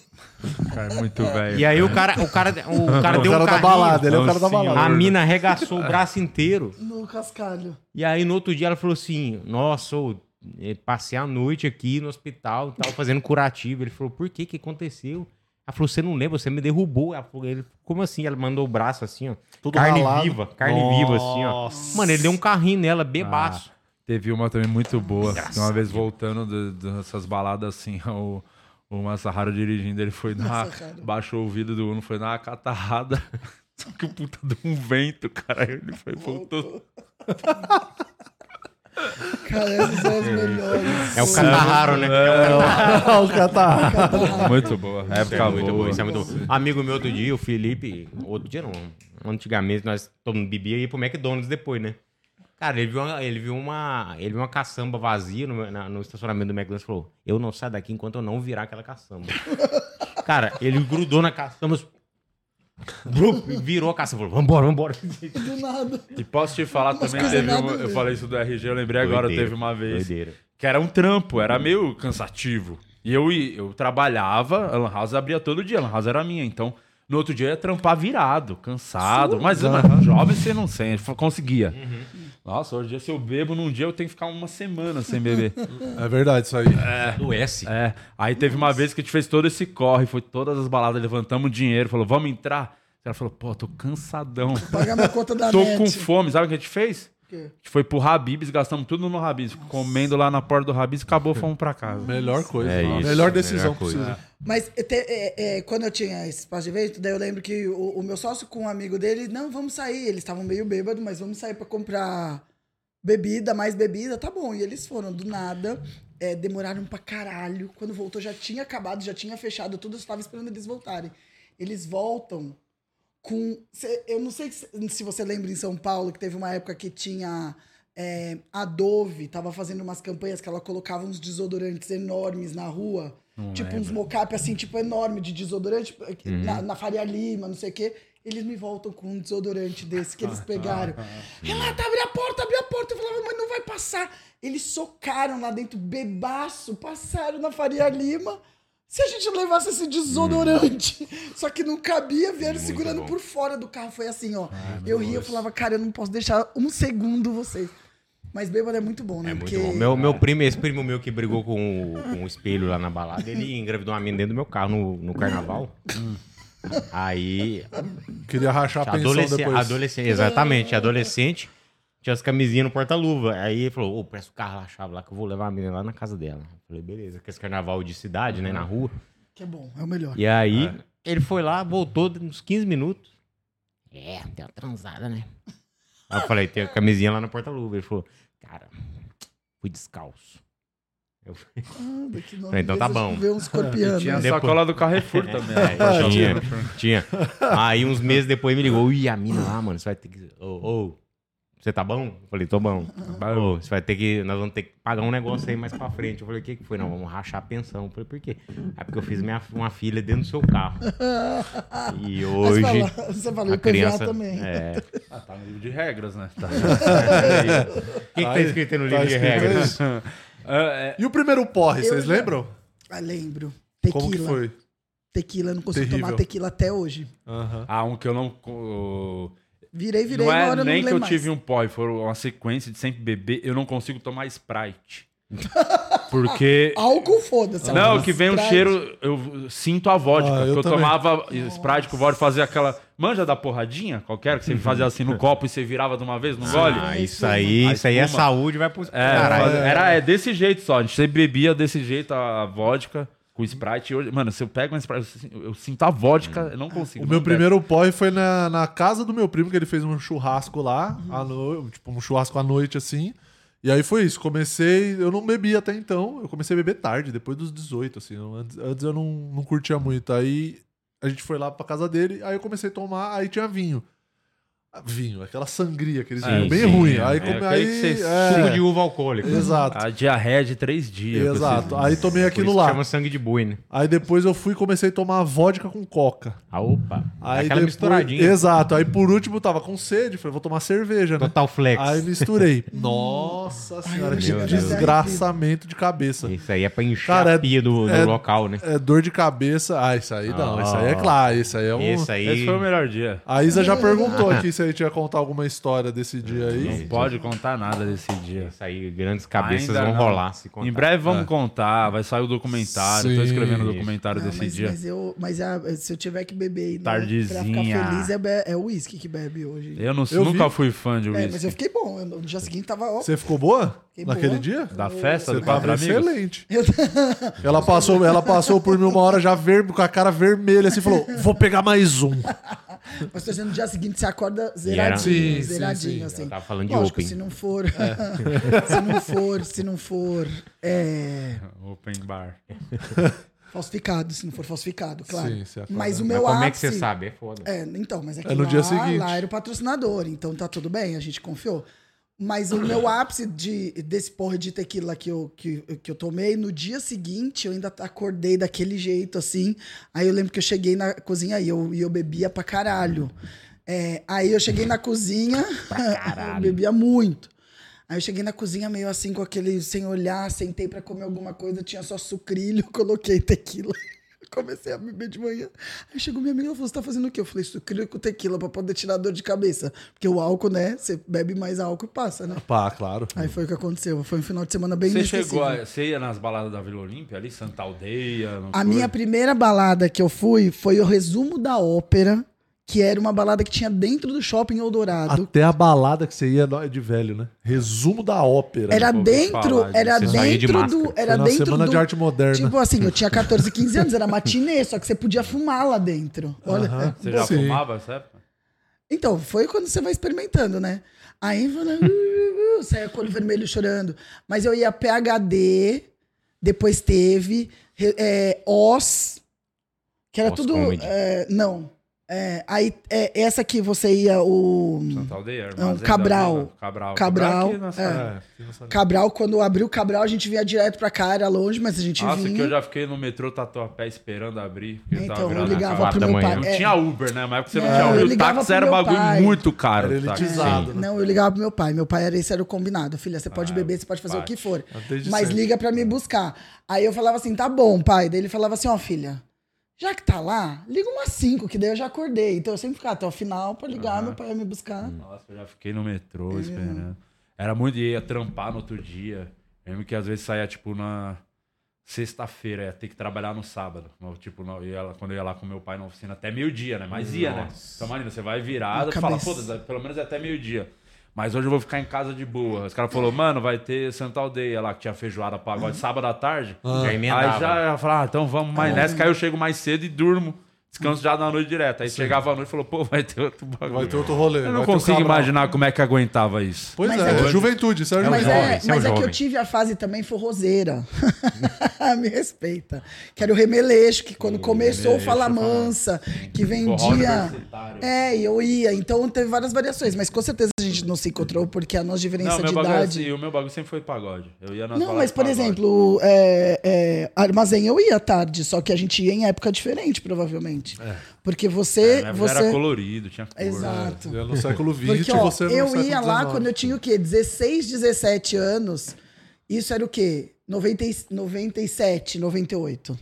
[SPEAKER 1] Cara, muito velho.
[SPEAKER 2] E aí o cara, o cara, o cara
[SPEAKER 3] O
[SPEAKER 2] deu
[SPEAKER 3] cara
[SPEAKER 2] um
[SPEAKER 3] da
[SPEAKER 2] carrinho.
[SPEAKER 3] balada, ele é o cara da
[SPEAKER 1] Nossa
[SPEAKER 3] balada.
[SPEAKER 2] A mina arregaçou o braço inteiro.
[SPEAKER 5] No cascalho.
[SPEAKER 2] E aí no outro dia ela falou assim: Nossa, ô, eh, passei a noite aqui no hospital, tava fazendo curativo. Ele falou: Por que que aconteceu? Ela falou: Você não lembra, você me derrubou. Ela falou, ele, Como assim? Ela mandou o braço assim, ó.
[SPEAKER 3] Tudo
[SPEAKER 2] carne
[SPEAKER 3] ralado.
[SPEAKER 2] viva, carne viva, assim, ó. Mano, ele deu um carrinho nela, bebaço.
[SPEAKER 1] Teve uma também muito boa. que uma vez voltando de- dessas baladas assim, o, o Massahara dirigindo, ele foi na.
[SPEAKER 5] Massaharo.
[SPEAKER 1] Baixou o vidro do Uno, foi na catarrada. Só que o puta de um vento, cara. Ele foi voltou.
[SPEAKER 5] Cara, essas são as melhores.
[SPEAKER 2] É
[SPEAKER 1] um
[SPEAKER 2] o catarraro, né? É o catarraro.
[SPEAKER 3] o cara tá...
[SPEAKER 1] Muito boa.
[SPEAKER 2] Isso
[SPEAKER 1] Época
[SPEAKER 2] um é muito
[SPEAKER 1] boa.
[SPEAKER 2] bom, isso é muito bom. Amigo meu outro dia, o Felipe, outro dia não, antigamente nós todo mundo bebia e ia pro McDonald's depois, né? Cara, ele viu uma, ele viu uma, ele viu uma caçamba vazia no, na- no estacionamento do McDonald's e falou: Eu não saio daqui enquanto eu não virar aquela caçamba. Cara, ele grudou na caçamba, brum, virou a caçamba, falou: Vambora, vambora.
[SPEAKER 5] Do nada.
[SPEAKER 1] E posso te falar também,
[SPEAKER 5] coisas
[SPEAKER 1] teve
[SPEAKER 5] nada
[SPEAKER 1] uma-
[SPEAKER 5] a
[SPEAKER 1] eu
[SPEAKER 5] ver.
[SPEAKER 1] falei isso do RG, eu lembrei agora,
[SPEAKER 2] Doideira,
[SPEAKER 1] teve uma vez.
[SPEAKER 2] Doideira.
[SPEAKER 1] Que era um trampo, era meio cansativo. E eu, ia- eu trabalhava, a Lan House abria todo dia, a Lan House era minha, então no outro dia eu ia trampar virado, cansado. Mas mano, jovem você não sente, f- conseguia. Nossa, hoje em dia se eu bebo num dia eu tenho que ficar uma semana sem beber.
[SPEAKER 3] É verdade isso aí.
[SPEAKER 2] Adoece.
[SPEAKER 1] é, aí teve uma vez que a gente fez todo esse corre, foi todas as baladas, levantamos dinheiro, falou, vamos entrar? Ela falou, pô, tô cansadão.
[SPEAKER 5] Pagar minha conta da
[SPEAKER 1] Tô
[SPEAKER 5] net.
[SPEAKER 1] com fome, sabe o que a gente fez?
[SPEAKER 5] quê?
[SPEAKER 1] A gente foi pro Habibs, gastamos tudo no Habibs, comendo lá na porta do Habibs, acabou, fomos pra casa.
[SPEAKER 3] Melhor coisa.
[SPEAKER 2] É
[SPEAKER 3] Nossa.
[SPEAKER 2] isso,
[SPEAKER 3] melhor decisão
[SPEAKER 2] melhor coisa.
[SPEAKER 3] possível.
[SPEAKER 5] Mas eu te- é, é, quando eu tinha esse espaço de evento, daí eu lembro que o, o meu sócio com um amigo dele, não, vamos sair. Eles estavam meio bêbados, mas vamos sair pra comprar bebida, mais bebida, tá bom. E eles foram do nada, é, demoraram pra caralho. Quando voltou já tinha acabado, já tinha fechado tudo, eu estava esperando eles voltarem. Eles voltam com. cê- eu não sei se, se você lembra em São Paulo que teve uma época que tinha. é, a Dove tava fazendo umas campanhas que ela colocava uns desodorantes enormes na rua. tipo, uns mocap assim, tipo, enorme de desodorante eh,
[SPEAKER 2] Uhum.
[SPEAKER 5] na, na Faria Lima, não sei o quê. Eles me voltam com um desodorante desse que
[SPEAKER 2] Ah, tá.
[SPEAKER 5] eles pegaram.
[SPEAKER 1] Ah,
[SPEAKER 5] Renata, abre a porta, abre a porta. Eu falava, mas não vai passar. Eles socaram lá dentro, bebaço, passaram na Faria Lima. Se a gente levasse esse desodorante,
[SPEAKER 2] Uhum.
[SPEAKER 5] só que não cabia, vieram segurando por fora do carro. Foi assim, ó.
[SPEAKER 2] Ah,
[SPEAKER 5] eu ria, eu falava, cara, eu não posso deixar um segundo vocês. Mas bêbado é muito bom, né?
[SPEAKER 2] É muito bom. Meu, meu primo, esse primo meu que brigou com o, com o espelho lá na balada, ele engravidou uma menina dentro do meu carro no, no carnaval. Aí,
[SPEAKER 3] Queria rachar a pensão
[SPEAKER 2] adolescente,
[SPEAKER 3] depois.
[SPEAKER 2] adolescente, exatamente, adolescente. tinha as camisinhas no porta-luva. Aí ele falou, ô, presta o carro lá, a chave lá, que eu vou levar a menina lá na casa dela. Eu falei, beleza, que esse carnaval de cidade, né, na rua.
[SPEAKER 5] Que é bom, é o melhor.
[SPEAKER 2] E aí,
[SPEAKER 3] É.
[SPEAKER 2] ele foi lá, voltou uns 15 minutos. É, deu uma transada, né? Aí eu falei, tem a camisinha lá no porta-luva. Ele falou, cara, fui descalço.
[SPEAKER 3] Ah,
[SPEAKER 5] Anda, que nome
[SPEAKER 2] Falei, então tá
[SPEAKER 5] desse, acho que
[SPEAKER 2] bom.
[SPEAKER 5] Vê uns né? corpianos.
[SPEAKER 1] Tinha a
[SPEAKER 2] Depois-
[SPEAKER 1] sacola do Carrefour também.
[SPEAKER 2] É,
[SPEAKER 1] né?
[SPEAKER 2] tinha, tinha. Aí uns meses depois ele me ligou, ui, a mina lá, mano, você vai ter que. Ô, ô, você tá bom? Eu falei, tô bom. Ô, você vai ter que. Nós vamos ter que pagar um negócio aí mais pra frente. Eu falei, o que que foi? Não, vamos rachar a pensão. Eu falei, por quê? Ah, porque eu fiz minha, uma filha dentro do seu carro. E
[SPEAKER 5] Mas
[SPEAKER 2] hoje.
[SPEAKER 5] fala- você falou
[SPEAKER 2] a
[SPEAKER 5] IPVA
[SPEAKER 2] criança.
[SPEAKER 5] também.
[SPEAKER 2] É. O que
[SPEAKER 1] Ah, tá no livro de regras, né? Tá.
[SPEAKER 2] que, tá escrito aí no
[SPEAKER 3] Tá
[SPEAKER 2] livro de
[SPEAKER 3] escrito
[SPEAKER 2] regras?
[SPEAKER 3] isso?
[SPEAKER 1] É, é,
[SPEAKER 3] E o primeiro porre,
[SPEAKER 5] Eu
[SPEAKER 3] vocês
[SPEAKER 5] já-
[SPEAKER 3] lembram?
[SPEAKER 5] Ah, lembro. Tequila.
[SPEAKER 3] Como que foi?
[SPEAKER 5] Tequila, eu não consigo
[SPEAKER 3] Terrível.
[SPEAKER 5] tomar tequila até hoje.
[SPEAKER 3] Aham.
[SPEAKER 1] ah, um que eu não. co-
[SPEAKER 5] Virei, virei,
[SPEAKER 1] não
[SPEAKER 5] agora
[SPEAKER 1] é
[SPEAKER 5] eu não
[SPEAKER 1] nem que
[SPEAKER 5] lembro
[SPEAKER 1] eu
[SPEAKER 5] mais.
[SPEAKER 1] tive um pó, foi uma sequência de sempre beber. Eu não consigo tomar Sprite. Porque.
[SPEAKER 5] Álcool, foda-se.
[SPEAKER 1] Não,
[SPEAKER 5] Álcool,
[SPEAKER 1] que vem um
[SPEAKER 5] Sprite.
[SPEAKER 1] cheiro, eu sinto a vodka.
[SPEAKER 3] Ah, eu
[SPEAKER 1] porque eu
[SPEAKER 3] também.
[SPEAKER 1] tomava Sprite com vodka, fazia aquela. Manja da porradinha qualquer, que você fazia assim no copo e você virava de uma vez no gole?
[SPEAKER 2] Uhum. Ah, isso aí,
[SPEAKER 1] A
[SPEAKER 2] isso aí é
[SPEAKER 1] espuma.
[SPEAKER 2] saúde, vai pro.
[SPEAKER 1] É,
[SPEAKER 2] Caralho.
[SPEAKER 1] fazia- era é, desse jeito só. A gente sempre bebia desse jeito a vodka com Sprite. E hoje, mano, se eu pego uma Sprite, eu sin- eu sinto a vodka, eu não consigo.
[SPEAKER 3] O meu
[SPEAKER 1] não
[SPEAKER 3] primeiro porre foi na, na casa do meu primo, que ele fez um churrasco lá, à no- tipo, um churrasco à noite, assim. E aí foi isso, comecei, eu não bebi até então, eu comecei a beber tarde, depois dos 18, assim, eu- antes, antes eu não, não curtia muito. Aí a gente foi lá pra casa dele, aí eu comecei a tomar, aí tinha vinho. Ah, Vinho, aquela sangria, aqueles
[SPEAKER 1] É,
[SPEAKER 3] vinhos bem
[SPEAKER 1] sim,
[SPEAKER 3] ruim.
[SPEAKER 1] é.
[SPEAKER 3] aí
[SPEAKER 1] É,
[SPEAKER 3] come,
[SPEAKER 1] aquele
[SPEAKER 3] aí,
[SPEAKER 1] que você
[SPEAKER 3] é,
[SPEAKER 2] Suco de uva alcoólica.
[SPEAKER 3] Exato,
[SPEAKER 1] A diarreia de três dias. com
[SPEAKER 3] exato.
[SPEAKER 1] esse-
[SPEAKER 3] Aí tomei
[SPEAKER 2] Por
[SPEAKER 3] aquilo
[SPEAKER 2] isso que
[SPEAKER 3] lá.
[SPEAKER 2] Chama sangue de boi, né?
[SPEAKER 3] Aí depois eu fui e comecei a tomar vodka com coca.
[SPEAKER 2] Ah, opa.
[SPEAKER 3] Aí
[SPEAKER 2] Aquela
[SPEAKER 3] depois-
[SPEAKER 2] misturadinha.
[SPEAKER 3] Exato. Aí por último eu tava com sede, falei, vou tomar cerveja, né?
[SPEAKER 2] Total flex.
[SPEAKER 3] Aí misturei. Nossa senhora,
[SPEAKER 5] meu
[SPEAKER 3] que
[SPEAKER 2] Deus.
[SPEAKER 3] desgraçamento de cabeça.
[SPEAKER 2] Isso aí é pra encher
[SPEAKER 3] Cara,
[SPEAKER 2] a pia do, do
[SPEAKER 3] é-
[SPEAKER 2] local, né?
[SPEAKER 3] É dor de cabeça. Ah, isso aí não,
[SPEAKER 2] Ah.
[SPEAKER 3] isso aí é claro, isso aí é um.
[SPEAKER 2] Esse aí.
[SPEAKER 1] Esse foi o melhor dia.
[SPEAKER 3] A Isa já perguntou aqui se a gente ia contar alguma história desse
[SPEAKER 2] É,
[SPEAKER 3] dia aí.
[SPEAKER 1] Não pode contar nada desse dia.
[SPEAKER 2] Esse aí, grandes cabeças
[SPEAKER 1] Ainda
[SPEAKER 2] vão
[SPEAKER 1] não.
[SPEAKER 2] rolar se contar.
[SPEAKER 1] Em breve vamos contar, vai sair o documentário.
[SPEAKER 3] É. Sim.
[SPEAKER 1] Tô escrevendo o documentário
[SPEAKER 5] Não,
[SPEAKER 1] desse
[SPEAKER 5] mas,
[SPEAKER 1] dia.
[SPEAKER 5] mas eu, mas a- se eu tiver que beber e não- pra
[SPEAKER 1] Tardezinha.
[SPEAKER 5] ficar feliz, é, be- é o uísque que bebe hoje.
[SPEAKER 1] Eu, não,
[SPEAKER 3] Eu
[SPEAKER 1] nunca
[SPEAKER 3] vi.
[SPEAKER 1] fui fã de
[SPEAKER 5] É, mas
[SPEAKER 1] uísque.
[SPEAKER 5] eu fiquei bom. Eu, no dia seguinte tava. Ó,
[SPEAKER 3] Você ficou boa
[SPEAKER 5] Fiquei
[SPEAKER 3] naquele
[SPEAKER 5] boa.
[SPEAKER 3] dia?
[SPEAKER 1] Da festa
[SPEAKER 3] Você
[SPEAKER 1] do Quatro
[SPEAKER 3] tava
[SPEAKER 1] Amigos?
[SPEAKER 3] excelente.
[SPEAKER 5] eu-
[SPEAKER 3] Ela passou, ela passou por mim uma hora já ver, com a cara vermelha assim, falou: vou pegar mais um.
[SPEAKER 5] mas tô dizendo, no dia seguinte você acorda
[SPEAKER 2] era-
[SPEAKER 5] zeradinho,
[SPEAKER 3] Sim, sim, sim.
[SPEAKER 5] zeradinho,
[SPEAKER 2] Eu
[SPEAKER 5] assim.
[SPEAKER 2] tava falando de
[SPEAKER 5] Lógico,
[SPEAKER 2] Open.
[SPEAKER 5] se não for. se não for, se não for. é,
[SPEAKER 1] Open bar.
[SPEAKER 5] falsificado, se não for falsificado, claro.
[SPEAKER 3] Sim, você acorda.
[SPEAKER 5] mas o
[SPEAKER 2] Mas
[SPEAKER 5] meu
[SPEAKER 2] como é que
[SPEAKER 5] ápice-
[SPEAKER 2] você sabe? É foda.
[SPEAKER 5] É, então, mas é que
[SPEAKER 3] É no
[SPEAKER 5] lá,
[SPEAKER 3] dia seguinte.
[SPEAKER 5] lá era o patrocinador, então tá tudo bem, a gente confiou. Mas o meu ápice de, desse porre de tequila que eu, que, que eu tomei, no dia seguinte eu ainda acordei daquele jeito, assim. Aí eu lembro que eu cheguei na cozinha e eu, e eu bebia pra caralho. É, aí eu cheguei na cozinha, eu bebia muito. Aí eu cheguei na cozinha meio assim, com aquele sem olhar, sentei pra comer alguma coisa, tinha só sucrilho, coloquei tequila. Comecei a beber de manhã. Aí chegou minha amiga e falou: Você tá fazendo o quê? Eu falei: Sucrilho com tequila pra poder tirar a dor de cabeça. Porque o álcool, né? Você bebe mais álcool e passa, né?
[SPEAKER 3] Pá, claro.
[SPEAKER 5] Aí foi o que aconteceu. Foi um final de semana bem
[SPEAKER 1] Você
[SPEAKER 5] inesquecível.
[SPEAKER 1] chegou, a, você ia nas baladas da Vila Olímpia ali, Santa Aldeia? não
[SPEAKER 5] A
[SPEAKER 1] foi?
[SPEAKER 5] minha primeira balada que eu fui foi o resumo da ópera, que era uma balada que tinha dentro do shopping Eldorado.
[SPEAKER 3] Até a balada que você ia nó- é de velho, né? Resumo da ópera. né?
[SPEAKER 5] Era
[SPEAKER 1] ouvi
[SPEAKER 5] dentro,
[SPEAKER 1] falar disso.
[SPEAKER 5] era
[SPEAKER 2] Você saía de
[SPEAKER 5] dentro
[SPEAKER 2] máscara.
[SPEAKER 5] do. Era
[SPEAKER 3] Foi na
[SPEAKER 5] dentro
[SPEAKER 3] Semana
[SPEAKER 5] do,
[SPEAKER 3] de Arte Moderna.
[SPEAKER 5] Tipo assim, eu tinha 14, 15 anos, era matinê, só que você podia fumar lá dentro. Olha. é,
[SPEAKER 3] Aham.
[SPEAKER 1] Você já
[SPEAKER 3] Sim.
[SPEAKER 1] fumava essa época?
[SPEAKER 5] Então, foi quando você vai experimentando, né? Aí falando, uh, uh, saia com o olho vermelho chorando. Mas eu ia PHD, depois teve re- é, Oz, que era
[SPEAKER 2] Oz
[SPEAKER 5] tudo.
[SPEAKER 2] Comedy.
[SPEAKER 5] é, não. É, aí é, essa que você ia, o.
[SPEAKER 1] Santa
[SPEAKER 5] Não,
[SPEAKER 1] Aldeia? Armazém da
[SPEAKER 5] Cabral.
[SPEAKER 1] Vila? Cabral.
[SPEAKER 5] Cabral,
[SPEAKER 1] aqui nessa-
[SPEAKER 5] é.
[SPEAKER 3] É, fica nessa-
[SPEAKER 5] Cabral, quando abriu o Cabral, a gente vinha direto pra cá, era longe, mas a gente
[SPEAKER 1] Nossa,
[SPEAKER 5] vinha.
[SPEAKER 1] que eu já fiquei no metrô Tatuapé esperando abrir. porque tava
[SPEAKER 5] Então, eu
[SPEAKER 1] virando a
[SPEAKER 5] ligava
[SPEAKER 1] cara.
[SPEAKER 5] pro
[SPEAKER 2] da
[SPEAKER 5] meu
[SPEAKER 2] manhã.
[SPEAKER 5] pai.
[SPEAKER 1] Não
[SPEAKER 5] é.
[SPEAKER 1] tinha Uber, né? Mas porque você não
[SPEAKER 5] Não,
[SPEAKER 1] tinha
[SPEAKER 5] eu
[SPEAKER 1] Uber. O
[SPEAKER 5] ligava
[SPEAKER 1] táxi
[SPEAKER 5] pro
[SPEAKER 1] era um
[SPEAKER 5] meu
[SPEAKER 1] bagulho
[SPEAKER 5] pai.
[SPEAKER 1] muito caro.
[SPEAKER 3] Era
[SPEAKER 1] o táxi.
[SPEAKER 3] elitizado. né?
[SPEAKER 5] Não, eu ligava pro meu pai. Meu pai era esse era o combinado. Filha, você pode
[SPEAKER 1] Ah,
[SPEAKER 5] beber, você pode fazer
[SPEAKER 1] bate.
[SPEAKER 5] o que for.
[SPEAKER 3] Desde
[SPEAKER 5] Mas
[SPEAKER 3] sempre.
[SPEAKER 5] liga pra me buscar. Aí eu falava assim, tá bom, pai. Daí ele falava assim, ó, filha, já que tá lá, liga umas cinco, que daí eu já acordei. Então eu sempre ficava até o final pra ligar, meu pai ia me buscar.
[SPEAKER 1] Nossa, eu já fiquei no metrô esperando. Era muito. Ia trampar no outro dia. Eu lembro que às vezes saía, tipo, na sexta-feira. Ia ter que trabalhar no sábado. Mas, Tipo, não, eu ia lá- quando eu ia lá com meu pai na oficina, até meio-dia, né? Mas ia, né? Então, Marina, você vai virada e fala,
[SPEAKER 5] Cabeça.
[SPEAKER 1] foda-se, pelo menos é até meio-dia. Mas hoje eu vou ficar em casa de boa. Os caras falaram, mano, vai ter Santa Aldeia lá, que tinha feijoada pra agora, de sábado à tarde.
[SPEAKER 3] Ah.
[SPEAKER 2] Já emendava.
[SPEAKER 1] Aí já eu falava, ah, então vamos
[SPEAKER 3] É.
[SPEAKER 1] mais nessa, que aí eu chego mais cedo e durmo. Descanso já na noite direto. Aí chegava à noite e falou, pô, vai ter outro bagulho.
[SPEAKER 3] Vai ter outro rolê.
[SPEAKER 1] Eu
[SPEAKER 3] vai
[SPEAKER 1] não
[SPEAKER 3] ter o
[SPEAKER 1] consigo
[SPEAKER 3] Cabral.
[SPEAKER 1] imaginar como é que aguentava isso.
[SPEAKER 3] Pois
[SPEAKER 5] Mas
[SPEAKER 3] é,
[SPEAKER 5] é-
[SPEAKER 3] juventude, Sérgio.
[SPEAKER 5] Mas,
[SPEAKER 2] jovem,
[SPEAKER 5] é,
[SPEAKER 2] você é um
[SPEAKER 5] mas é que eu
[SPEAKER 2] jovem.
[SPEAKER 5] tive a fase também forrozeira. Me respeita. Que era o remelejo, que quando começou o Fala Mansa, que
[SPEAKER 1] Forró
[SPEAKER 5] vendia.
[SPEAKER 1] universitário.
[SPEAKER 5] É, e eu ia. Então teve várias variações, mas com certeza a gente não se encontrou porque a nossa
[SPEAKER 1] Não,
[SPEAKER 5] diferença
[SPEAKER 1] meu
[SPEAKER 5] de
[SPEAKER 1] bagulho, é
[SPEAKER 5] idade.
[SPEAKER 1] assim, o meu bagulho sempre foi pagode. Eu ia nas
[SPEAKER 5] Não,
[SPEAKER 1] baladas
[SPEAKER 5] mas
[SPEAKER 1] de
[SPEAKER 5] por
[SPEAKER 1] pagode.
[SPEAKER 5] exemplo, é, é, armazém eu ia à tarde, só que a gente ia em época diferente, provavelmente.
[SPEAKER 1] É.
[SPEAKER 5] Porque você.
[SPEAKER 1] Na época
[SPEAKER 5] você...
[SPEAKER 1] Era colorido, tinha cor.
[SPEAKER 5] Exato.
[SPEAKER 3] É no século XX,
[SPEAKER 5] Porque, ó,
[SPEAKER 3] você no
[SPEAKER 5] eu
[SPEAKER 3] século
[SPEAKER 5] ia lá
[SPEAKER 3] XIX.
[SPEAKER 5] quando eu tinha o quê? 16, 17 anos. Isso era o quê? 90, e- 97, 98.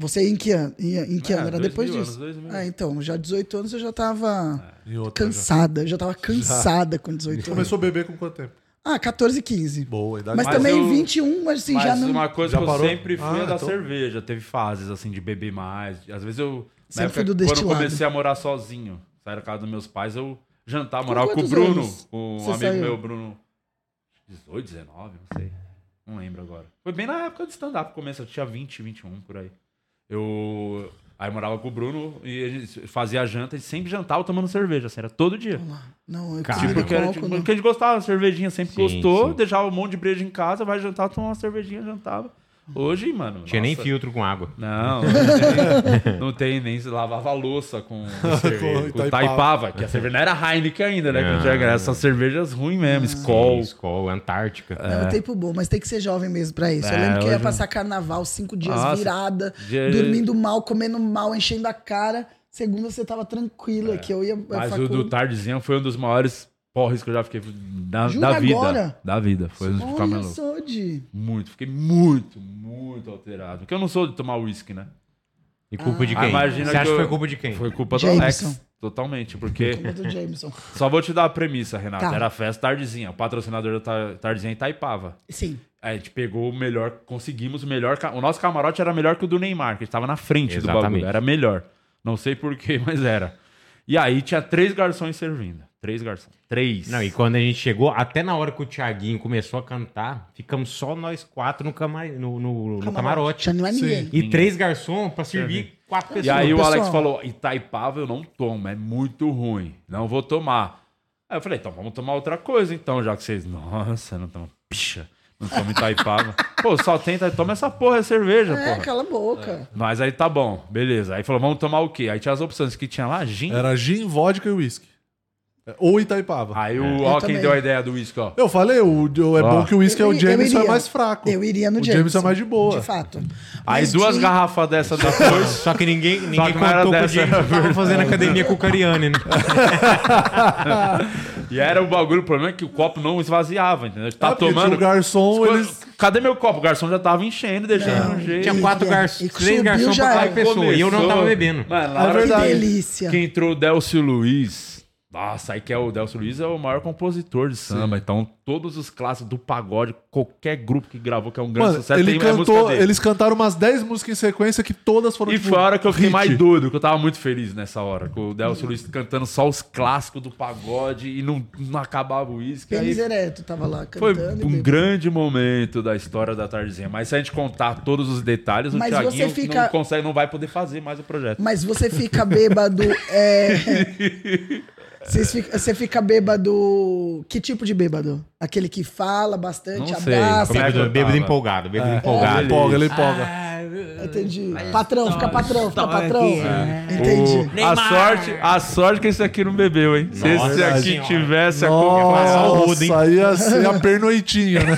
[SPEAKER 5] Você ia em que ano? Ia- Em que
[SPEAKER 1] É,
[SPEAKER 5] ano? Era
[SPEAKER 1] 2000
[SPEAKER 5] depois
[SPEAKER 1] anos,
[SPEAKER 5] disso?
[SPEAKER 1] 2000.
[SPEAKER 5] ah, então, já 18 anos eu já tava
[SPEAKER 3] Em É. outra, já.
[SPEAKER 5] cansada. Eu já tava cansada com 18 anos.
[SPEAKER 3] Começou a beber com quanto tempo?
[SPEAKER 5] Ah, 14, 15.
[SPEAKER 3] Boa, idade.
[SPEAKER 5] Mas,
[SPEAKER 1] Mas
[SPEAKER 5] também
[SPEAKER 1] eu-
[SPEAKER 5] 21, mas assim,
[SPEAKER 1] Mas
[SPEAKER 5] já não.
[SPEAKER 1] uma coisa
[SPEAKER 3] Já
[SPEAKER 1] que
[SPEAKER 3] parou?
[SPEAKER 1] eu sempre fui
[SPEAKER 3] Ah,
[SPEAKER 1] é da
[SPEAKER 3] então.
[SPEAKER 1] cerveja. Teve fases, assim, de beber mais. Às vezes eu... na
[SPEAKER 5] Sempre fui do
[SPEAKER 1] quando eu
[SPEAKER 5] destilado.
[SPEAKER 1] comecei a morar sozinho, sair da casa dos meus pais, eu jantar, morar com o
[SPEAKER 5] quantos
[SPEAKER 1] Bruno.
[SPEAKER 5] anos
[SPEAKER 1] Com um
[SPEAKER 5] você saiu?
[SPEAKER 1] amigo meu, Bruno. 18, 19, não sei. Não lembro agora. Foi bem na época do stand-up, começo. Eu tinha 20, 21, por aí. Eu... Aí eu morava com o Bruno e a gente fazia janta e sempre jantava tomando cerveja, assim, era todo dia.
[SPEAKER 5] Não, eu
[SPEAKER 2] Cara,
[SPEAKER 5] comi
[SPEAKER 1] Tipo,
[SPEAKER 5] no
[SPEAKER 1] que era,
[SPEAKER 5] coco,
[SPEAKER 1] tipo,
[SPEAKER 5] não.
[SPEAKER 1] porque a gente gostava, cervejinha sempre
[SPEAKER 2] Sim,
[SPEAKER 1] gostou,
[SPEAKER 2] sim.
[SPEAKER 1] deixava um monte de breja em casa, vai jantar, tomar uma cervejinha, jantava. Hoje, mano.
[SPEAKER 2] Tinha nem
[SPEAKER 1] nossa.
[SPEAKER 2] filtro com água.
[SPEAKER 1] Não, não tem, não tem nem se lavava a louça com, cerveja, com,
[SPEAKER 3] Com Itaipava.
[SPEAKER 1] taipava, que a cerveja não era Heineken ainda, né? Que a gente
[SPEAKER 2] Não.
[SPEAKER 1] era essas cervejas ruins mesmo, Skol.
[SPEAKER 2] É. Skol, Antártica.
[SPEAKER 5] É um tempo bom, mas tem que ser jovem mesmo pra isso. eu
[SPEAKER 1] É,
[SPEAKER 5] lembro que eu ia
[SPEAKER 1] hoje-
[SPEAKER 5] passar carnaval, cinco dias
[SPEAKER 1] Nossa.
[SPEAKER 5] virada,
[SPEAKER 1] Dia-
[SPEAKER 5] dormindo mal, comendo mal, enchendo a cara. Segunda você tava tranquila, que eu ia.
[SPEAKER 1] É. Mas
[SPEAKER 5] facu-
[SPEAKER 1] o do Tardezinha foi um dos maiores porres que eu já fiquei da,
[SPEAKER 5] Jura
[SPEAKER 1] da vida.
[SPEAKER 5] agora?
[SPEAKER 1] Da vida, foi um dos ficar
[SPEAKER 5] Olha,
[SPEAKER 1] maluco.
[SPEAKER 5] sou de.
[SPEAKER 1] Muito, fiquei muito, muito alterado. Porque eu não sou de tomar uísque, né?
[SPEAKER 2] E culpa de
[SPEAKER 1] Ah,
[SPEAKER 2] quem?
[SPEAKER 1] imagina
[SPEAKER 2] Você
[SPEAKER 1] que
[SPEAKER 2] acha que
[SPEAKER 1] eu-
[SPEAKER 2] foi culpa de quem?
[SPEAKER 1] Foi culpa do
[SPEAKER 5] Jameson.
[SPEAKER 1] Alex, totalmente, porque...
[SPEAKER 5] Como do Jameson.
[SPEAKER 1] Só vou te dar a premissa, Renato.
[SPEAKER 5] Tá.
[SPEAKER 1] Era festa tardezinha. O patrocinador da Ta- tardezinha é Itaipava.
[SPEAKER 5] Sim.
[SPEAKER 1] Aí a gente pegou o melhor, conseguimos o melhor. ca- O nosso camarote era melhor que o do Neymar, que a gente tava na frente do
[SPEAKER 2] Exatamente.
[SPEAKER 1] bagulho. Era melhor. Não sei porquê, mas era. E aí tinha três garçons servindo. Três garçons. Três.
[SPEAKER 2] Não, e quando a gente chegou, até na hora que o Thiaguinho começou a cantar, ficamos só nós quatro no, cama- no- no- no camarote.
[SPEAKER 5] Já não é
[SPEAKER 3] Sim.
[SPEAKER 5] ninguém.
[SPEAKER 2] E três garçons pra servir quatro pessoas.
[SPEAKER 1] E aí o
[SPEAKER 5] Pessoal.
[SPEAKER 1] Alex falou: Itaipava eu não tomo, é muito ruim. Não vou tomar. Aí eu falei, então vamos tomar outra coisa, então, já que vocês. Nossa, não tomam. Picha, não tomo Itaipava. Pô, só tenta, toma essa porra, é cerveja,
[SPEAKER 5] É,
[SPEAKER 1] porra.
[SPEAKER 5] cala a boca.
[SPEAKER 1] Mas aí tá bom, beleza. Aí falou, vamos tomar o quê? Aí tinha as opções que tinha lá, gin.
[SPEAKER 3] Era gin, vodka e uísque. É, Ou Itaipava.
[SPEAKER 1] Aí
[SPEAKER 2] É.
[SPEAKER 1] o, ó, quem
[SPEAKER 5] também.
[SPEAKER 1] deu a ideia do uísque, ó.
[SPEAKER 3] Eu falei, o, o- é
[SPEAKER 1] Ó.
[SPEAKER 3] bom que o uísque é o
[SPEAKER 5] Eu- eu
[SPEAKER 3] Jameson, é
[SPEAKER 5] iria.
[SPEAKER 3] mais fraco.
[SPEAKER 5] Eu iria no
[SPEAKER 3] O
[SPEAKER 5] Jameson.
[SPEAKER 3] Jameson é mais de boa.
[SPEAKER 5] De fato.
[SPEAKER 1] Aí
[SPEAKER 5] Mas
[SPEAKER 1] duas
[SPEAKER 5] de-
[SPEAKER 1] garrafas dessa depois.
[SPEAKER 2] Só que ninguém, ninguém
[SPEAKER 1] que não era
[SPEAKER 2] contou que o
[SPEAKER 1] dessa, é
[SPEAKER 2] Diego tava fazendo academia com o Cariani, né?
[SPEAKER 1] e era o bagulho, o problema é que o copo não esvaziava, entendeu? Tá
[SPEAKER 3] Ah, porque
[SPEAKER 1] tomando.
[SPEAKER 3] O garçom,
[SPEAKER 1] Quando-
[SPEAKER 3] eles...
[SPEAKER 1] Cadê meu copo? O garçom já tava enchendo, deixando de um jeito.
[SPEAKER 2] Tinha quatro
[SPEAKER 3] É,
[SPEAKER 5] E- e
[SPEAKER 2] garçons, três
[SPEAKER 5] subiu,
[SPEAKER 2] garçons
[SPEAKER 5] já
[SPEAKER 2] pra
[SPEAKER 5] era.
[SPEAKER 2] quatro pessoas. E eu não tava
[SPEAKER 1] Começou.
[SPEAKER 2] bebendo.
[SPEAKER 1] Mano,
[SPEAKER 3] É
[SPEAKER 1] lá
[SPEAKER 5] Que
[SPEAKER 3] verdade.
[SPEAKER 5] delícia.
[SPEAKER 1] que entrou o Delcio Luiz. Nossa, aí que é o Delcio Luiz é o maior compositor de samba. Então, todos os clássicos do pagode, qualquer grupo que gravou, que é um grande
[SPEAKER 3] Mano,
[SPEAKER 1] sucesso,
[SPEAKER 3] ele
[SPEAKER 1] tem a música
[SPEAKER 3] cantou,
[SPEAKER 1] dele.
[SPEAKER 3] eles cantaram umas 10 músicas em sequência que todas foram
[SPEAKER 1] E
[SPEAKER 3] tipo,
[SPEAKER 1] foi a hora que eu fiquei
[SPEAKER 3] hit.
[SPEAKER 1] mais doido, que eu tava muito feliz nessa hora. Com o Delcio Luiz cantando só os clássicos do pagode e não, não acabava o uísque. Aí
[SPEAKER 5] Pênis ereto tava lá
[SPEAKER 1] foi
[SPEAKER 5] cantando. e
[SPEAKER 1] um
[SPEAKER 5] bebendo.
[SPEAKER 1] grande momento da história da Tardezinha. Mas se a gente contar todos os detalhes, o
[SPEAKER 5] Mas
[SPEAKER 1] Thiaguinho
[SPEAKER 5] você fica-
[SPEAKER 1] não consegue, não vai poder fazer mais o projeto.
[SPEAKER 5] Mas você fica bêbado. é... Vocês fica- Você fica bêbado. Que tipo de bêbado? Aquele que fala bastante,
[SPEAKER 1] Não sei,
[SPEAKER 5] abraça. Ah,
[SPEAKER 1] como é que eu
[SPEAKER 2] Bêbado, bêbado
[SPEAKER 1] tava? É.
[SPEAKER 2] empolgado, bêbado
[SPEAKER 3] Ele
[SPEAKER 2] empolgado.
[SPEAKER 3] empolga, ele empolga.
[SPEAKER 5] Entendi. Patrão, fica patrão, fica patrão. Entendi.
[SPEAKER 1] O- a, sorte, a sorte que esse aqui não bebeu, hein? Se
[SPEAKER 2] Nossa
[SPEAKER 1] esse aqui
[SPEAKER 2] senhora.
[SPEAKER 1] tivesse
[SPEAKER 3] Nossa,
[SPEAKER 1] a
[SPEAKER 2] o rodo, hein?
[SPEAKER 3] aí ia ser a pernoitinha, né?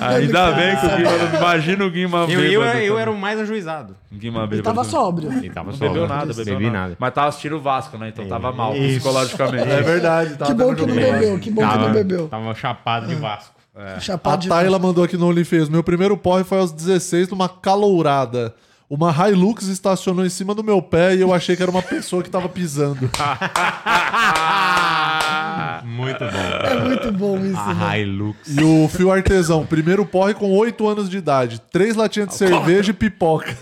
[SPEAKER 1] Ainda bem que o Guima. Imagina o Guima
[SPEAKER 2] Eu,
[SPEAKER 1] bêbado.
[SPEAKER 2] eu, eu
[SPEAKER 1] também.
[SPEAKER 2] era o mais ajuizado.
[SPEAKER 1] Guima
[SPEAKER 5] Ele
[SPEAKER 1] bêbado.
[SPEAKER 5] tava
[SPEAKER 1] também.
[SPEAKER 5] sóbrio.
[SPEAKER 2] Ele tava
[SPEAKER 1] Não
[SPEAKER 2] só.
[SPEAKER 1] bebeu nada, bebeu
[SPEAKER 2] Bebi
[SPEAKER 1] nada.
[SPEAKER 2] nada.
[SPEAKER 1] Mas tava assistindo o Vasco, né? Então tava mal
[SPEAKER 2] Isso.
[SPEAKER 1] psicologicamente.
[SPEAKER 3] É verdade. Tá,
[SPEAKER 5] Que bom que não bebeu, que bom que não bebeu.
[SPEAKER 2] Tava chapado de Vasco.
[SPEAKER 3] A
[SPEAKER 5] É. Chapado de.
[SPEAKER 3] Tayla mandou aqui no OnlyFans. Meu primeiro porre foi aos 16 numa calourada. Uma Hilux estacionou em cima do meu pé e eu achei que era uma pessoa que tava pisando.
[SPEAKER 2] Muito bom.
[SPEAKER 5] É muito bom isso. né?
[SPEAKER 2] A Hilux.
[SPEAKER 3] E o Fio Artesão, primeiro porre com 8 anos de idade, três latinhas de cerveja e pipoca.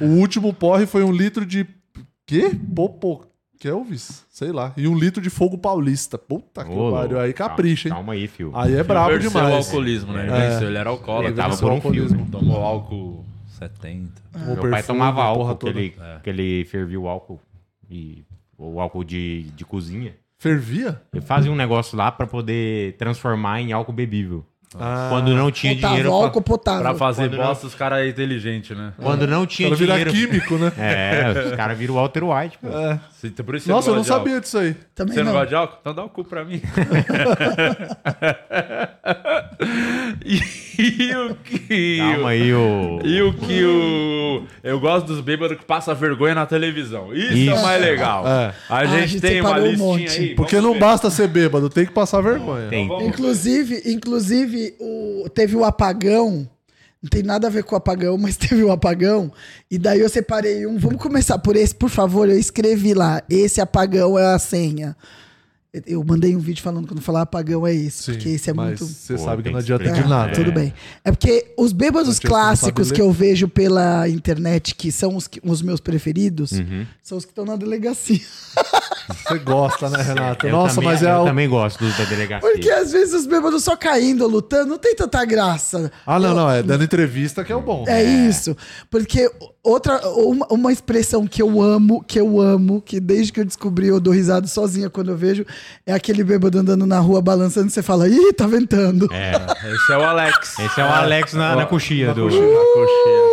[SPEAKER 3] o último porre foi um litro de. Quê? Popo. Kelvis, sei lá. E um litro de fogo paulista. Puta que
[SPEAKER 2] Ô,
[SPEAKER 3] pariu.
[SPEAKER 2] louco,
[SPEAKER 3] Aí capricha, hein?
[SPEAKER 2] Calma aí, fio.
[SPEAKER 3] Aí é brabo
[SPEAKER 1] Venceu o
[SPEAKER 3] demais.
[SPEAKER 1] alcoolismo, né? Ele
[SPEAKER 3] É.
[SPEAKER 1] venceu, ele era alcoólatra.
[SPEAKER 2] Ele tava
[SPEAKER 3] venceu o
[SPEAKER 2] por um É. fio,
[SPEAKER 3] alcoolismo.
[SPEAKER 1] Tomou álcool 70.
[SPEAKER 3] Tomou
[SPEAKER 2] Meu pai
[SPEAKER 3] perfume,
[SPEAKER 2] tomava
[SPEAKER 3] a
[SPEAKER 2] álcool,
[SPEAKER 3] porra
[SPEAKER 2] que
[SPEAKER 3] toda.
[SPEAKER 2] ele,
[SPEAKER 1] É.
[SPEAKER 2] que ele fervia o álcool. E, o álcool de, de cozinha.
[SPEAKER 3] Fervia?
[SPEAKER 2] Ele fazia um negócio lá pra poder transformar em álcool bebível.
[SPEAKER 3] Ah.
[SPEAKER 2] Quando não tinha
[SPEAKER 5] Potável,
[SPEAKER 2] dinheiro... pra-
[SPEAKER 5] álcool potável.
[SPEAKER 1] Pra fazer
[SPEAKER 2] Quando não-
[SPEAKER 1] bosta, os caras é inteligente, né?
[SPEAKER 2] Quando não tinha
[SPEAKER 3] Pra virar
[SPEAKER 2] dinheiro...
[SPEAKER 3] químico, né? É.
[SPEAKER 2] É, os caras viram o Walter White, pô.
[SPEAKER 1] Se- Por isso você
[SPEAKER 3] Nossa, eu não
[SPEAKER 1] gosta de álcool.
[SPEAKER 3] sabia disso aí.
[SPEAKER 5] Também
[SPEAKER 1] Você não
[SPEAKER 5] não.
[SPEAKER 1] gosta de álcool? Então dá o cu pra mim. e, o que...
[SPEAKER 2] Calma aí, ô...
[SPEAKER 1] E o que o... Eu gosto dos bêbados que passam vergonha na televisão. Isso, é o
[SPEAKER 2] Isso.
[SPEAKER 1] mais legal.
[SPEAKER 3] É.
[SPEAKER 1] A, gente
[SPEAKER 5] a gente
[SPEAKER 1] tem uma
[SPEAKER 5] separou um
[SPEAKER 1] listinha
[SPEAKER 5] monte. Então
[SPEAKER 1] aí.
[SPEAKER 3] Porque
[SPEAKER 1] vamos
[SPEAKER 3] não
[SPEAKER 1] ver.
[SPEAKER 3] basta ser bêbado, tem que passar vergonha.
[SPEAKER 2] Tem.
[SPEAKER 5] Inclusive, inclusive o, teve o apagão. Não tem nada a ver com o apagão, mas teve o apagão. E daí eu separei um. Vamos começar por esse, por favor. Eu escrevi lá. Esse apagão é a senha. Eu- Eu mandei um vídeo falando que não falar apagão é esse.
[SPEAKER 3] Sim,
[SPEAKER 5] porque esse é
[SPEAKER 3] mas
[SPEAKER 5] muito.
[SPEAKER 3] Você
[SPEAKER 2] Pô,
[SPEAKER 3] sabe que
[SPEAKER 2] tem
[SPEAKER 3] não
[SPEAKER 2] que
[SPEAKER 3] adianta
[SPEAKER 5] Tá,
[SPEAKER 3] de nada.
[SPEAKER 5] Tudo bem. É porque os bêbados
[SPEAKER 3] Não tinha como
[SPEAKER 5] clássicos
[SPEAKER 3] saber
[SPEAKER 5] que eu vejo pela internet, que são os, que- os meus preferidos,
[SPEAKER 2] Uhum.
[SPEAKER 5] são os que estão na delegacia.
[SPEAKER 3] Você gosta, né, Renato?
[SPEAKER 2] Eu
[SPEAKER 3] Nossa,
[SPEAKER 2] também-
[SPEAKER 3] mas é
[SPEAKER 2] Eu
[SPEAKER 3] o.
[SPEAKER 2] também gosto dos da delegacia.
[SPEAKER 5] Porque às vezes os bêbados só caindo, lutando, não tem tanta graça.
[SPEAKER 3] Ah, não, não. É dando entrevista que é o bom.
[SPEAKER 5] É
[SPEAKER 1] né?
[SPEAKER 5] isso. Porque outra, uma, uma expressão que eu amo, que eu amo, que desde que eu descobri eu dou risada sozinha quando eu vejo, é aquele bêbado andando na rua balançando e você fala, ih, tá ventando.
[SPEAKER 1] Esse é o Alex.
[SPEAKER 2] Esse é o Alex na, na
[SPEAKER 1] Ó,
[SPEAKER 2] coxia do...
[SPEAKER 1] Coxinha, coxinha.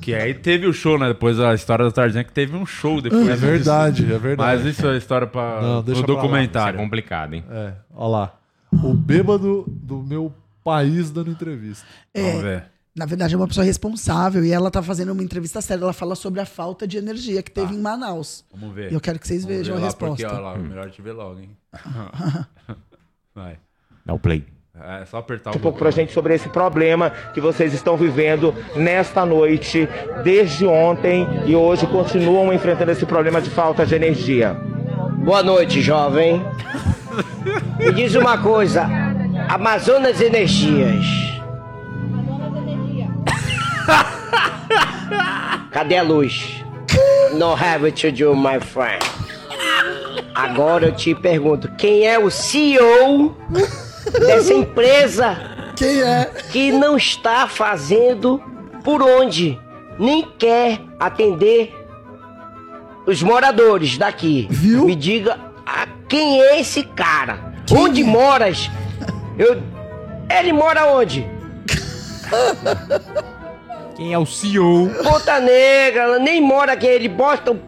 [SPEAKER 1] Que aí teve o show, né? Depois a história da Tarzan, que teve um show depois.
[SPEAKER 3] É verdade, é verdade.
[SPEAKER 1] Mas isso é história pra,
[SPEAKER 3] Não, deixa
[SPEAKER 1] pro
[SPEAKER 3] pra lá.
[SPEAKER 2] Isso é
[SPEAKER 1] documentário.
[SPEAKER 2] complicado, hein?
[SPEAKER 3] É, olha lá. O bêbado do meu país dando entrevista.
[SPEAKER 1] É, Vamos ver.
[SPEAKER 5] É. Na verdade, é uma pessoa responsável e ela tá fazendo uma entrevista séria. Ela fala sobre a falta de energia que teve em Manaus.
[SPEAKER 1] Tá. Vamos
[SPEAKER 5] E
[SPEAKER 1] ver.
[SPEAKER 5] eu quero que vocês vejam a
[SPEAKER 1] Vamos ver lá, porque,
[SPEAKER 5] resposta.
[SPEAKER 1] ó, lá,
[SPEAKER 2] Hum.
[SPEAKER 1] melhor te ver logo, hein? Vai.
[SPEAKER 2] Dá o play.
[SPEAKER 1] É só apertar
[SPEAKER 8] um
[SPEAKER 2] Tipo
[SPEAKER 1] o
[SPEAKER 8] pouco pra gente sobre esse problema que vocês estão vivendo nesta noite, desde ontem e hoje continuam enfrentando esse problema de falta de energia.
[SPEAKER 9] Boa noite, jovem. Me diz uma coisa, Amazonas Energias. Cadê a luz? No have it to do, my friend. Agora eu te pergunto, quem é o CEO dessa empresa
[SPEAKER 5] Quem é?
[SPEAKER 9] que não está fazendo por onde, nem quer atender os moradores daqui.
[SPEAKER 5] Viu?
[SPEAKER 9] Me diga a quem é esse cara?
[SPEAKER 5] Quem
[SPEAKER 9] onde
[SPEAKER 5] é?
[SPEAKER 9] moras? Eu... Ele mora onde?
[SPEAKER 2] Quem é o CEO?
[SPEAKER 9] Ponta Negra, nem mora aqui. Ele bota, um-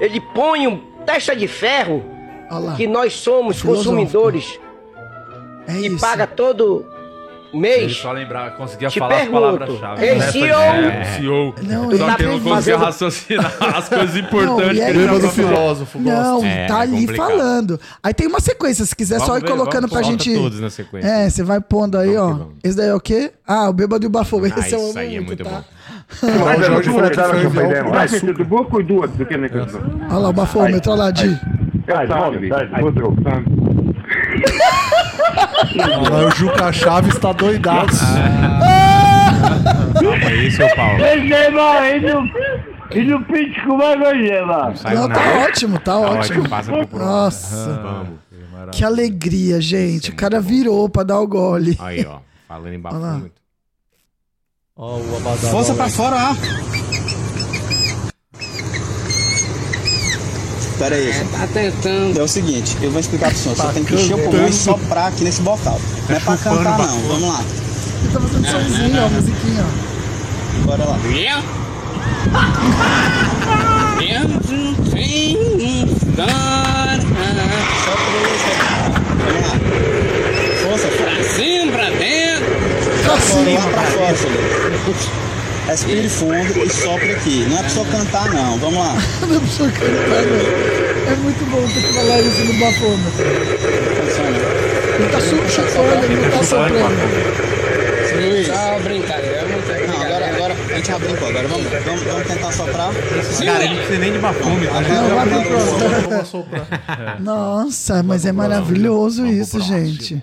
[SPEAKER 9] ele põe um testa de ferro
[SPEAKER 5] Olha lá.
[SPEAKER 9] que nós somos
[SPEAKER 5] Filosófico.
[SPEAKER 9] consumidores
[SPEAKER 5] É
[SPEAKER 9] e
[SPEAKER 5] isso.
[SPEAKER 9] paga todo
[SPEAKER 1] Ele
[SPEAKER 9] mês.
[SPEAKER 1] só lembrar, conseguia
[SPEAKER 9] Te
[SPEAKER 1] falar
[SPEAKER 9] pergunto,
[SPEAKER 1] as palavras-chave.
[SPEAKER 9] esse
[SPEAKER 1] Essa-
[SPEAKER 9] CEO?
[SPEAKER 1] É, o CEO.
[SPEAKER 5] Não, ele
[SPEAKER 1] só
[SPEAKER 9] tá
[SPEAKER 1] que não conseguia
[SPEAKER 9] fazendo-
[SPEAKER 1] raciocinar as coisas importantes.
[SPEAKER 5] e é
[SPEAKER 1] que ele tá um já
[SPEAKER 3] Bêbado
[SPEAKER 1] falou.
[SPEAKER 3] filósofo, gosto.
[SPEAKER 5] Não,
[SPEAKER 2] É,
[SPEAKER 5] tá
[SPEAKER 2] é
[SPEAKER 5] ali
[SPEAKER 2] complicado.
[SPEAKER 5] falando. Aí tem uma sequência, se quiser, é
[SPEAKER 1] Vamos
[SPEAKER 5] só ir
[SPEAKER 1] ver,
[SPEAKER 5] colocando
[SPEAKER 1] vamos
[SPEAKER 5] pra
[SPEAKER 2] Solta
[SPEAKER 5] gente.
[SPEAKER 2] todos na sequência.
[SPEAKER 5] É, você vai pondo aí,
[SPEAKER 2] Vamos que
[SPEAKER 5] ó.
[SPEAKER 2] vamos.
[SPEAKER 5] Esse daí é o quê? Ah, o bêbado e o bafo. Esse eu
[SPEAKER 2] isso
[SPEAKER 5] amo
[SPEAKER 2] aí é
[SPEAKER 5] muito,
[SPEAKER 2] muito
[SPEAKER 5] tá?
[SPEAKER 2] bom.
[SPEAKER 3] Não, o Jorge falou que ferve álcool pra
[SPEAKER 10] Vai, tudo bom, cuidou do que me cansa.
[SPEAKER 5] Olha lá, o bafômetro, olha lá, Di.
[SPEAKER 10] Vai, vai, vai, outro.
[SPEAKER 3] Caralho, o Juca Chaves tá doidaço.
[SPEAKER 11] Ah,
[SPEAKER 2] Calma aí, seu Paulo. Não saiu
[SPEAKER 5] Não,
[SPEAKER 2] nada.
[SPEAKER 5] tá ótimo, tá
[SPEAKER 2] Tá
[SPEAKER 5] ótimo.
[SPEAKER 2] ótimo. Passa pro próximo.
[SPEAKER 5] Nossa,
[SPEAKER 2] Vamos. é
[SPEAKER 5] que alegria, gente. O cara virou pra dar o gole.
[SPEAKER 2] Aí, ó. Falando em
[SPEAKER 5] Olha lá.
[SPEAKER 2] bafo muito.
[SPEAKER 3] Ó, o abadá.
[SPEAKER 12] fora, ó. Pera aí. tá tentando. É o seguinte, eu vou explicar pro senhor. Você tem que encher o
[SPEAKER 2] Tá
[SPEAKER 12] pulmão e soprar aqui nesse bocal. Não é pra cantar, não. Vamos lá.
[SPEAKER 5] Ele tá fazendo somzinho, ó, musiquinha, ó.
[SPEAKER 12] Bora lá. um Força, pra cima, pra dentro. Pra cima, pra fora, filho. Respire fundo e sopra aqui. Não é pra senhor cantar, não. Vamos lá.
[SPEAKER 5] Não precisa cantar, não. É muito bom ter que falar isso no bafômetro.
[SPEAKER 12] Funciona.
[SPEAKER 5] Ele tá su- chutando, ele não tá soprando.
[SPEAKER 12] Só brincadeira, Não, agora, agora a gente já brincou, agora vamos, vamos, vamos tentar soprar.
[SPEAKER 2] Cara, a gente precisa nem de bafome.
[SPEAKER 1] tá?
[SPEAKER 5] Não, vai pro
[SPEAKER 3] Vamos
[SPEAKER 5] próximo.
[SPEAKER 3] assoprar.
[SPEAKER 5] Nossa, mas é maravilhoso isso, gente.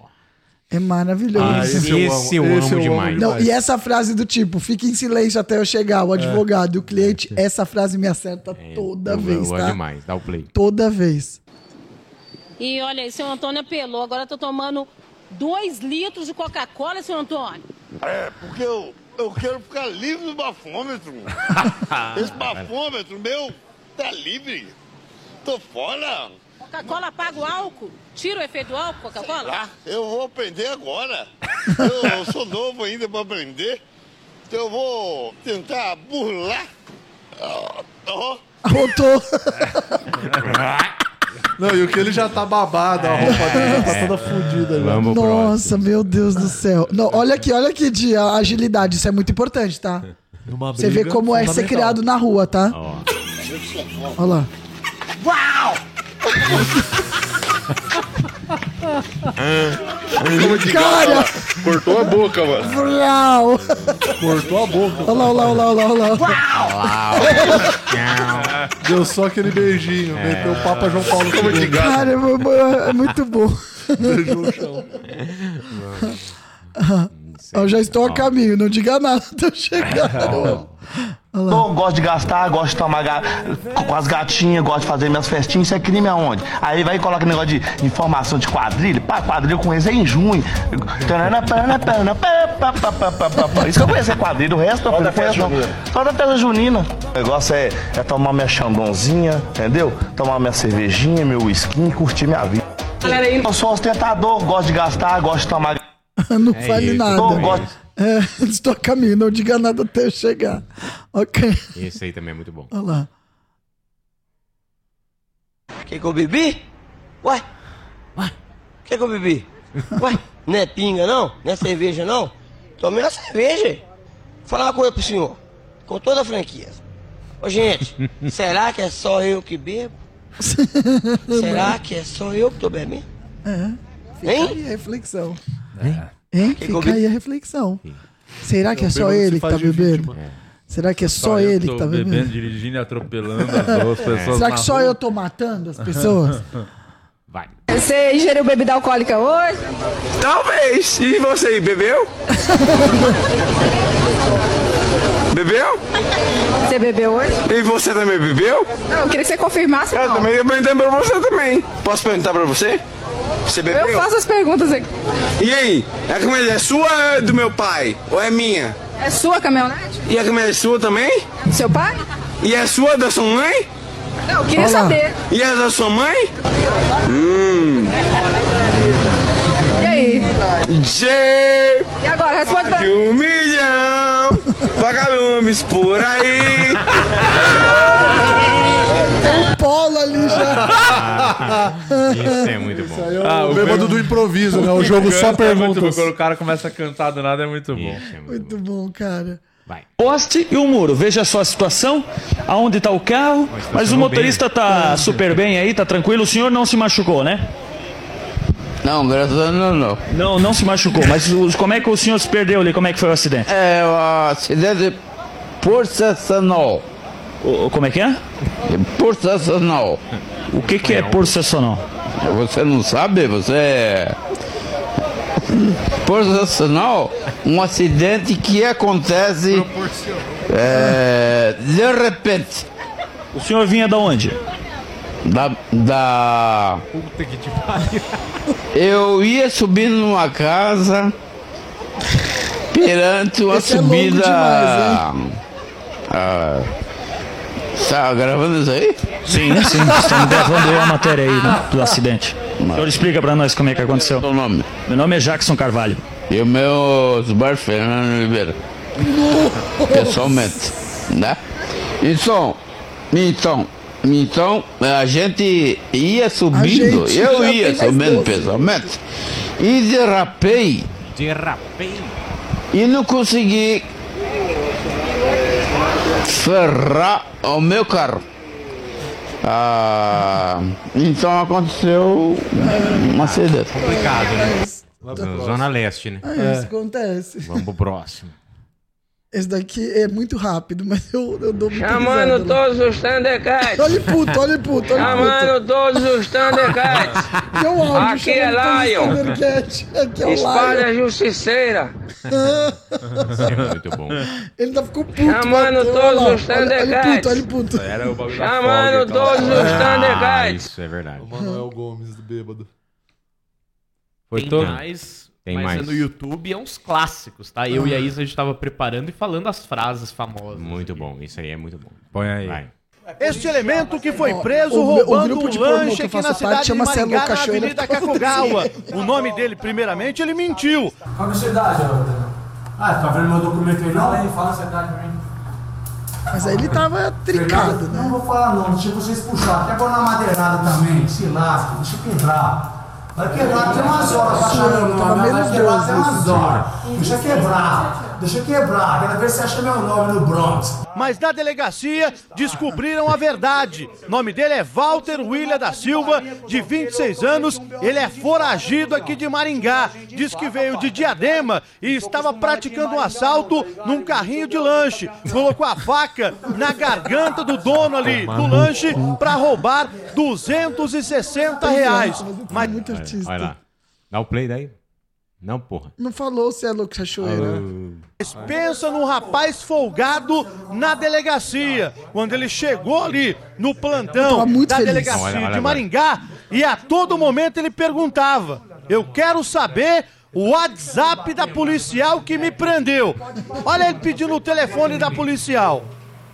[SPEAKER 5] É maravilhoso.
[SPEAKER 2] Ah, esse eu amo. Esse eu amo Esse eu amo demais. É.
[SPEAKER 5] Não,
[SPEAKER 2] demais.
[SPEAKER 5] e essa frase do tipo, fique em silêncio até eu chegar, o advogado, e o cliente,
[SPEAKER 2] É.
[SPEAKER 5] essa frase me acerta toda
[SPEAKER 2] eu,
[SPEAKER 5] vez,
[SPEAKER 2] eu gosto
[SPEAKER 5] tá?
[SPEAKER 2] demais, dá o play.
[SPEAKER 5] Toda vez.
[SPEAKER 13] E olha aí, seu Antônio apelou. Agora eu tô tomando dois litros de Coca-Cola, seu Antônio.
[SPEAKER 14] É, porque eu, eu quero ficar livre do bafômetro.
[SPEAKER 13] Ah,
[SPEAKER 14] Esse bafômetro meu tá livre. Tô fora.
[SPEAKER 13] Coca-Cola apaga o álcool? Tira o efeito do álcool, Coca-Cola?
[SPEAKER 14] Ah, eu vou aprender agora. Eu, eu sou novo ainda pra aprender. Então eu vou tentar burlar. Ah, ó.
[SPEAKER 5] Voltou.
[SPEAKER 3] Não, e o que ele já tá babado, a roupa dele já tá toda fodida. já.
[SPEAKER 5] Nossa, meu Deus do céu. Não, olha aqui, olha aqui de a agilidade, isso é muito importante, tá?
[SPEAKER 3] Numa
[SPEAKER 5] Você vê
[SPEAKER 3] briga
[SPEAKER 5] como é ser
[SPEAKER 3] fundamental.
[SPEAKER 5] criado na rua, tá? Olha lá.
[SPEAKER 14] Uau!
[SPEAKER 5] Cara!
[SPEAKER 14] Cortou a boca, mano.
[SPEAKER 5] Uau!
[SPEAKER 3] Cortou a boca.
[SPEAKER 5] Olha lá, olha lá, olha lá, olha lá.
[SPEAKER 3] Deu só aquele beijinho, meteu o Papa João Paulo II.
[SPEAKER 5] Cara, é mu- mu- é muito bom.
[SPEAKER 3] Beijou o chão.
[SPEAKER 5] Ah, Eu já estou a caminho, não diga nada, eu chegar.
[SPEAKER 15] Não gosto de gastar, gosto de tomar ga- com as gatinhas, gosto de fazer minhas festinhas, isso é crime aonde? Aí vai e coloca negócio de informação de quadrilha, pá, quadrilha com eles é em junho. Tanana, panana, panana, pá, pá, pá, pá, pá, pá, pá. Isso que eu conheço é quadrilha, o resto eu não conheço não. Só da festa junina. O negócio é, é tomar minha chandonzinha, entendeu? Tomar minha cervejinha, meu whisky, curtir minha vida. Eu sou um ostentador, gosto de gastar, gosto de tomar...
[SPEAKER 5] Não
[SPEAKER 15] É
[SPEAKER 5] fale
[SPEAKER 15] isso,
[SPEAKER 5] nada.
[SPEAKER 15] é isso.
[SPEAKER 5] É, estou a caminho, não diga nada até eu chegar. Ok.
[SPEAKER 2] Esse aí também é muito bom.
[SPEAKER 5] Olha lá.
[SPEAKER 9] Que que eu bebi? Ué? Ué? Que que eu bebi? Ué? Não é pinga não? Não é cerveja não? Tomei uma cerveja. Vou falar uma coisa pro senhor, com toda a franqueza. Ô gente, será que é só eu que bebo? Será que é só eu que tô bebendo?
[SPEAKER 5] É. Fica
[SPEAKER 9] Hein?
[SPEAKER 5] aí a reflexão. Hein?
[SPEAKER 9] Que que eu
[SPEAKER 5] Fica aí
[SPEAKER 9] bebi?
[SPEAKER 5] a reflexão. Será que é
[SPEAKER 9] Eu
[SPEAKER 5] só
[SPEAKER 9] bebo,
[SPEAKER 5] ele
[SPEAKER 9] se
[SPEAKER 5] que
[SPEAKER 9] faz
[SPEAKER 5] tá
[SPEAKER 9] de
[SPEAKER 5] bebendo? Será que é só
[SPEAKER 1] eu
[SPEAKER 5] ele
[SPEAKER 1] tô
[SPEAKER 5] que tá bebendo?
[SPEAKER 1] dirigindo e atropelando as duas
[SPEAKER 2] É.
[SPEAKER 1] pessoas.
[SPEAKER 5] Será
[SPEAKER 1] na
[SPEAKER 5] que só
[SPEAKER 1] rua.
[SPEAKER 5] eu tô matando as tá pessoas?
[SPEAKER 1] Vai.
[SPEAKER 16] Você ingeriu bebida alcoólica hoje?
[SPEAKER 17] Talvez. E você, bebeu? bebeu?
[SPEAKER 16] Você bebeu hoje?
[SPEAKER 17] E você também bebeu?
[SPEAKER 16] Não, eu queria que você confirmasse.
[SPEAKER 17] Eu
[SPEAKER 16] não.
[SPEAKER 17] também ia perguntar pra você também. Posso perguntar pra você? Você bebeu?
[SPEAKER 16] Eu faço as perguntas aqui.
[SPEAKER 17] E aí? A camisa é sua ou é do meu pai? Ou é minha?
[SPEAKER 16] É sua caminhonete?
[SPEAKER 17] E a camisa é sua também?
[SPEAKER 16] Do seu pai?
[SPEAKER 17] E é sua da sua mãe?
[SPEAKER 16] Não, eu queria saber.
[SPEAKER 17] E é da sua mãe?
[SPEAKER 18] Mmm.
[SPEAKER 17] Hum.
[SPEAKER 16] E aí?
[SPEAKER 17] J.
[SPEAKER 16] E agora, responde pra
[SPEAKER 17] De um milhão vagalumes por aí.
[SPEAKER 5] Tem um polo ali já.
[SPEAKER 2] Isso é muito bom.
[SPEAKER 3] aí é o
[SPEAKER 1] Ah,
[SPEAKER 3] bêbado do improviso, né? O jogo só
[SPEAKER 1] canto é muito
[SPEAKER 3] perguntas.
[SPEAKER 1] bom. Quando o cara começa a cantar do nada é muito bom.
[SPEAKER 5] Muito bom, cara.
[SPEAKER 19] Poste e o muro. Veja só a situação, aonde está o carro. Mas o motorista tá super bem aí, tá tranquilo. O senhor não se machucou, né? Não, graças a Deus não. Não, não se machucou. Mas os- como é que o senhor se perdeu ali? Como é que foi o acidente? É, o acidente processional. como é que é? Processional. O que, que é processional? Você não sabe? Você é...
[SPEAKER 11] proporcional um acidente que acontece é, de repente.
[SPEAKER 19] O senhor vinha da onde?
[SPEAKER 11] Da. da...
[SPEAKER 2] Puta que te pariu.
[SPEAKER 11] Eu ia subindo numa casa perante uma
[SPEAKER 5] Esse é longo
[SPEAKER 11] subida.
[SPEAKER 5] demais,
[SPEAKER 11] Ah, tá gravando isso aí?
[SPEAKER 19] Sim, sim, estamos gravando aí a matéria aí né, do acidente. O senhor explica pra nós como é que aconteceu. Meu nome? Meu nome é Jackson Carvalho.
[SPEAKER 11] E o meu Zubar Fernando Oliveira. Pessoalmente, né? Então, então, então, a gente ia subindo,
[SPEAKER 2] gente
[SPEAKER 11] eu
[SPEAKER 2] já
[SPEAKER 11] ia
[SPEAKER 2] tem mais
[SPEAKER 11] subindo
[SPEAKER 2] doze.
[SPEAKER 11] pessoalmente, e derrapei,
[SPEAKER 2] Derrapei.
[SPEAKER 11] e não consegui ferrar o meu carro. Ah, então aconteceu uma acidente.
[SPEAKER 2] Complicado, né? Zona Leste, né?
[SPEAKER 5] É, Isso acontece.
[SPEAKER 2] Vamos pro próximo.
[SPEAKER 5] Esse daqui é muito rápido, mas eu, eu dou muito
[SPEAKER 9] Chamando
[SPEAKER 5] risada lá.
[SPEAKER 9] todos os Thundercats.
[SPEAKER 5] Olha ele puto, olha ele puto, olha ele puto.
[SPEAKER 9] Chamando todos os Thundercats.
[SPEAKER 5] Deu áudio,
[SPEAKER 9] Aqui é
[SPEAKER 5] chamando todos os
[SPEAKER 9] Lion.
[SPEAKER 5] Thundercats. Aqui é o
[SPEAKER 9] Espada
[SPEAKER 5] Lion.
[SPEAKER 9] Justiceira.
[SPEAKER 2] é Muito bom.
[SPEAKER 5] Ele ainda ficou puto.
[SPEAKER 9] Chamando
[SPEAKER 5] bateu, olha
[SPEAKER 9] todos
[SPEAKER 5] lá.
[SPEAKER 9] os
[SPEAKER 6] é?
[SPEAKER 5] Olha- olha ele puto, olha ele
[SPEAKER 9] Thundercats.
[SPEAKER 5] puto.
[SPEAKER 1] Era o bagulho da
[SPEAKER 9] Chamando
[SPEAKER 1] folga e tal.
[SPEAKER 9] todos os
[SPEAKER 1] Ah,
[SPEAKER 9] Thundercats.
[SPEAKER 2] então. Isso é verdade.
[SPEAKER 3] Manuel Gomes, bêbado.
[SPEAKER 1] Foi
[SPEAKER 6] Tem
[SPEAKER 1] todo?
[SPEAKER 6] mais,
[SPEAKER 1] Tem
[SPEAKER 6] mas
[SPEAKER 1] mais.
[SPEAKER 6] é no YouTube é uns clássicos, tá? Eu e a Isa a gente tava preparando e falando as frases famosas. assim.
[SPEAKER 2] Muito bom, isso aí é muito bom.
[SPEAKER 1] Põe aí.
[SPEAKER 3] é
[SPEAKER 20] Este elemento que foi preso
[SPEAKER 6] o- o
[SPEAKER 20] roubando
[SPEAKER 6] grupo
[SPEAKER 20] um
[SPEAKER 6] de pornô que
[SPEAKER 20] lanche
[SPEAKER 6] eu faço
[SPEAKER 20] aqui na
[SPEAKER 6] parte
[SPEAKER 20] cidade de
[SPEAKER 6] chama Celo
[SPEAKER 20] Maringá, na
[SPEAKER 6] Cachoeira.
[SPEAKER 20] Avenida Kakugawa. O nome dele, primeiramente, ele mentiu.
[SPEAKER 7] Qual a sua idade, Jonathan? Ah, tá vendo meu documento aí? Não, aí, fala a sua idade pra mim.
[SPEAKER 5] Mas aí ele tava trincado, né?
[SPEAKER 7] Não vou falar não, deixa vocês puxar. Até agora na madeirada também, se lasca, deixa quebrar. Vai quebrar até umas horas, pra achar meu
[SPEAKER 5] Suando, tava
[SPEAKER 7] nome, vai
[SPEAKER 5] menos
[SPEAKER 7] quebrar
[SPEAKER 5] doze
[SPEAKER 7] até umas
[SPEAKER 5] esse
[SPEAKER 7] horas. Deixa quebrar, deixa quebrar, quero ver se acha meu nome no Bronx.
[SPEAKER 20] Mas na delegacia descobriram a verdade. Nome dele é Walter William da Silva, de 26 anos. Ele é foragido aqui de Maringá. Diz que veio de Diadema e estava praticando um assalto num carrinho de lanche. Colocou a faca na garganta do dono ali do lanche para roubar 260 reais. Ah, Mas
[SPEAKER 5] é muito artista.
[SPEAKER 2] Olha lá. Dá o play daí. Não, porra.
[SPEAKER 5] Não falou se é louco cachoeira.
[SPEAKER 20] Mas
[SPEAKER 2] Ah.
[SPEAKER 5] né?
[SPEAKER 20] Pensa num rapaz folgado na delegacia. Quando ele chegou ali no plantão da
[SPEAKER 5] feliz.
[SPEAKER 20] delegacia
[SPEAKER 2] Olha, olha
[SPEAKER 20] de
[SPEAKER 2] agora.
[SPEAKER 20] Maringá, e a todo momento ele perguntava: Eu quero saber o WhatsApp da policial que me prendeu. Olha ele pedindo o telefone da policial.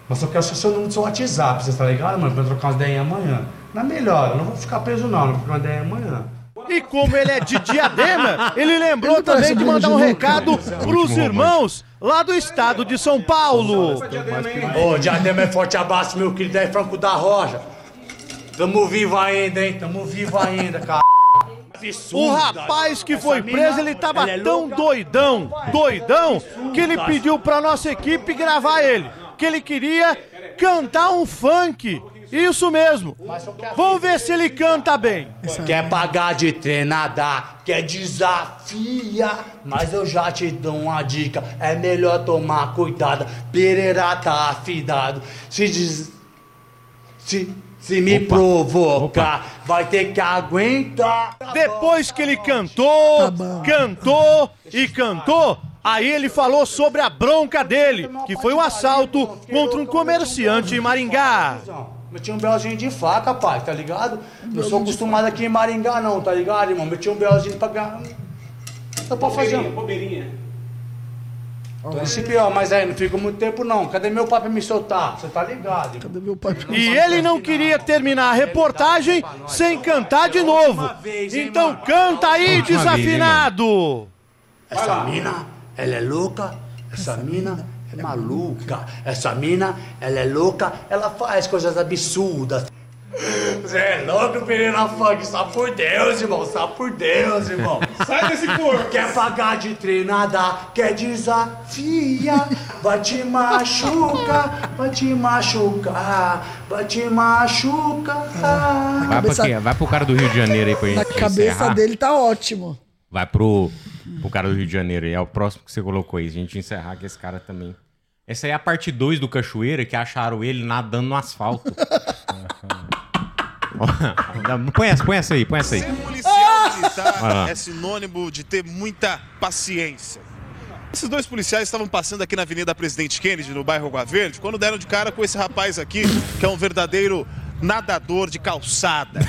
[SPEAKER 7] Mas eu quero só seu número do seu WhatsApp, você tá ligado, mano? Pra eu trocar umas ideias amanhã. Na melhor, eu não vou ficar preso não, não vou trocar uma ideia amanhã.
[SPEAKER 20] E como ele é de Diadema, ele lembrou
[SPEAKER 5] tá
[SPEAKER 7] Ele parece
[SPEAKER 20] também de
[SPEAKER 7] Bruno
[SPEAKER 20] mandar um
[SPEAKER 7] de Luca.
[SPEAKER 20] recado pros irmãos lá do estado de São Paulo.
[SPEAKER 7] Ô, Diadema é forte abraço, meu querido, é Franco da Roja. Tamo vivo ainda, hein? Tamo vivo ainda, cara.
[SPEAKER 20] O rapaz que foi preso, ele tava tão doidão, doidão, que ele pediu pra nossa equipe gravar ele. Que ele queria cantar um funk. Isso mesmo. Vamos ver se ele canta bem.
[SPEAKER 7] Quer pagar de treinadar, quer desafia, mas eu já te dou uma dica, é melhor tomar cuidado, Pereira tá afidado, se des... se, se me provocar, vai ter que aguentar.
[SPEAKER 20] Depois que ele cantou, cantou e cantou, aí ele falou sobre a bronca dele, que foi um assalto contra um comerciante em Maringá.
[SPEAKER 7] Meti um belzinho de faca, pai, tá ligado? Não sou acostumado aqui em Maringá não, tá ligado, irmão? Meti um belzinho pra ganhar... Só pra fazer... um- Tô nesse pior, mas aí não fico muito tempo não. Cadê meu pai pra me soltar? Você tá ligado? irmão?
[SPEAKER 5] Cadê meu pai pra
[SPEAKER 20] E ele não queria terminar a reportagem sem cantar de novo. Então canta aí,
[SPEAKER 7] Última vez, hein,
[SPEAKER 20] desafinado!
[SPEAKER 7] Essa mina, ela é louca, essa mina é maluca, essa mina, ela é louca, ela faz coisas absurdas. Você é louco, Pereira Funk, só por Deus, irmão, só por Deus, irmão. Sai desse corpo! Quer pagar de treinada, quer desafia, vai te machucar, vai te machucar, vai te machucar.
[SPEAKER 2] Vai, pra quem? Vai pro cara do Rio de Janeiro aí pra
[SPEAKER 5] Na
[SPEAKER 2] gente
[SPEAKER 5] cabeça
[SPEAKER 2] encerrar.
[SPEAKER 5] dele tá ótimo.
[SPEAKER 2] Vai pro, pro cara do Rio de Janeiro. E é o próximo que você colocou aí. A gente encerrar que esse cara também. Essa aí é a parte 2 do Cachoeira, que acharam ele nadando no asfalto. Ó, põe essa, põe essa aí, põe essa aí.
[SPEAKER 18] policial
[SPEAKER 2] Vai
[SPEAKER 18] militar
[SPEAKER 2] lá.
[SPEAKER 18] é sinônimo de ter muita paciência. Esses dois policiais estavam passando aqui na Avenida Presidente Kennedy, no bairro Água Verde, quando deram de cara com esse rapaz aqui, que é um verdadeiro nadador de calçada.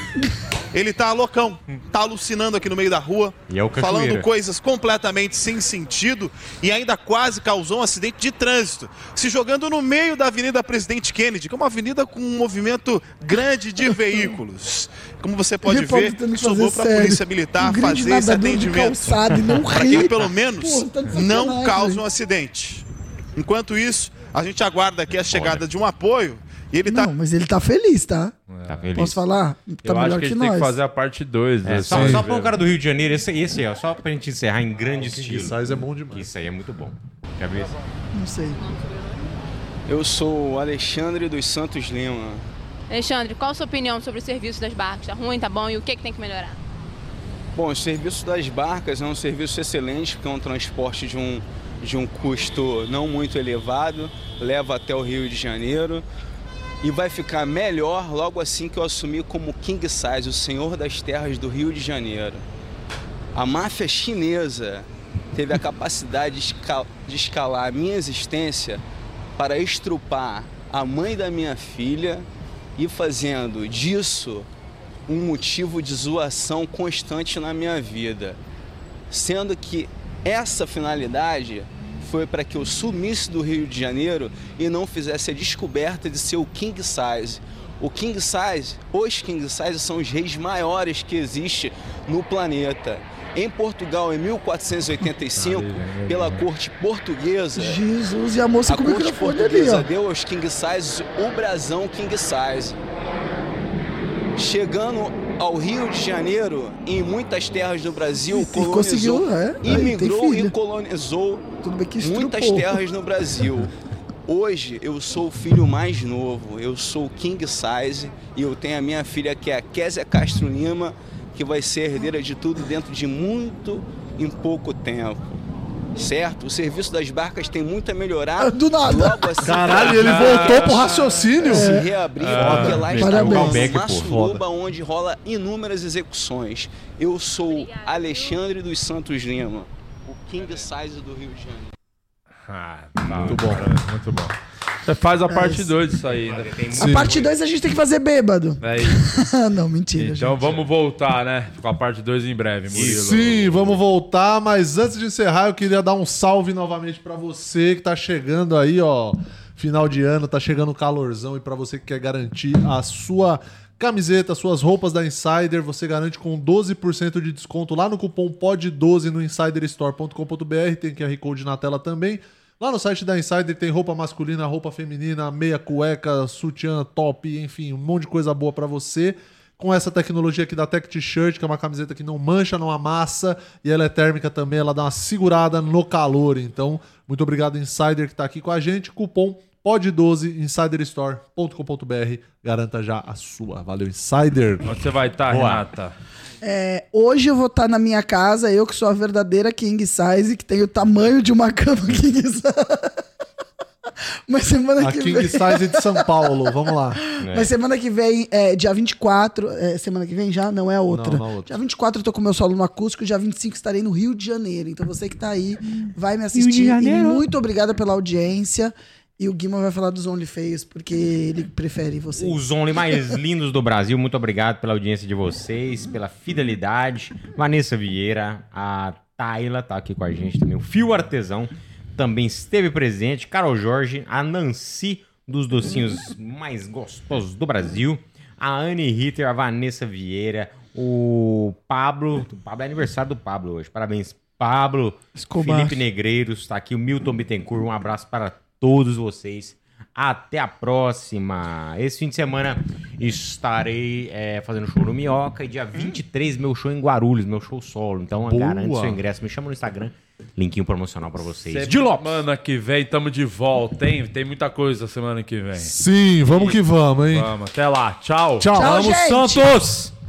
[SPEAKER 18] Ele tá loucão, tá alucinando aqui no meio da rua,
[SPEAKER 2] E é o Cachoeira.
[SPEAKER 18] falando coisas completamente sem sentido e ainda quase causou um acidente de trânsito, se jogando no meio da Avenida Presidente Kennedy, que é uma avenida com um movimento grande de veículos. Como você pode
[SPEAKER 5] Meu povo
[SPEAKER 18] ver,
[SPEAKER 5] tentando
[SPEAKER 18] sobrou
[SPEAKER 5] fazer
[SPEAKER 18] para a
[SPEAKER 5] sério.
[SPEAKER 18] Polícia Militar
[SPEAKER 5] Um grande
[SPEAKER 18] fazer esse
[SPEAKER 5] nadador de
[SPEAKER 18] atendimento.
[SPEAKER 5] calçada e não
[SPEAKER 18] Para
[SPEAKER 5] ri.
[SPEAKER 18] que ele, pelo menos,
[SPEAKER 5] Pô, tá de
[SPEAKER 18] não
[SPEAKER 5] sacanagem.
[SPEAKER 18] cause um acidente. Enquanto isso, a gente aguarda aqui a chegada de um apoio e ele está
[SPEAKER 5] Não, mas ele tá feliz, tá?
[SPEAKER 2] Tá feliz.
[SPEAKER 5] Posso falar? Tá
[SPEAKER 1] Eu acho
[SPEAKER 5] melhor
[SPEAKER 1] que a
[SPEAKER 5] que,
[SPEAKER 1] gente tem
[SPEAKER 5] nós.
[SPEAKER 1] que fazer a parte né? 2.
[SPEAKER 2] É, só, só pra um cara do Rio de Janeiro, esse, esse ó, só pra gente encerrar em grande estilo. Isso é bom demais. Isso aí é muito bom. Quer ver? esse?
[SPEAKER 5] Não sei.
[SPEAKER 21] Eu sou o Alexandre dos Santos Lima.
[SPEAKER 13] Alexandre, qual a sua opinião sobre o serviço das barcas? Tá ruim, tá bom? E o que, que tem que melhorar?
[SPEAKER 21] Bom, o serviço das barcas é um serviço excelente, porque é um transporte de um de um custo não muito elevado, leva até o Rio de Janeiro e vai ficar melhor logo assim que eu assumir como King Size, o senhor das terras do Rio de Janeiro. A máfia chinesa teve a capacidade de esca- de escalar a minha existência para estrupar a mãe da minha filha e fazendo disso um motivo de zoação constante na minha vida. Sendo que essa finalidade foi para que eu sumisse do Rio de Janeiro e não fizesse a descoberta de ser o King Size. O King Size, os King Size são os reis maiores que existe no planeta. Em Portugal, em 1485, pela corte portuguesa,
[SPEAKER 5] Jesus, e a moça com o
[SPEAKER 21] corte
[SPEAKER 5] microfone ali,
[SPEAKER 21] portuguesa
[SPEAKER 5] ó.
[SPEAKER 21] deu aos King Size o brasão King Size. Chegando ao Rio de Janeiro, em muitas terras do Brasil, colonizou,
[SPEAKER 5] conseguiu, é, aí tem
[SPEAKER 21] imigrou e
[SPEAKER 5] filho.
[SPEAKER 21] colonizou muitas
[SPEAKER 5] estrupou.
[SPEAKER 21] terras no Brasil. Hoje eu sou o filho mais novo, eu sou o King Size e eu tenho a minha filha que é a Késia Castro Lima, que vai ser herdeira de tudo dentro de muito em pouco tempo. Certo? O serviço das barcas tem muito a melhorar.
[SPEAKER 5] Ah, Do nada.
[SPEAKER 21] Logo assim,
[SPEAKER 3] Caralho, ele voltou pro raciocínio.
[SPEAKER 21] se
[SPEAKER 3] É.
[SPEAKER 21] reabrir,
[SPEAKER 3] Foda.
[SPEAKER 21] porque lá está
[SPEAKER 3] Parabéns.
[SPEAKER 21] o
[SPEAKER 3] Callback, pô.
[SPEAKER 21] Massuruba, onde rola inúmeras execuções. Eu sou Alexandre dos Santos Lima, o King Size do Rio de Janeiro.
[SPEAKER 1] Ah,
[SPEAKER 3] tá.
[SPEAKER 1] muito bom. Muito bom. Você
[SPEAKER 3] É
[SPEAKER 1] faz a parte 2 disso aí, né?
[SPEAKER 5] A parte 2 a gente tem que fazer bêbado.
[SPEAKER 1] É isso.
[SPEAKER 5] não, mentira.
[SPEAKER 1] Então
[SPEAKER 3] é.
[SPEAKER 1] vamos voltar, né? Com a parte 2 em breve, Murilo.
[SPEAKER 3] Sim, vamos voltar, mas antes de encerrar, eu queria dar um salve novamente pra você que tá chegando aí, ó. Final de ano, tá chegando o calorzão e pra você que quer garantir a sua camiseta, suas roupas da Insider, você garante com 12% de desconto lá no cupom POD12 no insiderstore.com.br, tem QR Code na tela também. Lá no site da Insider tem roupa masculina, roupa feminina, meia cueca, sutiã top, enfim, um monte de coisa boa pra você com essa tecnologia aqui da Tech T-Shirt, que é uma camiseta que não mancha, não amassa, e ela é térmica também, ela dá uma segurada no calor. Então, muito obrigado, Insider, que está aqui com a gente. Cupom POD12, insiderstore.com.br. Garanta já a sua. Valeu, Insider.
[SPEAKER 1] Onde você vai estar,
[SPEAKER 3] Boa.
[SPEAKER 1] Renata?
[SPEAKER 5] É, hoje eu vou estar na minha casa, eu que sou a verdadeira king size, que tem o tamanho de uma cama king size. Mas semana
[SPEAKER 3] A
[SPEAKER 5] que
[SPEAKER 3] King
[SPEAKER 5] vem.
[SPEAKER 3] Size de São Paulo, vamos lá.
[SPEAKER 5] Mas semana que vem, é, dia 24, é, semana que vem já, não é a outra.
[SPEAKER 3] não é a outra.
[SPEAKER 5] Dia 24 eu tô com meu solo no acústico, dia 25 estarei no Rio de Janeiro. Então você que tá aí, vai me
[SPEAKER 4] Rio de
[SPEAKER 5] assistir. E
[SPEAKER 4] Janeiro.
[SPEAKER 5] muito obrigada pela audiência. E o Guima vai falar dos OnlyFans, porque ele prefere você.
[SPEAKER 2] Os only mais lindos do Brasil, muito obrigado pela audiência de vocês, pela fidelidade. Vanessa Vieira, a Taila tá aqui com a gente também. O Fio Artesão também esteve presente. Carol Jorge, a Nancy dos docinhos mais gostosos do Brasil. A Anne Ritter, a Vanessa Vieira, o Pablo. O Pablo é aniversário do Pablo hoje. Parabéns, Pablo.
[SPEAKER 4] Escobar.
[SPEAKER 2] Felipe Negreiros, tá aqui o Milton Bittencourt. Um abraço para todos vocês. Até a próxima. Esse fim de semana estarei é, fazendo show no Minhoca e dia 23, meu show em Guarulhos, meu show solo. Então,
[SPEAKER 1] Boa.
[SPEAKER 2] garante seu ingresso. Me chama no Instagram. Linkinho promocional pra vocês.
[SPEAKER 1] Semana
[SPEAKER 2] De Lopes.
[SPEAKER 1] que vem, tamo de volta, hein? Tem muita coisa semana que vem.
[SPEAKER 3] Sim, vamos que vamos, hein?
[SPEAKER 1] Vamos, até lá. Tchau.
[SPEAKER 3] Tchau. Tchau,
[SPEAKER 1] vamos,
[SPEAKER 3] gente.
[SPEAKER 1] Santos!